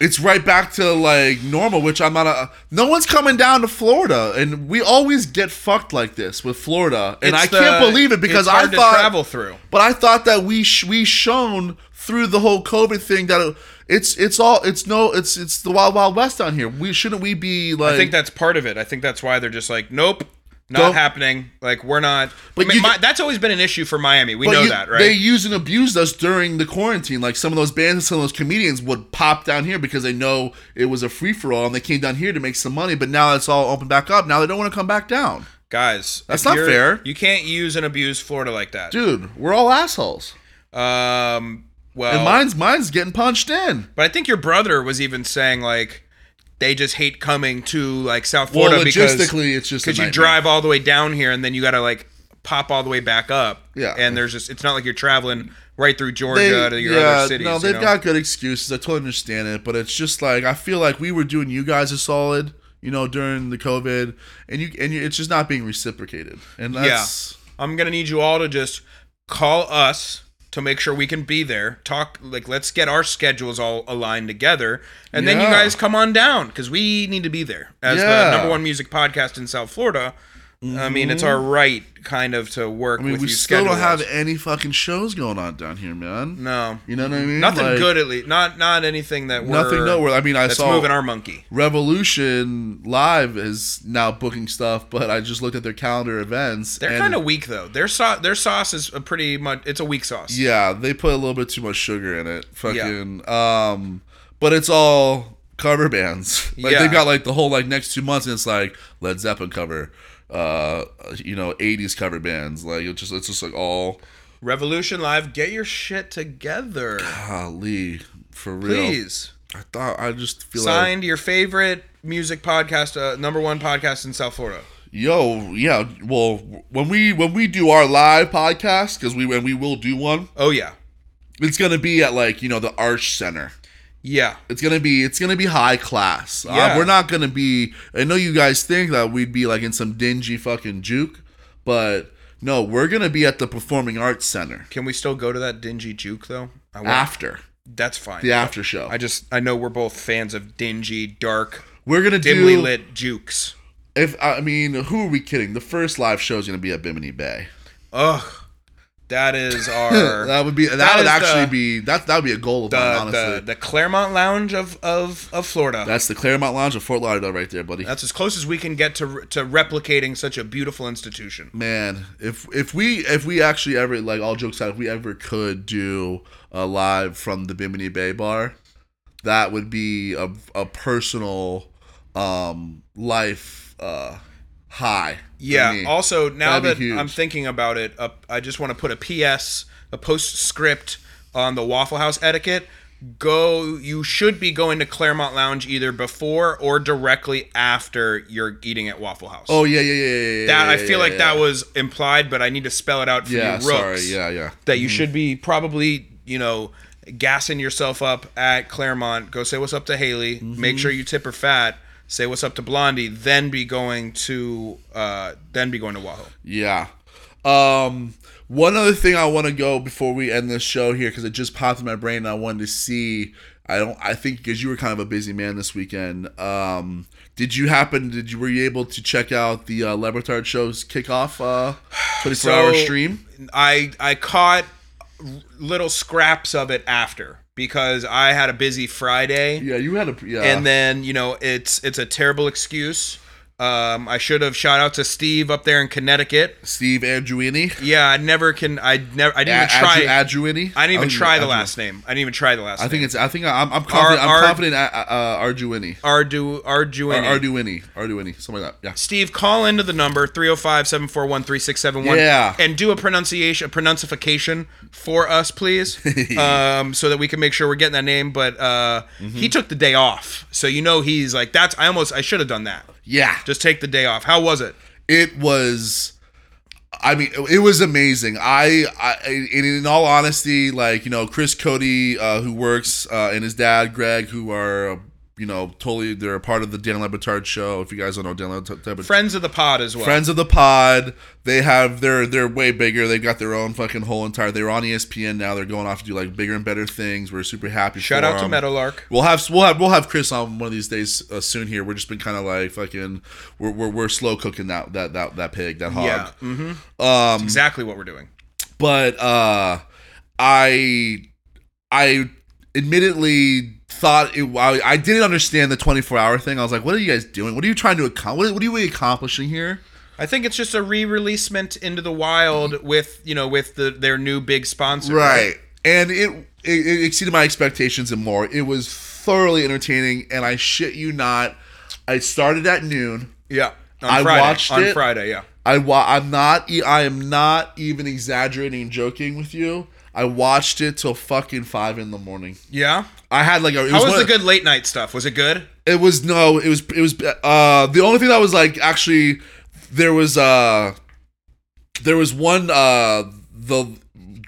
S1: it's right back to like normal, which I'm not a. No one's coming down to Florida, and we always get fucked like this with Florida, and
S2: It's
S1: I
S2: the-
S1: can't believe it because
S2: it's hard
S1: I thought
S2: to travel through.
S1: but I thought that we sh- we shown through the whole COVID thing that it, it's it's all it's no it's it's the wild wild west down here. We shouldn't we be like?
S2: I think that's part of it. I think that's why they're just like, nope, not
S1: Don't-
S2: happening. Like we're not.
S1: But
S2: But
S1: you-
S2: that's always been an issue for Miami. We
S1: but
S2: know
S1: you-
S2: that, right?
S1: They used and abused us during the quarantine. Like some of those bands and some of those comedians would pop down here because they know it was a free for all and they came down here to make some money. But now it's all open back up. Now they don't want to come back down,
S2: Guys,
S1: That's
S2: if
S1: not
S2: you're-
S1: fair.
S2: You can't use and abuse Florida like that.
S1: dude. We're all assholes.
S2: Um. Well,
S1: And mine's mine's getting punched in.
S2: but I think your brother was even saying like they just hate coming to like South
S1: Well,
S2: Florida because
S1: logistically, it's just a
S2: because you
S1: nightmare.
S2: drive all the way down here and then you got to like pop all the way back up.
S1: Yeah.
S2: And there's just it's not like you're traveling right through
S1: They-
S2: Georgia to your other cities.
S1: No,
S2: you
S1: they've
S2: know?
S1: got good excuses. I totally understand it, but it's just like I feel like we were doing you guys a solid, you know, during the COVID, and you and you, it's just not being reciprocated. And that's
S2: I'm gonna need you all to just call us to make sure we can be there. Talk like let's get our schedules all aligned together, and then you
S1: Yeah.
S2: guys come on down because we need to be there as
S1: Yeah.
S2: the number one music podcast in South Florida. I mean, it's our right kind of to work
S1: I mean,
S2: with
S1: we
S2: you.
S1: still don't have
S2: schedule-wise.
S1: any fucking shows going on down here, man.
S2: no
S1: You know what I mean?
S2: nothing
S1: Like,
S2: good at least not not anything that we're,
S1: Nothing nowhere. I mean, I
S2: that's
S1: saw
S2: moving our monkey.
S1: Revolution Live is now booking stuff, but I just looked at their calendar events.
S2: They're
S1: and-
S2: kind of weak though. Their sauce their sauce is a pretty much it's a weak sauce.
S1: Yeah, they put a little bit too much sugar in it. Fucking um but it's all cover bands. Like
S2: Yeah.
S1: they've got like the whole like next two months and it's like Led Zeppelin cover, uh you know, eighties cover bands. Like it's just it's just like all
S2: Revolution Live, get your shit together,
S1: golly for real.
S2: please.
S1: I thought I just feel like
S2: signed your favorite music podcast, uh, number one podcast in South Florida.
S1: yo, yeah, well when we when we do our live podcast, because we when we will do one,
S2: Oh yeah,
S1: it's gonna be at like, you know, the Arch Center.
S2: yeah.
S1: It's gonna be it's gonna be high class. Uh,
S2: Yeah.
S1: we're not gonna be. I know you guys think that we'd be like in some dingy fucking juke, but no, we're gonna be at the Performing Arts Center
S2: Can we still go to that dingy juke though? I won't.
S1: after
S2: That's fine.
S1: the after show.
S2: I just I know we're both fans of dingy, dark,
S1: We're gonna
S2: dimly
S1: do
S2: lit jukes.
S1: if I mean, who are we kidding? The first live show is gonna be at Bimini Bay.
S2: Ugh, that is our
S1: That would be that,
S2: That
S1: would
S2: is
S1: actually
S2: the-
S1: be that that would be a goal of mine,
S2: the,
S1: honestly.
S2: the the Claremont Lounge of of of Florida.
S1: That's the Claremont Lounge of Fort Lauderdale right there, buddy.
S2: That's as close as we can get to to replicating such a beautiful institution.
S1: Man, if if we if we actually ever like all jokes aside, if we ever could do a live from the Bimini Bay Bar, that would be a a personal um life uh high. for
S2: Yeah.
S1: me.
S2: Also, now
S1: That'd
S2: that
S1: be huge.
S2: I'm thinking about it, uh, I just want to put a PS, a postscript on the Waffle House etiquette. Go. You should be going to Claremont Lounge either before or directly after you're eating at Waffle House.
S1: Oh yeah, yeah, yeah, yeah. yeah,
S2: that I
S1: yeah,
S2: feel
S1: yeah,
S2: like
S1: yeah.
S2: that was implied, but I need to spell it out for
S1: Yeah,
S2: you,
S1: sorry.
S2: rooks.
S1: Yeah, yeah.
S2: That you should be probably, you know, gassing yourself up at Claremont. Go say what's up to Haley.
S1: Mm-hmm.
S2: Make sure you tip her fat. Say what's up to Blondie. Then be going to, uh, then be going to Wahoo.
S1: Yeah. Um, one other thing I want to go before we end this show here because it just popped in my brain. and I wanted to see. I don't. I think because you were kind of a busy man this weekend. Um, did you happen? Did you were you able to check out the uh, Lebertard show's kickoff uh, twenty four hour
S2: So,
S1: stream?
S2: I I caught little scraps of it after because I had a busy Friday.
S1: Yeah, you had a yeah.
S2: and then you know it's it's a terrible excuse. Um, I should have shout out to Steve up there in Connecticut.
S1: Steve Andruini.
S2: Yeah, I never can. I never. I didn't even
S1: A-
S2: try.
S1: Adru- Adruini.
S2: I didn't even
S1: Oh,
S2: try the
S1: Adru-
S2: last name. I didn't even try the last.
S1: I think
S2: name.
S1: it's. I think I- I'm. I'm confident. I'm
S2: Ar- Ar-
S1: confident. Uh, uh, Arduini.
S2: Ardu Arduini.
S1: Arduini. Arduini. Something like that. Yeah.
S2: Steve, call into the number 305-741-3671
S1: Yeah.
S2: and do a pronunciation a pronunciation for us, please. um, so that we can make sure we're getting that name. But uh, he took the day off. So you know he's like, that's I almost I should have done that.
S1: Yeah.
S2: Just take the day off. How was it?
S1: it was i mean it was amazing i i in, in all honesty like you know chris cody uh, who works uh, and his dad greg who are uh, you know totally they're a part of the dan Lebatard show if you guys don't know dan Lebatard
S2: Friends of the pod as well.
S1: friends of the pod they have they're they're way bigger they've got their own fucking whole entire they're on E espn now they're going off to do like bigger and better things we're super happy
S2: Shout
S1: for
S2: out to
S1: them.
S2: Meadowlark.
S1: We'll have we'll have we'll have Chris on one of these days uh, soon. Here, we're just been kind of like fucking we're, we're we're slow cooking that that that that pig that hog.
S2: Yeah. Mm-hmm. Um, exactly what we're doing.
S1: But uh, I I admittedly thought it. I, I didn't understand the twenty four hour thing. I was like, what are you guys doing? What are you trying to accomplish? What, are- what are we accomplishing here?
S2: I think it's just a re-releasement into the wild with you know with the their new big sponsor.
S1: Right. And it, it it exceeded my expectations and more. It was thoroughly entertaining, and I shit you not, I started at noon.
S2: Yeah. On
S1: I
S2: Friday,
S1: watched
S2: on
S1: it.
S2: Friday. Yeah.
S1: I wa- I'm not e- I am not even exaggerating and joking with you. I watched it till fucking five in the morning.
S2: Yeah.
S1: I had like a. It
S2: How was
S1: one
S2: the
S1: of-
S2: good late night stuff? Was it good?
S1: It was no. It was it was uh the only thing that was like actually there was uh there was one uh the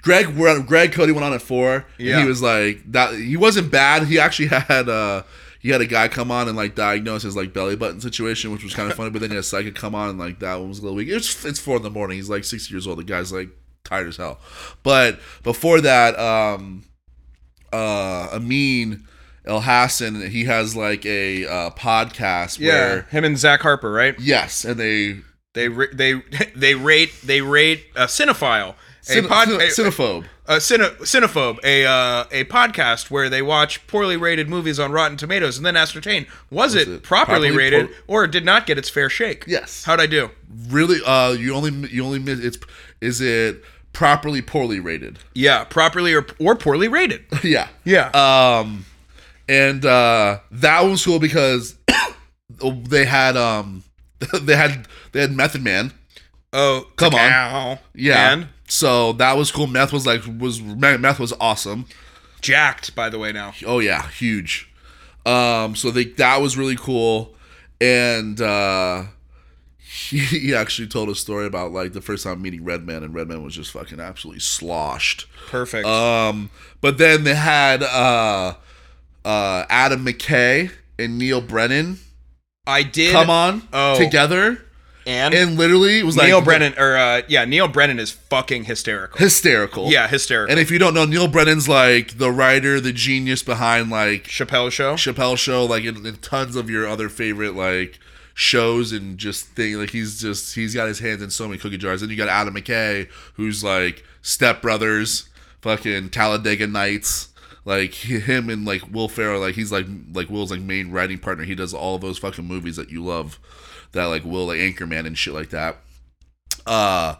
S1: Greg Greg Cody went on at four.
S2: Yeah.
S1: And he was like that. He wasn't bad. He actually had uh he had a guy come on and like diagnose his like belly button situation, which was kind of funny. But then he had a psychic come on and like that one was a little weak. It's it's four in the morning. He's like sixty years old. The guy's like tired as hell. But before that, um, uh, Amin El Hassan, he has like a uh, podcast where
S2: Him and Zach Harper, right?
S1: yes, and they
S2: They ra- they they rate they rate a cinephile. A
S1: cine,
S2: pod,
S1: cine-
S2: a,
S1: cinephobe.
S2: a cine, cinephobe, a uh, a podcast where they watch poorly rated movies on Rotten Tomatoes and then ascertain was, it,
S1: it
S2: properly,
S1: properly
S2: rated
S1: po-
S2: or did not get its fair shake.
S1: Yes.
S2: How'd I do?
S1: really uh you only you only miss it's is it properly poorly rated
S2: Yeah, properly or or poorly rated. Uh,
S1: yeah
S2: Yeah.
S1: um and uh that was cool because they had um they had they had method man
S2: oh,
S1: come on.
S2: Ow.
S1: yeah
S2: And
S1: so that was cool meth was like was meth was awesome
S2: jacked by the way now.
S1: oh yeah huge um so they that was really cool and uh he, he actually told a story about like the first time meeting redman and redman was just fucking absolutely sloshed
S2: Perfect.
S1: Um, but then they had uh, uh, Adam McKay and Neil Brennan
S2: I did
S1: come on
S2: oh.
S1: together,
S2: And,
S1: and literally it was like
S2: Neil Brennan, or uh, yeah, Neil Brennan is fucking hysterical.
S1: hysterical.
S2: Yeah, hysterical.
S1: And if you don't know, Neil Brennan's like the writer, the genius behind like
S2: Chappelle show.
S1: Chappelle Show, like in, in tons of your other favorite like shows and just thing. Like he's just he's got his hands in so many cookie jars. Then you got Adam McKay, who's like Step Brothers, fucking Talladega Nights. Like he- him and like Will Ferrell, like he's like like Will's like main writing partner. He does all those fucking movies that you love, that like Will like Anchorman and shit like that. Uh,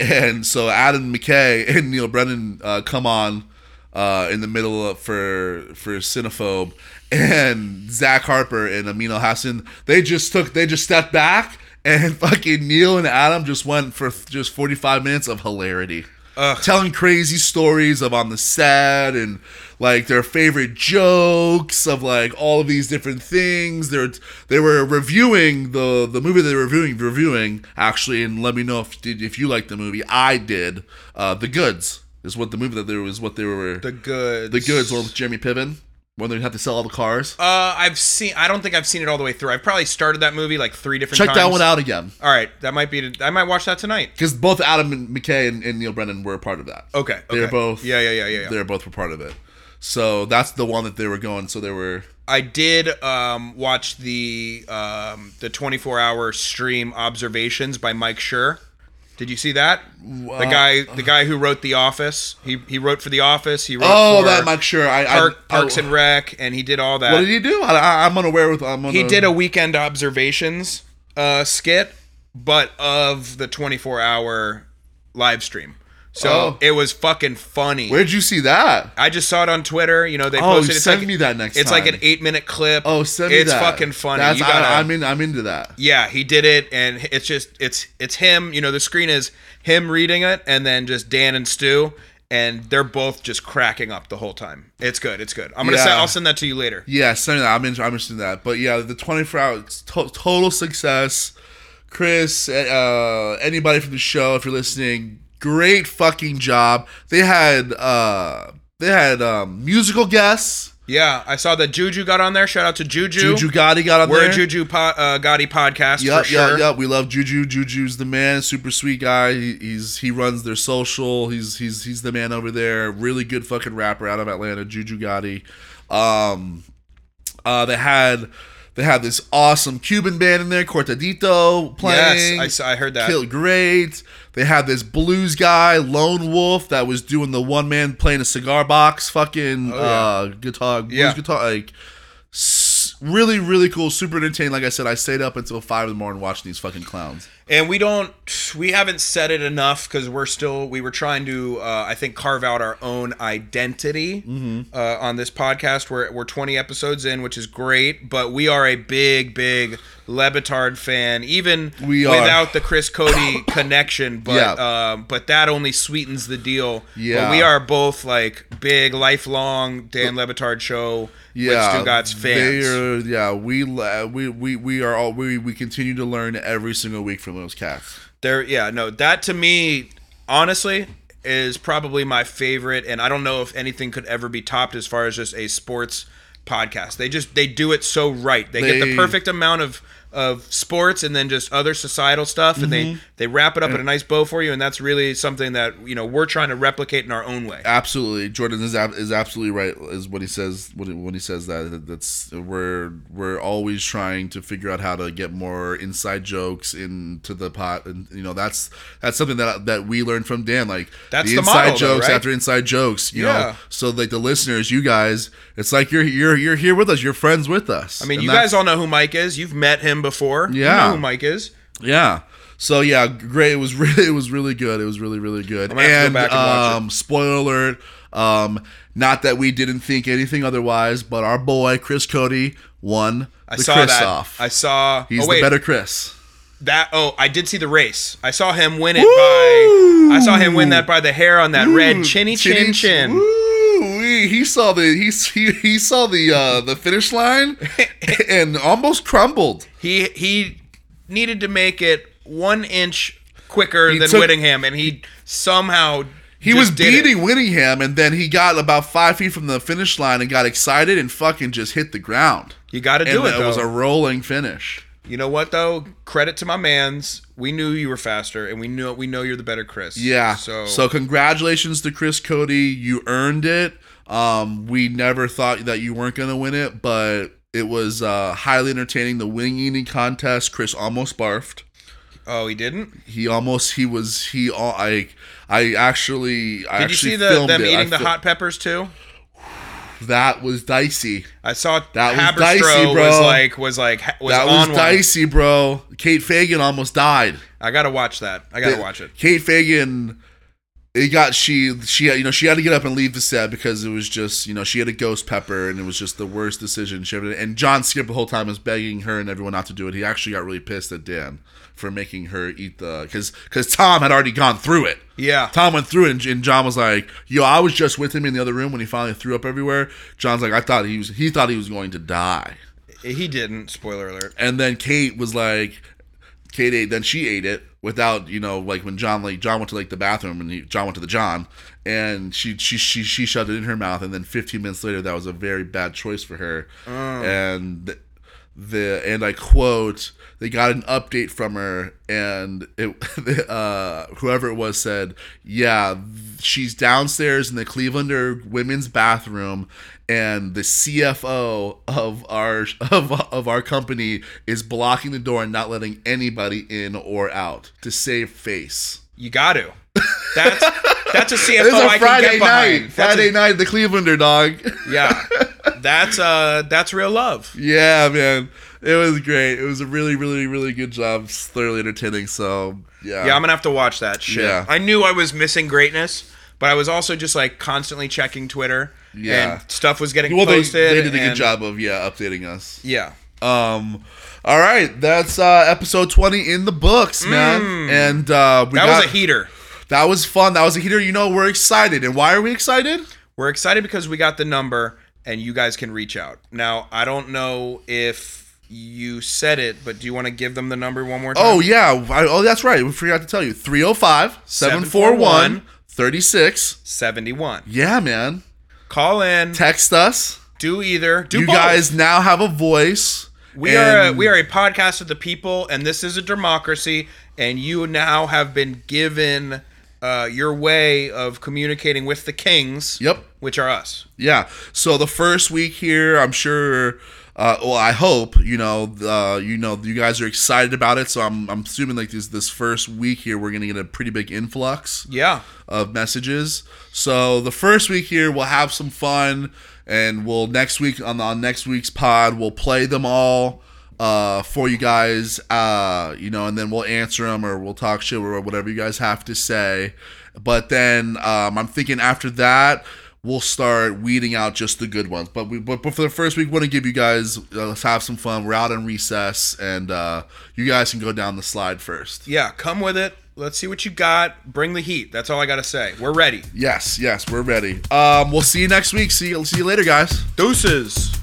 S1: and so Adam McKay and Neil Brennan uh, come on uh, in the middle of, for for Cinephobe, and Zach Harper and Amino Hassan they just took they just stepped back and fucking Neil and Adam just went for just forty five minutes of hilarity.
S2: Ugh.
S1: Telling crazy stories of on the set and like their favorite jokes of like all of these different things. They're they were reviewing the the movie they were reviewing reviewing actually, and let me know if did if you liked the movie. I did. Uh, the Goods is what the movie that there was what they were
S2: The goods.
S1: the Goods or with Jeremy Piven when they had to sell all the cars.
S2: Uh, I've seen. I don't think I've seen it all the way through. I've probably started that movie like three different.
S1: Check
S2: times.
S1: that one out again
S2: All right, that might be. I might watch that tonight.
S1: because both Adam and McKay and, and Neil Brennan were a part of that.
S2: Okay. okay.
S1: They were both-
S2: Yeah, yeah, yeah, yeah. yeah.
S1: They were both were part of it. So that's the one that they were going. So they were
S2: I did um, watch the um, the 24 hour stream observations by Mike Schur. Did you see that? the guy, the guy who wrote The Office. He he wrote for The Office. He wrote
S1: oh
S2: for
S1: that Mike sure I
S2: Park,
S1: I,
S2: Parks and Rec, and he did all that.
S1: What did he do? I, I, I'm unaware with. I'm
S2: he did a weekend observations uh, skit, but of the 24 hour live stream. So
S1: Oh.
S2: it was fucking funny.
S1: Where'd you see that?
S2: I just saw it on Twitter. You know, they
S1: Oh,
S2: posted it's
S1: send
S2: like,
S1: me that next
S2: It's like
S1: time.
S2: an eight minute clip.
S1: Oh, send me
S2: it's
S1: that.
S2: fucking funny.
S1: That's,
S2: you gotta,
S1: I, I'm in. I'm into that.
S2: yeah, he did it, and it's just it's it's him. You know, the screen is him reading it, and then just Dan and Stu, and they're both just cracking up the whole time. It's good. It's good. I'm gonna
S1: Yeah.
S2: send, I'll send that to you later.
S1: Yeah, send me that. I'm in, I'm interested in that. But yeah, the 24 hours to- total success. Chris, uh, anybody from the show, if you're listening, great fucking job. They had uh, they had um, musical guests.
S2: Yeah, I saw that Juju got on there. Shout out to Juju.
S1: Juju Gotti got on
S2: We're
S1: there.
S2: a Juju po- uh, Gotti podcast
S1: Yup,
S2: for sure.
S1: yup, yup. We love Juju. Juju's the man. Super sweet guy. He, he's he runs their social. He's he's he's the man over there. Really good fucking rapper out of Atlanta. Juju Gotti. Um, uh, they had they had this awesome Cuban band in there. Cortadito playing.
S2: Yes, I, saw, I heard that.
S1: Killed great. They had this blues guy, Lone Wolf, that was doing the one man playing a cigar box, fucking uh, guitar, blues
S2: Oh, Yeah.
S1: guitar, like s- really, really cool, super entertaining. Like I said, I stayed up until five in the morning watching these fucking clowns.
S2: And we don't, we haven't said it enough because we're still, we were trying to, uh, I think, carve out our own identity
S1: Mm-hmm.
S2: uh, on this podcast. We're, we're 20 episodes in, which is great, but we are a big, big Lebitard fan, even
S1: We are.
S2: without the Chris Cody connection. But
S1: Yeah.
S2: um, but that only sweetens the deal.
S1: Yeah.
S2: But we are both like big, lifelong Dan Lebitard show
S1: Yeah,
S2: with Stugatz fans.
S1: They are, yeah, we la- we we we are all we we continue to learn every single week from those cats.
S2: There, yeah, no, that to me, honestly, is probably my favorite, and I don't know if anything could ever be topped as far as just a sports podcast. They just they do it so right. They, get
S1: They-
S2: the perfect amount of of sports and then just other societal stuff, and
S1: Mm-hmm.
S2: they they wrap it up in a nice bow for you, and that's really something that you know we're trying to replicate in our own way.
S1: Absolutely, Jordan is ab- is absolutely right. Is what he says when he, when he says that. that- That's we're we're always trying to figure out how to get more inside jokes into the pot, and you know that's that's something that that we learned from Dan. Like
S2: That's the
S1: inside
S2: motto, though,
S1: jokes
S2: right?
S1: after inside jokes. You know,
S2: Yeah.
S1: so like the listeners, you guys, it's like you're you're you're here with us. You're friends with us.
S2: I mean, you guys all know who Mike is. You've met him before.
S1: Yeah.
S2: you know who Mike is.
S1: Yeah. So yeah, great. It was really, it was really good. It was really, really good.
S2: gonna have to
S1: and
S2: go back and watch it.
S1: um, spoiler alert. Um, not that we didn't think anything otherwise, but our boy Chris Cody won
S2: I
S1: the
S2: saw
S1: Chris
S2: that.
S1: off.
S2: I saw.
S1: He's
S2: oh, wait,
S1: the better Chris.
S2: That oh, I did see the race. I saw him win it
S1: Woo! Mm.
S2: by. I saw him win that by the hair on that red
S1: Ooh,
S2: chinny chin chin.
S1: Ooh-wee. he saw the he, he he saw the uh, the finish line and almost crumbled.
S2: He he needed to make it one inch quicker than
S1: took-
S2: Whittingham, and he somehow
S1: He was beating Winningham, and then he got about five feet from the finish line and got excited and fucking just hit the ground.
S2: You got to
S1: and
S2: do it.
S1: it was
S2: though.
S1: a rolling finish.
S2: You know what though? Credit to my man's. We knew you were faster, and we know we know you're the better Chris.
S1: Yeah.
S2: So,
S1: So, congratulations to Chris Cody. You earned it. Um, we never thought that you weren't gonna win it, but it was uh, highly entertaining. The winning eating contest, Chris almost barfed.
S2: oh, he didn't.
S1: He almost he was he all I I actually I
S2: Did you
S1: actually
S2: see the,
S1: filmed
S2: them
S1: it.
S2: eating
S1: I
S2: the
S1: fil-
S2: hot peppers too?
S1: That was dicey.
S2: I saw
S1: That was
S2: Haberstroh
S1: dicey, bro.
S2: was like was like ha- was
S1: that
S2: on
S1: was
S2: one.
S1: dicey, bro. Kate Fagan almost died.
S2: I gotta watch that. I gotta watch it.
S1: Kate Fagan, it got she she you know she had to get up and leave the set because it was just you know she had a ghost pepper and it was just the worst decision she ever did. And John Skip the whole time was begging her and everyone not to do it. He actually got really pissed at Dan for making her eat the because because Tom had already gone through it.
S2: Yeah.
S1: Tom went through it, and, and John was like, "Yo, I was just with him in the other room when he finally threw up everywhere." John's like, "I thought he was he thought he was going to die."
S2: He didn't. Spoiler alert.
S1: and then Kate was like, Kate ate, then she ate it without, you know, like when John like John went to like the bathroom and he, John went to the John, and she she she she shoved it in her mouth, and then 15 minutes later, that was a very bad choice for her, and. th- the and I quote, they got an update from her, and it uh, whoever it was said, yeah, she's downstairs in the Clevelander women's bathroom, and the CFO of our of of our company is blocking the door and not letting anybody in or out to save face.
S2: You got to. That's that's a CFO
S1: It's
S2: Oh, I
S1: a
S2: can
S1: Friday
S2: get behind.
S1: night.
S2: That's a-
S1: Friday night, the Clevelander dog.
S2: Yeah. That's uh that's real love.
S1: Yeah, man. It was great. It was a really, really, really good job. It's thoroughly entertaining. So yeah.
S2: Yeah, I'm gonna have to watch that shit.
S1: Yeah.
S2: I knew I was missing greatness, but I was also just like constantly checking Twitter.
S1: Yeah.
S2: And stuff was getting
S1: well, they,
S2: posted.
S1: they did a good
S2: and-
S1: job of yeah updating us.
S2: Yeah.
S1: Um, all right, that's uh episode twenty in the books, man. And uh, we
S2: Hmm. That
S1: got
S2: was a heater.
S1: that was fun. That was a heater. You know, we're excited, and why are we excited?
S2: We're excited because we got the number and you guys can reach out. Now, I don't know if you said it, but do you want to give them the number one more time?
S1: Oh yeah, I, oh that's right. We forgot to tell you 305-741-36.
S2: 71.
S1: Yeah, man.
S2: Call in,
S1: Text us.
S2: do either, do
S1: you
S2: both.
S1: guys now have a voice.
S2: we are a,
S1: and-
S2: we are a podcast of the people and this is a democracy and you now have been given uh, your way of communicating with the kings,
S1: Yep.
S2: which are us.
S1: Yeah. So the first week here, I'm sure. Uh, well, I hope you know. Uh, you know, you guys are excited about it. So I'm, I'm assuming like this this first week here, we're gonna get a pretty big influx
S2: Yeah.
S1: of messages. So the first week here, we'll have some fun, and we'll next week on the on next week's pod, we'll play them all uh, for you guys. Uh, you know, and then we'll answer them or we'll talk shit or whatever you guys have to say. But then um, I'm thinking after that. We'll start weeding out just the good ones, but we but, but for the first week, we want to give you guys uh, let's have some fun. We're out on recess, and uh, you guys can go down the slide first.
S2: Yeah, come with it. Let's see what you got. Bring the heat. That's all I got to say. We're ready.
S1: Yes, yes, we're ready. Um, we'll see you next week. See you, see you later, guys.
S2: Deuces.